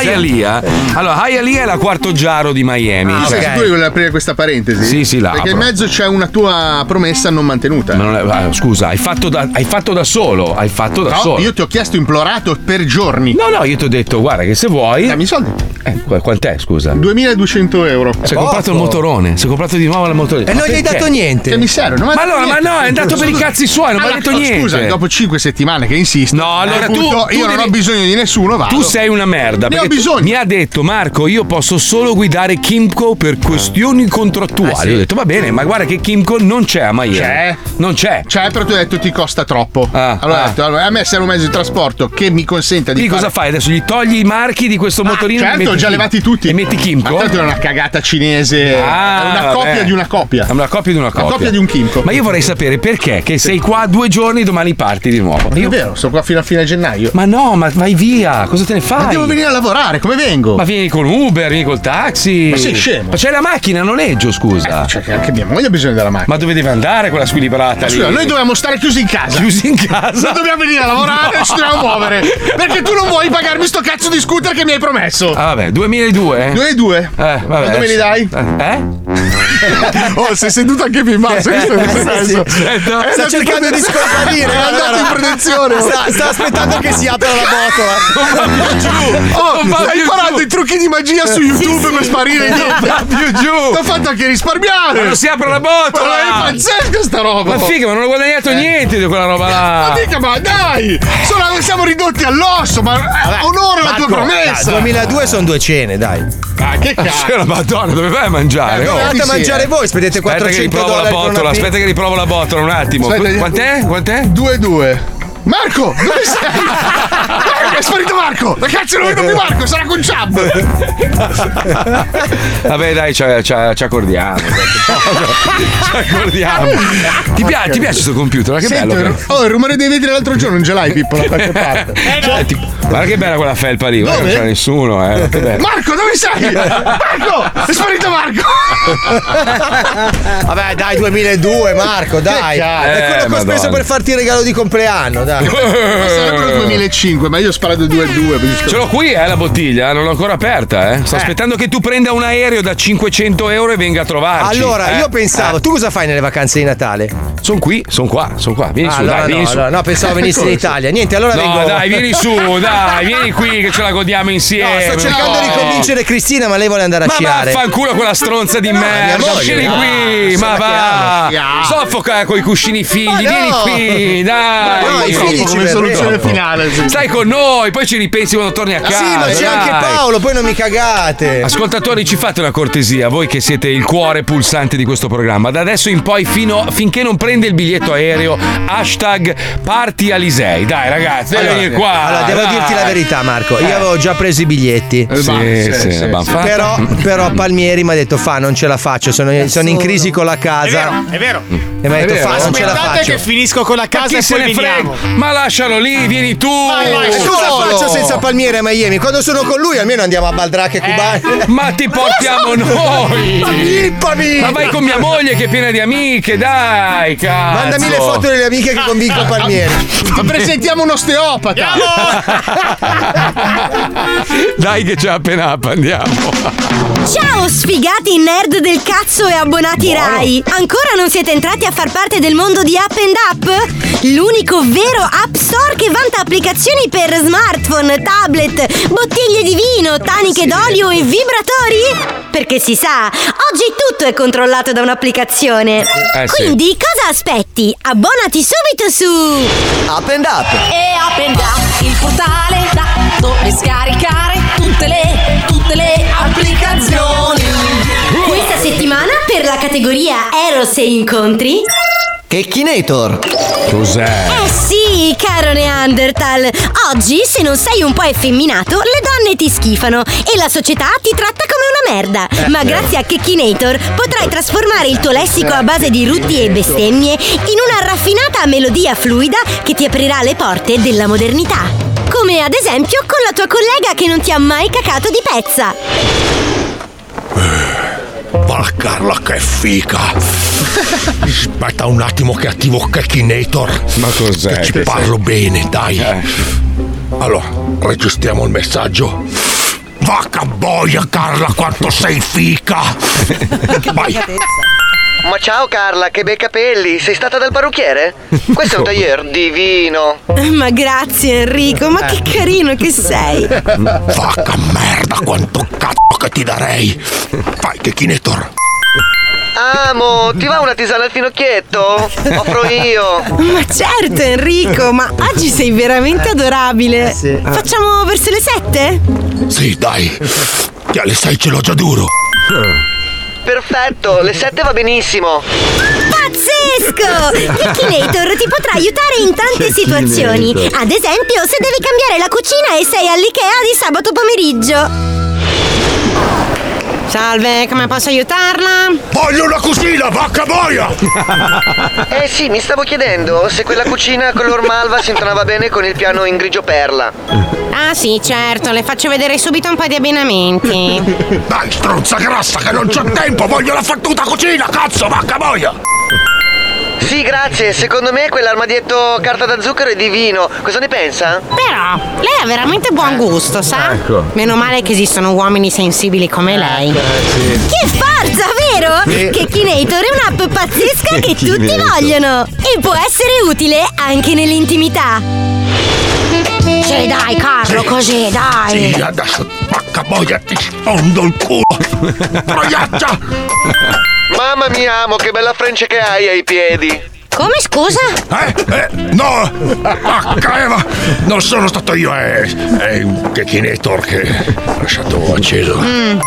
Speaker 3: Hialeah. Allora, Hialeah è la quarto giaro di Miami.
Speaker 11: Ah,
Speaker 3: Cioè-
Speaker 11: sei sicuro che volevi aprire questa parentesi?
Speaker 3: Sì, sì, la
Speaker 11: Perché
Speaker 3: apro.
Speaker 11: in mezzo c'è una tua promessa non mantenuta.
Speaker 3: Ma non è- ah, scusa, hai fatto, da, hai fatto da solo. Hai fatto da
Speaker 11: No,
Speaker 3: solo.
Speaker 11: io ti ho chiesto, implorato per giorni.
Speaker 3: No, no, io ti ho detto, guarda che se vuoi.
Speaker 11: Dammi i soldi.
Speaker 3: Eh, qu- quant'è, scusa?
Speaker 11: 2200 euro.
Speaker 3: Si è comprato il motorone, si è comprato di nuovo la motorina.
Speaker 11: E Eh, non gli hai dato niente. Che mi serve, non mi ha
Speaker 3: Ma
Speaker 11: detto
Speaker 3: allora, ma
Speaker 11: niente.
Speaker 3: no, è andato per i
Speaker 11: Scusa.
Speaker 3: cazzi suoi, non mi ha
Speaker 11: Allora,
Speaker 3: detto
Speaker 11: no,
Speaker 3: niente.
Speaker 11: Scusa, dopo 5 settimane che insisto. No,
Speaker 3: allora tu- tu
Speaker 11: io non
Speaker 3: devi-
Speaker 11: ho bisogno di nessuno, vado.
Speaker 3: Tu sei una merda.
Speaker 11: Ne ho
Speaker 3: perché
Speaker 11: bisogno.
Speaker 3: Mi ha detto Marco, io posso solo guidare Kimco per questioni contrattuali. Io Ho detto va bene, ma guarda che Kimco non c'è a Miami.
Speaker 11: Eh, C'è.
Speaker 3: Non c'è.
Speaker 11: C'è, però tu hai detto ti costa troppo. allora,
Speaker 3: ah.
Speaker 11: ho detto, allora, a me serve un mezzo di trasporto che mi consenta di.
Speaker 3: Quindi
Speaker 11: fare-
Speaker 3: cosa fai adesso? Gli togli i marchi di questo motorino? e
Speaker 11: Certo,
Speaker 3: gli
Speaker 11: ho
Speaker 3: metti
Speaker 11: già
Speaker 3: Kim-
Speaker 11: levati tutti.
Speaker 3: E metti Kimco?
Speaker 11: Ma tanto è una cagata cinese.
Speaker 3: Ah,
Speaker 11: è una
Speaker 3: vabbè.
Speaker 11: coppia di una coppia.
Speaker 3: È una coppia di una
Speaker 11: La
Speaker 3: coppia.
Speaker 11: coppia di un Kimco.
Speaker 3: Ma io vorrei sapere perché che sei qua due giorni domani parti di nuovo.
Speaker 11: Ma è vero, sono qua fino a fine gennaio.
Speaker 3: Ma no, ma vai via, cosa te ne fai?
Speaker 11: Ma devo venire a lavorare, come vengo?
Speaker 3: Ma vieni con Uber, vieni col taxi.
Speaker 11: Ma sei scemo.
Speaker 3: Ma c'hai la macchina a noleggio, scusa.
Speaker 11: Cioè, che anche mia moglie ha bisogno della macchina.
Speaker 3: Ma dove deve andare quella squilibrata lì?
Speaker 11: Scusa, noi dobbiamo stare chiusi in casa.
Speaker 3: Chiusi in casa?
Speaker 11: Non dobbiamo venire a lavorare,
Speaker 3: No.
Speaker 11: non ci dobbiamo muovere. Perché tu non vuoi pagarmi sto cazzo di scooter che mi hai promesso.
Speaker 3: Ah, vabbè, 2002?
Speaker 11: 2002.
Speaker 3: Eh, vabbè.
Speaker 11: Ma dove li dai?
Speaker 3: Eh?
Speaker 11: oh, sei seduto anche più in basso. questo è Eh, il senso. È
Speaker 24: sta
Speaker 11: andato
Speaker 24: cercando
Speaker 11: in-
Speaker 24: di scomparire.
Speaker 11: È andato in protezione.
Speaker 24: Sta, sta aspettando che si apra la botola.
Speaker 3: Non va più giù.
Speaker 11: Oh,
Speaker 24: Non va
Speaker 11: hai
Speaker 24: più
Speaker 11: imparato
Speaker 24: giù.
Speaker 11: i trucchi di magia su
Speaker 24: Sì,
Speaker 11: YouTube
Speaker 24: sì.
Speaker 11: per sparire
Speaker 24: Non va
Speaker 3: più giù.
Speaker 11: T'ho fatto anche risparmiare.
Speaker 3: Ma non si apre la botola.
Speaker 11: Ma è pazzesca sta roba.
Speaker 3: Ma figa, ma non ho guadagnato niente di quella roba là. Eh,
Speaker 11: Ma mica, ma dai! Sono- siamo ridotti all'osso, ma eh, onora la
Speaker 2: Marco,
Speaker 11: tua promessa!
Speaker 2: dai, 2002 sono due cene, dai.
Speaker 11: Ah, che
Speaker 3: Cioè, la madonna, dove vai a mangiare?
Speaker 2: Eh, dove andate a
Speaker 11: sì,
Speaker 2: mangiare
Speaker 11: eh.
Speaker 2: voi? Spendete
Speaker 3: oh. Aspetta che
Speaker 2: 400
Speaker 3: riprovo la
Speaker 2: dollari per
Speaker 3: botola,
Speaker 2: una
Speaker 3: aspetta che riprovo la botola un attimo.
Speaker 11: Aspetta, eh.
Speaker 3: Quant'è? Quant'è?
Speaker 11: 2-2. Marco, dove sei? Marco, è sparito Marco! Ma cazzo, non vedo più Marco, sarà con Chubb!
Speaker 3: Vabbè, dai, ci, ci- ci accordiamo. ci accordiamo. Ti, pia- ti piace questo computer? Ma Che
Speaker 11: Sento
Speaker 3: bello.
Speaker 11: il
Speaker 3: che-
Speaker 11: ru- oh, il rumore dei vetri l'altro giorno non ce l'hai, Pippo, da qualche parte.
Speaker 3: Senti, guarda che bella quella felpa lì, guarda, non
Speaker 11: Dove?
Speaker 3: c'è nessuno, eh. Che bello.
Speaker 11: Marco, dove sei? Marco! È sparito Marco!
Speaker 2: Vabbè, dai, 2002, Marco, dai.
Speaker 11: cazzo.
Speaker 2: È quello
Speaker 11: Eh,
Speaker 2: che ho speso
Speaker 11: Madonna.
Speaker 2: per farti il regalo di compleanno, dai.
Speaker 11: Sarebbero 2005, ma io ho sparato 2-2.
Speaker 3: Ce l'ho qui, eh, la bottiglia, non l'ho ancora aperta, eh. Sto aspettando che tu prenda un aereo da 500 euro e venga a trovarci.
Speaker 2: Allora,
Speaker 3: eh.
Speaker 2: io pensavo, tu cosa fai nelle vacanze di Natale?
Speaker 3: Sono qui, sono qua, sono qua. Vieni
Speaker 2: Ah,
Speaker 3: su,
Speaker 2: allora
Speaker 3: dai,
Speaker 2: no,
Speaker 3: vieni su.
Speaker 2: allora no, pensavo venissi in
Speaker 3: Come
Speaker 2: Italia. Niente, allora
Speaker 3: no,
Speaker 2: vengo-
Speaker 3: dai, vieni su, dai, vieni qui che ce la godiamo insieme.
Speaker 2: No, sto cercando di convincere Cristina, ma lei vuole andare a
Speaker 3: Ma
Speaker 2: sciare.
Speaker 3: vaffanculo quella stronza di merda,
Speaker 2: moglie,
Speaker 3: vieni
Speaker 2: no,
Speaker 3: qui,
Speaker 2: se
Speaker 3: ma
Speaker 2: la
Speaker 3: va.
Speaker 2: chiama.
Speaker 3: Soffoca con i cuscini figli, vieni qui, dai.
Speaker 11: Ma no, i figli ci Come verrebbero. soluzione finale, sì.
Speaker 3: Stai con noi, poi ci ripensi quando torni a casa.
Speaker 2: Ah, Sì, ma c'è anche
Speaker 3: dai.
Speaker 2: Paolo, poi non mi cagate.
Speaker 3: Ascoltatori, ci fate una cortesia, voi che siete il cuore pulsante di questo programma. Da adesso in poi, fino, finché non prende il biglietto aereo, hashtag parti Alisei. Dai, ragazzi, devi venire qua.
Speaker 2: allora, devo
Speaker 3: dai.
Speaker 2: dirti la verità, Marco. Io
Speaker 3: Eh.
Speaker 2: avevo già preso i biglietti.
Speaker 3: Sì, sì, sì, l'abbiamo fatta.
Speaker 2: Però, però Palmieri mi ha detto: Fa, non ce la faccio. Sono, sono in crisi con la casa.
Speaker 1: È vero, è vero.
Speaker 2: E mi ha Eh, detto: Fa, non ce la
Speaker 1: Aspettate
Speaker 2: faccio.
Speaker 1: che finisco con la
Speaker 3: Ma
Speaker 1: casa
Speaker 3: chi
Speaker 1: e
Speaker 3: se
Speaker 1: poi
Speaker 3: ne frega?
Speaker 1: veniamo.
Speaker 3: Ma lascialo lì, vieni tu.
Speaker 2: E cosa
Speaker 3: Solo.
Speaker 2: faccio senza Palmieri a Miami? Quando sono con lui, almeno andiamo a
Speaker 1: Eh.
Speaker 2: Baldracche Cubani.
Speaker 3: Ma ti portiamo noi!
Speaker 2: Ma pippami!
Speaker 3: Ma vai con mia moglie che è piena di amiche, dai, cazzo!
Speaker 2: Mandami le foto delle amiche che convinco Palmieri.
Speaker 11: Ma presentiamo un osteopata!
Speaker 3: Dai che c'è appena up, andiamo.
Speaker 14: Ciao sfigati nerd del cazzo e abbonati Rai! Ancora non siete entrati a far parte del mondo di App and App? L'unico vero App Store che vanta applicazioni per smartphone, tablet, bottiglie di vino, taniche d'olio e vibratori? Perché si sa, oggi tutto è controllato da un'applicazione.
Speaker 32: Eh, sì.
Speaker 14: Quindi cosa aspetti? Abbonati subito su
Speaker 32: App and Up.
Speaker 33: E Up and Up, il portale da dove scaricare tutte le, tutte le applicazioni.
Speaker 14: Questa settimana per la categoria Eros e incontri
Speaker 32: Kekkinator. Cos'è?
Speaker 14: Eh sì, caro Neanderthal, oggi se non sei un po' effeminato, le donne ti schifano e la società ti tratta come una merda.
Speaker 32: Eh,
Speaker 14: Ma
Speaker 32: eh.
Speaker 14: grazie a Kekkinator potrai trasformare il tuo lessico a base di rutti e bestemmie in una raffinata melodia fluida che ti aprirà le porte della modernità. Come ad esempio con la tua collega che non ti ha mai cacato di pezza.
Speaker 22: Valcarla che figa! Aspetta un attimo che attivo Kakinator. Ma cos'è? Che Eh. ci
Speaker 3: Cos'è?
Speaker 22: parlo bene, dai. Allora, registriamo il messaggio. Vacca boia Carla quanto sei fica! Vai!
Speaker 15: Ma ciao Carla, che bei capelli! Sei stata dal parrucchiere? Questo è un tailleur divino!
Speaker 14: Ma grazie Enrico, ma che carino che sei.
Speaker 22: Vacca merda quanto cazzo che ti darei! Vai Kakinator!
Speaker 15: Amo, ti va una tisana al finocchietto? Offro io!
Speaker 14: Ma certo Enrico, ma oggi sei veramente adorabile. Facciamo verso le sette?
Speaker 22: Sì, dai! Che alle sei ce l'ho già duro! Eh.
Speaker 15: Perfetto, le 7 va benissimo!
Speaker 14: Pazzesco! Kakinator ti potrà aiutare in tante
Speaker 15: Kakinator.
Speaker 14: situazioni. Ad esempio, se devi cambiare la cucina e sei all'IKEA di sabato pomeriggio.
Speaker 15: Salve, come posso aiutarla?
Speaker 22: Voglio una cucina, vacca boia!
Speaker 15: Eh sì, mi stavo chiedendo se quella cucina color malva si intonava bene con il piano in grigio perla.
Speaker 34: Ah sì, certo, le faccio vedere subito un po' di abbinamenti.
Speaker 22: Dai, stronza grassa che non c'ho tempo, voglio la fattuta cucina, cazzo, vacca boia!
Speaker 15: Sì, grazie, secondo me quell'armadietto carta da zucchero è divino. Cosa ne pensa?
Speaker 34: Però lei ha veramente buon gusto, sa?
Speaker 15: Ecco.
Speaker 34: Meno male che esistono uomini sensibili come lei.
Speaker 14: Che forza, vero?
Speaker 34: Sì.
Speaker 14: Kakinator è un'app pazzesca che tutti
Speaker 34: Kakinator.
Speaker 14: vogliono e può essere utile anche nell'intimità.
Speaker 34: Sì, dai, Carlo, così, dai.
Speaker 22: Sì, adesso vacca boia ti spondo il culo! Troiaccia!
Speaker 15: Mamma mia, amo, che bella frence che hai ai piedi!
Speaker 34: Come scusa?
Speaker 22: Eh, eh, no! Vacca Eva! Non sono stato io, è. è un Kekinator che ha lasciato acceso.
Speaker 34: Mm,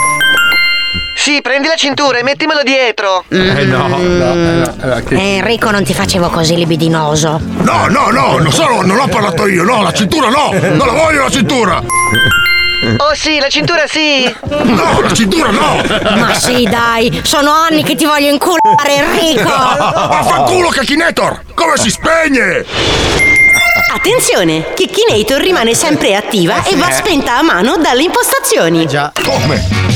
Speaker 15: Sì, prendi la cintura e mettimelo dietro!
Speaker 22: Eh no, no,
Speaker 34: mm. Eh, Enrico, non ti facevo così libidinoso.
Speaker 22: No, no, no, non sono, non ho parlato io, no, la cintura no! Non la voglio la cintura!
Speaker 15: Oh sì, la cintura sì!
Speaker 22: No, la cintura no!
Speaker 34: Ma sì, dai, sono anni che ti voglio inculare, Enrico.
Speaker 22: Vaffanculo Kekinator! Come si spegne?
Speaker 14: Attenzione, Kakinator rimane sempre attiva e va
Speaker 22: Eh.
Speaker 14: spenta a mano dalle impostazioni.
Speaker 22: Già. Eh. Come?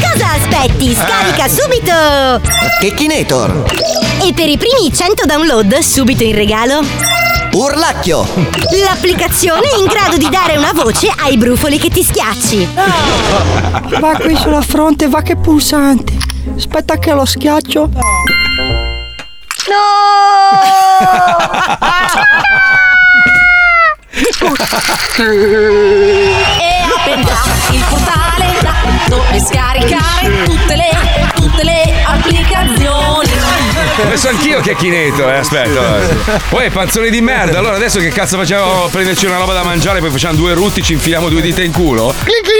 Speaker 14: Cosa aspetti? Scarica subito!
Speaker 32: Kekkinator.
Speaker 14: E per i primi 100 download subito in regalo.
Speaker 32: Urlacchio.
Speaker 14: L'applicazione in grado di dare una voce ai brufoli che ti schiacci.
Speaker 35: Va qui sulla fronte, va che pulsante. Aspetta che lo schiaccio.
Speaker 33: E Up and Up, il portale da dove scaricare tutte le, tutte le applicazioni.
Speaker 3: Adesso anch'io che chineto, eh, aspetta. eh. Poi panzone di merda, allora adesso che cazzo facciamo a prenderci una roba da mangiare, poi facciamo due rutti, ci infiliamo due dita in culo?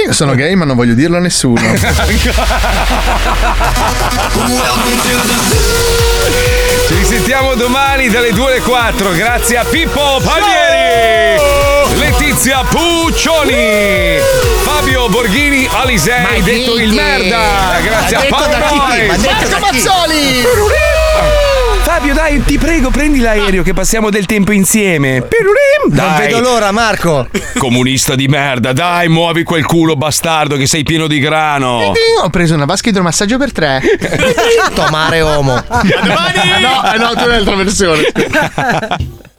Speaker 11: Io sono gay, ma non voglio dirlo a nessuno.
Speaker 3: Ci risentiamo domani dalle 2 alle 4. Grazie a Pippo Palmieri, Letizia Puccioni, Fabio Borghini Alisei, detto il merda. Grazie a Paolo
Speaker 6: Marco Mazzoli!
Speaker 3: Fabio, dai, ti prego, prendi l'aereo che passiamo del tempo insieme. Pirurim!
Speaker 2: Non vedo l'ora, Marco.
Speaker 3: Comunista di merda, dai, muovi quel culo bastardo che sei pieno di grano.
Speaker 11: Ho preso una vasca idromassaggio per tre.
Speaker 2: Tomare omo.
Speaker 11: No, eh, no, tu hai un'altra versione.